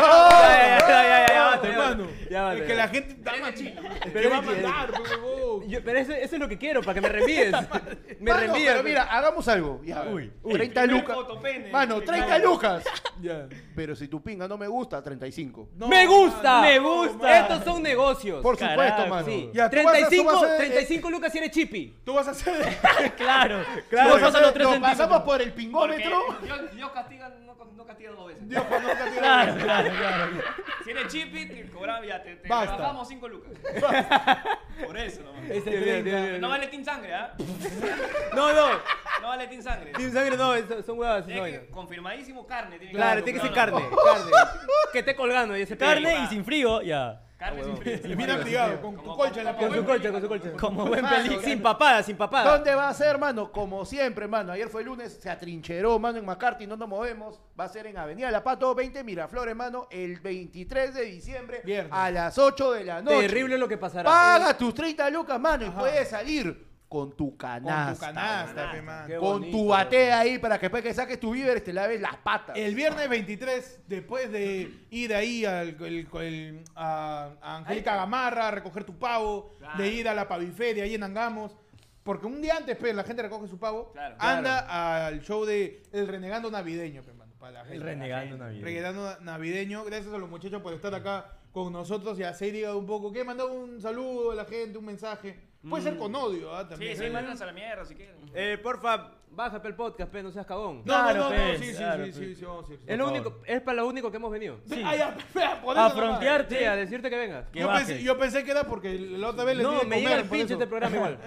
Speaker 1: Ah, hermano, es que la gente está machita. ¿Qué va a mandar, huevón?
Speaker 7: Yo- pero eso, eso es lo que quiero, para que me reenvíes. me
Speaker 4: Mano,
Speaker 7: reenvíes.
Speaker 5: eh.
Speaker 4: Pero mira, hagamos algo. Ya, 30
Speaker 3: Primer
Speaker 4: lucas.
Speaker 3: fotopene.
Speaker 4: Mano, 30 lucas.
Speaker 1: Ya.
Speaker 4: Pero si tu pinga no me gusta, 35.
Speaker 1: No,
Speaker 7: ¡Me gusta!
Speaker 1: mano,
Speaker 7: ¡Me
Speaker 1: no,
Speaker 7: gusta!
Speaker 1: mano.
Speaker 7: Estos son negocios.
Speaker 4: Por supuesto,
Speaker 7: Carajo.
Speaker 4: mano.
Speaker 7: Sí.
Speaker 1: Ya, tú vas a- tú
Speaker 7: 35,
Speaker 1: vas a- eh,
Speaker 7: 35 lucas si eres chippy.
Speaker 1: Tú vas a hacer.
Speaker 5: Claro,
Speaker 4: Nos
Speaker 5: claro.
Speaker 4: pasamos-
Speaker 5: los tres
Speaker 4: nos
Speaker 5: centímetros.
Speaker 4: pasamos por el
Speaker 3: Porque
Speaker 4: pingómetro.
Speaker 3: Dios, Dios castiga, no, no castiga dos veces.
Speaker 1: Dios, no te tires.
Speaker 5: Claro, claro, claro.
Speaker 3: Si eres chipi, te cobramos, ya te, te
Speaker 1: Basta.
Speaker 3: bajamos 5 lucas. Por eso, nomás.
Speaker 1: Este
Speaker 7: Bien, bien, bien, bien.
Speaker 3: No vale Team Sangre, ¿ah?
Speaker 7: No, no.
Speaker 3: No vale Team Sangre.
Speaker 7: Team Sangre no, eso- son huevas.
Speaker 3: Tiene
Speaker 7: no,
Speaker 3: que-
Speaker 7: no.
Speaker 3: confirmadísimo carne. Tiene
Speaker 7: Claro, tiene que ser carne.
Speaker 3: No, no,
Speaker 7: carne. Que esté colgando y ese
Speaker 5: Carne y
Speaker 7: pelo.
Speaker 5: sin frío, ya.
Speaker 3: Carne sin frío.
Speaker 1: Y mira abrigado, con tu
Speaker 3: Como-
Speaker 1: colcha en la
Speaker 7: Con su
Speaker 1: pierna.
Speaker 7: colcha, con su colcha.
Speaker 5: Como buen pelín.
Speaker 7: Sin papada, sin papada.
Speaker 4: ¿Dónde va a ser, mano? Como siempre, mano. Ayer fue lunes, se atrincheró, mano, en McCarthy, no nos movemos. Va a ser en Avenida La Pato 20 Miraflores, mano, el 23 de diciembre
Speaker 1: Viernes.
Speaker 4: a las 8 de la noche.
Speaker 7: Terrible lo que pasará.
Speaker 4: Paga tus 30 lucas, mano, y puedes salir con
Speaker 1: Con
Speaker 4: tu
Speaker 1: tu
Speaker 4: canasta.
Speaker 1: canasta, pe, man.
Speaker 7: Qué
Speaker 4: Con
Speaker 7: bonito.
Speaker 4: tu bate ahí para que después que saques tu víveres te laves las patas.
Speaker 1: El viernes 23, después de ir ahí al, el- el- a, a Angélica Gamarra a recoger tu pavo,
Speaker 3: Claro.
Speaker 1: de ir a la paviferia ahí en Angamos, porque un día antes, pe, la gente recoge su pavo,
Speaker 3: Claro.
Speaker 1: anda al show de El Renegando Navideño, pe, mano, para la gente.
Speaker 5: El renegando navideño.
Speaker 1: Renegando Navideño, gracias a los muchachos por estar acá con nosotros y hacer diga un poco, que mandar un saludo a la gente, un mensaje. Puede ser con odio, ¿ah?
Speaker 3: Sí,
Speaker 1: También.
Speaker 3: sí, mándanos a la mierda si quieren.
Speaker 7: Eh, porfa, bájate el podcast, pe, no seas cagón.
Speaker 1: No, no,
Speaker 5: Claro,
Speaker 1: no, no,
Speaker 5: pe,
Speaker 1: sí, sí,
Speaker 5: claro,
Speaker 1: sí,
Speaker 5: pe.
Speaker 1: sí, sí, vamos a ir.
Speaker 7: Es, lo único, es para lo único que hemos venido.
Speaker 5: Sí.
Speaker 1: Ah, ya, pe, por eso
Speaker 5: A
Speaker 1: nomás.
Speaker 7: Sí, a
Speaker 5: frontearte.
Speaker 7: decirte que vengas.
Speaker 5: Que
Speaker 1: yo,
Speaker 5: baje.
Speaker 1: pensé, yo pensé que era porque la otra vez les di
Speaker 7: No,
Speaker 1: de
Speaker 7: me
Speaker 1: comer,
Speaker 7: llega el
Speaker 1: por eso.
Speaker 7: pinche este programa igual.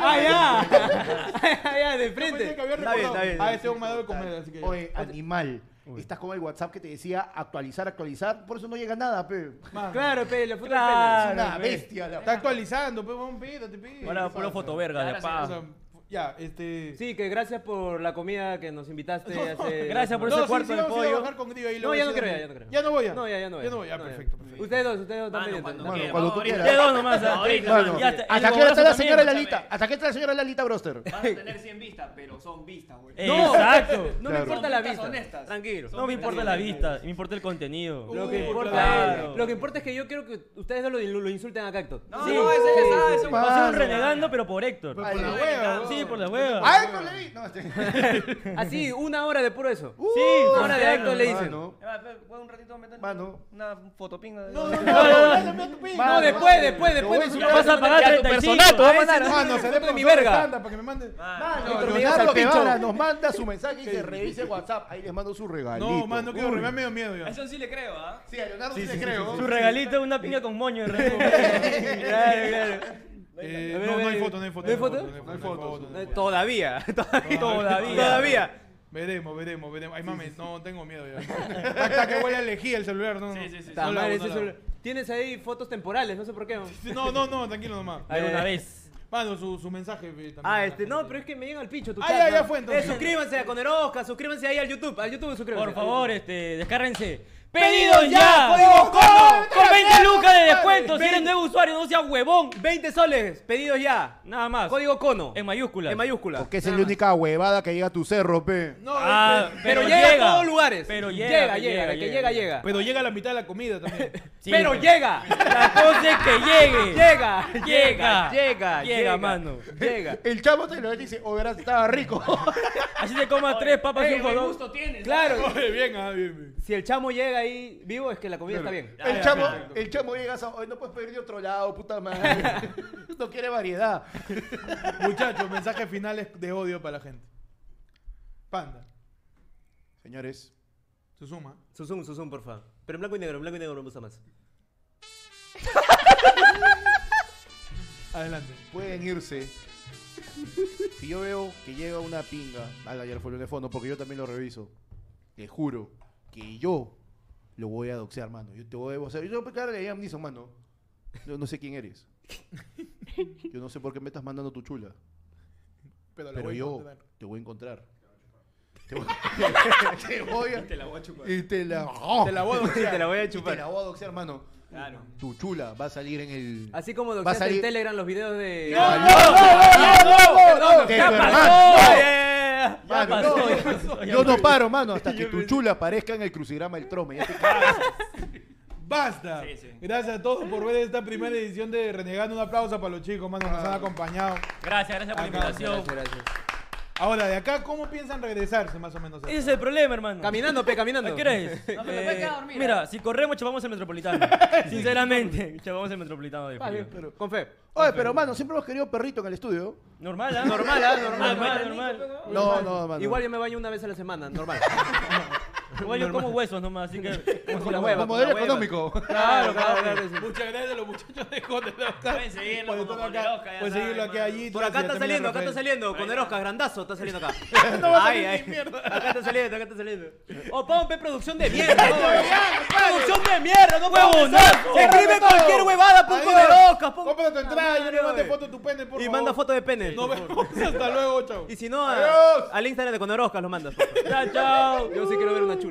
Speaker 7: ¡Ah, ya! ¡Ah, ya! De
Speaker 1: Yo pensé
Speaker 7: frente.
Speaker 1: que había
Speaker 7: Está
Speaker 1: recordado.
Speaker 7: bien, está bien.
Speaker 1: Ah, este hombre me ha dado de comer, así que... ya.
Speaker 4: Oye, animal. Estás con el WhatsApp que te decía actualizar, actualizar. Por eso no llega nada, pe.
Speaker 1: Man,
Speaker 7: Claro, pe, la foto
Speaker 4: Es
Speaker 5: Claro.
Speaker 4: una
Speaker 5: pe.
Speaker 4: bestia la
Speaker 1: Está actualizando, pues, vamos, pídate, pídate.
Speaker 5: Ahora puro fotoverga de
Speaker 3: Ahora sí,
Speaker 1: O
Speaker 5: pa.
Speaker 1: sea, ya, este...
Speaker 7: del pene. Sí, que gracias por la comida que nos invitaste hace...
Speaker 5: Gracias por
Speaker 1: No,
Speaker 5: ese
Speaker 1: sí,
Speaker 5: cuarto
Speaker 1: sí,
Speaker 5: de
Speaker 1: vamos a ir a
Speaker 5: pollo.
Speaker 1: bajar con Grillo ahí,
Speaker 7: No,
Speaker 1: luego
Speaker 7: ya
Speaker 1: sí
Speaker 7: no creo,
Speaker 1: también.
Speaker 7: ya no creo.
Speaker 1: Ya no voy, ya.
Speaker 7: No, ya, ya no voy.
Speaker 1: Ya no voy, ya,
Speaker 7: No, ya.
Speaker 1: perfecto, perfecto.
Speaker 7: Ustedes dos, ustedes dos
Speaker 3: Mano,
Speaker 7: también.
Speaker 3: cuando
Speaker 4: Mano,
Speaker 3: quieran,
Speaker 4: cuando
Speaker 3: vamos
Speaker 4: tú
Speaker 3: ahorita.
Speaker 4: quieras.
Speaker 5: Ya dos nomás, ah.
Speaker 3: Ahorita,
Speaker 5: Mano,
Speaker 3: mano.
Speaker 5: ya está.
Speaker 4: ¿Hasta
Speaker 5: El
Speaker 4: qué hora está
Speaker 5: bombazo
Speaker 4: la
Speaker 5: también,
Speaker 4: señora
Speaker 3: escúchame.
Speaker 4: Lalita? ¿Hasta qué hora está la señora Lalita Broster?
Speaker 3: Vas a tener 100 vistas, pero son vistas, güey.
Speaker 5: Eh,
Speaker 7: No,
Speaker 5: Exacto.
Speaker 7: No me
Speaker 4: Claro.
Speaker 7: importa la
Speaker 3: Son
Speaker 7: vista.
Speaker 3: vistas honestas.
Speaker 7: Tranquilo.
Speaker 5: No me importa la vista, me importa el contenido.
Speaker 7: Lo que
Speaker 1: Uh,
Speaker 7: importa
Speaker 5: claro.
Speaker 7: es, lo que importa es que yo quiero que ustedes no lo, lo insulten a Cactus.
Speaker 3: No,
Speaker 5: Sí.
Speaker 3: no, ese ya
Speaker 7: ah,
Speaker 3: sabe, ese
Speaker 5: Va a ser un
Speaker 4: Mano.
Speaker 5: renegando, pero por Héctor.
Speaker 1: Por la
Speaker 4: Ay,
Speaker 1: hueva,
Speaker 5: Sí,
Speaker 1: huevón.
Speaker 5: por la hueva.
Speaker 4: ¡Ay, no le di! No, este-
Speaker 7: Así, una hora de puro eso.
Speaker 5: Sí,
Speaker 7: una
Speaker 5: por
Speaker 7: hora de
Speaker 5: Héctor.
Speaker 7: acto le dicen. No,
Speaker 4: Mano,
Speaker 3: Ah, pe, un ratito meter
Speaker 4: Mano.
Speaker 3: una fotopinga. de-
Speaker 1: No, no, no, no, no, no, no,
Speaker 4: Mano,
Speaker 7: después,
Speaker 4: mano,
Speaker 7: después, después.
Speaker 4: lo
Speaker 7: de
Speaker 4: voy
Speaker 7: insultar,
Speaker 5: vas a pagar
Speaker 7: ya tu
Speaker 5: 35.
Speaker 7: personato, vas a
Speaker 5: Ese
Speaker 7: mandar.
Speaker 1: Mano, se dé
Speaker 7: de
Speaker 1: por
Speaker 7: mi
Speaker 1: todo
Speaker 7: verga.
Speaker 1: estándar para que me mande.
Speaker 3: Mano,
Speaker 4: Víctor
Speaker 7: Leonardo
Speaker 4: Leonardo
Speaker 7: Pincho.
Speaker 4: Guevara nos manda su mensaje y dice, revise WhatsApp. Ahí les mando su regalito.
Speaker 1: No, mano, que
Speaker 4: Uy.
Speaker 1: me da medio miedo
Speaker 3: a
Speaker 1: ya.
Speaker 3: eso sí le creo, ¿ah?
Speaker 4: Sí, a Leonardo sí, le creo.
Speaker 5: Su regalito, una piña con moño de repente.
Speaker 7: Claro, claro.
Speaker 1: Eh,
Speaker 7: A ver,
Speaker 1: no,
Speaker 7: a
Speaker 1: no
Speaker 7: ver.
Speaker 1: hay foto, no hay foto.
Speaker 7: ¿No hay foto?
Speaker 1: No hay foto. no hay
Speaker 7: Eh,
Speaker 1: foto.
Speaker 7: Todavía. Todavía.
Speaker 5: Todavía.
Speaker 7: Todavía.
Speaker 1: Veremos, veremos, veremos. Ay, mames, no tengo miedo ya. Hasta que huele a lejía el celular, no. no.
Speaker 3: Sí, sí, sí.
Speaker 1: No
Speaker 7: Ta
Speaker 1: la hago,
Speaker 7: madre,
Speaker 1: no
Speaker 7: ese
Speaker 1: la
Speaker 7: celular.
Speaker 1: hago.
Speaker 7: Tienes ahí fotos temporales, no sé por qué. ¿no?
Speaker 1: No, no, no, tranquilo nomás.
Speaker 5: Hay una vez.
Speaker 1: Mano, su, su mensaje. eh, también
Speaker 7: Ah,
Speaker 1: para
Speaker 7: este,
Speaker 1: la
Speaker 7: no,
Speaker 1: gente.
Speaker 7: pero es que me llega al pincho tu
Speaker 1: Ah,
Speaker 7: chat,
Speaker 1: ya,
Speaker 7: ¿no?
Speaker 1: ya fue, entonces.
Speaker 7: Eh, suscríbanse a Conerosca, suscríbanse ahí al YouTube, al YouTube suscríbanse.
Speaker 5: Por favor, este, descárrense. ¡Pedidos ya!
Speaker 7: ¡Código
Speaker 5: Con- Con 20 lucas de
Speaker 1: madre.
Speaker 5: descuento. Si eres nuevo usuario, no seas huevón.
Speaker 7: 20 soles, pedidos ya.
Speaker 5: Nada más.
Speaker 7: Código cono.
Speaker 5: En mayúsculas.
Speaker 7: En mayúscula.
Speaker 4: Porque esa es la única huevada que llega a tu cerro, pe.
Speaker 1: No,
Speaker 5: Ah,
Speaker 1: este,
Speaker 7: Pero,
Speaker 5: pero
Speaker 7: llega,
Speaker 5: llega.
Speaker 7: a todos lugares.
Speaker 5: Pero llega,
Speaker 7: llega,
Speaker 5: que
Speaker 7: llega,
Speaker 5: llega,
Speaker 7: que llega, llega.
Speaker 5: llega.
Speaker 1: pero llega a la mitad de la comida también.
Speaker 5: Sí,
Speaker 7: pero
Speaker 5: pues.
Speaker 7: llega.
Speaker 5: La cosa es que llegue.
Speaker 7: Llega, llega,
Speaker 5: Llega. Llega,
Speaker 7: llega, llega,
Speaker 5: mano.
Speaker 7: Llega.
Speaker 4: El chavo te lo ve y dice, oh, verás, estaba rico.
Speaker 5: Así te comas tres papas y
Speaker 3: Ey,
Speaker 5: un
Speaker 3: buen
Speaker 5: jodón.
Speaker 3: gusto tienes.
Speaker 7: Claro,
Speaker 1: Oye, bien, ah, bien, bien.
Speaker 7: si el chamo llega ahí vivo es que la comida está bien.
Speaker 4: El chamo, el chamo llega a hoy no puedes pedir de otro lado, puta madre. No quiere variedad.
Speaker 1: Muchachos, mensajes finales de odio para la gente. Panda,
Speaker 4: Señores,
Speaker 1: su suma.
Speaker 7: Susum, susum, por favor. Pero en blanco y negro, en blanco y negro me gusta más.
Speaker 1: Adelante.
Speaker 4: pueden irse Si yo veo que llega una pinga al al folio de fondo, porque yo también lo reviso, te juro que yo lo voy a doxear, mano. Yo te voy a boxear. Yo, pues, claro, le Liam Neeson, mano. Yo no sé quién eres. Yo no sé por qué me estás mandando tu chula.
Speaker 1: Pero, la
Speaker 4: Pero
Speaker 1: voy a
Speaker 4: yo
Speaker 1: encontrar.
Speaker 4: te voy a encontrar. Te voy, te voy a.
Speaker 9: Te la voy a chupar.
Speaker 4: Y te la.
Speaker 1: Te la voy a
Speaker 7: Sí, te
Speaker 1: doxear.
Speaker 7: la voy a
Speaker 4: y te
Speaker 7: chupar.
Speaker 4: la voy a doxear, mano.
Speaker 9: Claro.
Speaker 4: Tu chula va a salir en el.
Speaker 7: Así como
Speaker 4: Va a
Speaker 7: doxeaste
Speaker 4: salir-
Speaker 7: en Telegram los videos de... Ah,
Speaker 4: ¡No, no, no, no!
Speaker 7: ¡Ya
Speaker 4: ¡De tu hermano!
Speaker 7: pasó! Ya, ya, ya.
Speaker 4: Mano,
Speaker 5: pasó,
Speaker 4: no,
Speaker 5: ya pasó, ya
Speaker 4: yo no
Speaker 5: pasó.
Speaker 4: paro, mano, hasta que tu chula aparezca en el crucigrama del trome. Ya te cagas.
Speaker 1: ¡Basta!
Speaker 9: Sí, sí.
Speaker 1: Gracias a todos por ver esta primera edición de Renegando. Un aplauso para los chicos, mano, que nos han acompañado.
Speaker 5: Gracias, gracias por la
Speaker 1: Acá,
Speaker 5: invitación.
Speaker 1: Ahora, de acá, ¿cómo piensan regresarse más o menos?
Speaker 5: Ese es el problema, hermano.
Speaker 7: Caminando, pe, caminando.
Speaker 5: ¿A qué hora es?
Speaker 9: No, pero puede quedar a dormir,
Speaker 5: mira,
Speaker 9: ¿eh?
Speaker 5: si corremos, chapamos el metropolitano. Sinceramente, chapamos el metropolitano de Julio.
Speaker 7: Con fe.
Speaker 4: Oye, pero, mano, siempre hemos querido perrito en el estudio.
Speaker 5: Normal, ¿ah?
Speaker 7: Normal, ¿ah? Normal,
Speaker 5: normal.
Speaker 9: Rico,
Speaker 5: normal.
Speaker 9: pero no.
Speaker 4: No, no, mano.
Speaker 7: Igual yo me baño una vez a la semana, normal.
Speaker 5: Igual yo como huesos nomás, así que.
Speaker 7: Con la hueva,
Speaker 4: Como
Speaker 7: con la
Speaker 4: modelo
Speaker 7: hueva.
Speaker 4: económico.
Speaker 7: Claro, claro, claro. sí.
Speaker 1: Muchas gracias a los muchachos de
Speaker 9: Pueden seguirlo como Coneroca, ya
Speaker 1: Pueden
Speaker 9: saben,
Speaker 1: seguirlo aquí,
Speaker 9: mano.
Speaker 1: allí.
Speaker 7: Por acá está saliendo, acá está saliendo. Con Erosca, grandazo, está saliendo acá. Ay, ay. Acá está saliendo, acá está saliendo. O Pompe, producción de mierda. huevón. Producción de mierda, no puedo Se escribe cualquier huevada, pon
Speaker 1: Ahí
Speaker 7: con
Speaker 1: va.
Speaker 7: Erosca. pon-
Speaker 1: Compra tu entrada, yo
Speaker 7: Madre,
Speaker 1: le mandé
Speaker 7: oye.
Speaker 1: foto de tu pene, por
Speaker 7: Y
Speaker 1: favor.
Speaker 7: manda foto de pene.
Speaker 1: Nos vemos. Hasta luego, chao.
Speaker 7: Y si no, a- al Instagram de Conoroscas lo mandas. por favor.
Speaker 5: Ya, chao.
Speaker 7: Yo sí quiero ver una chula.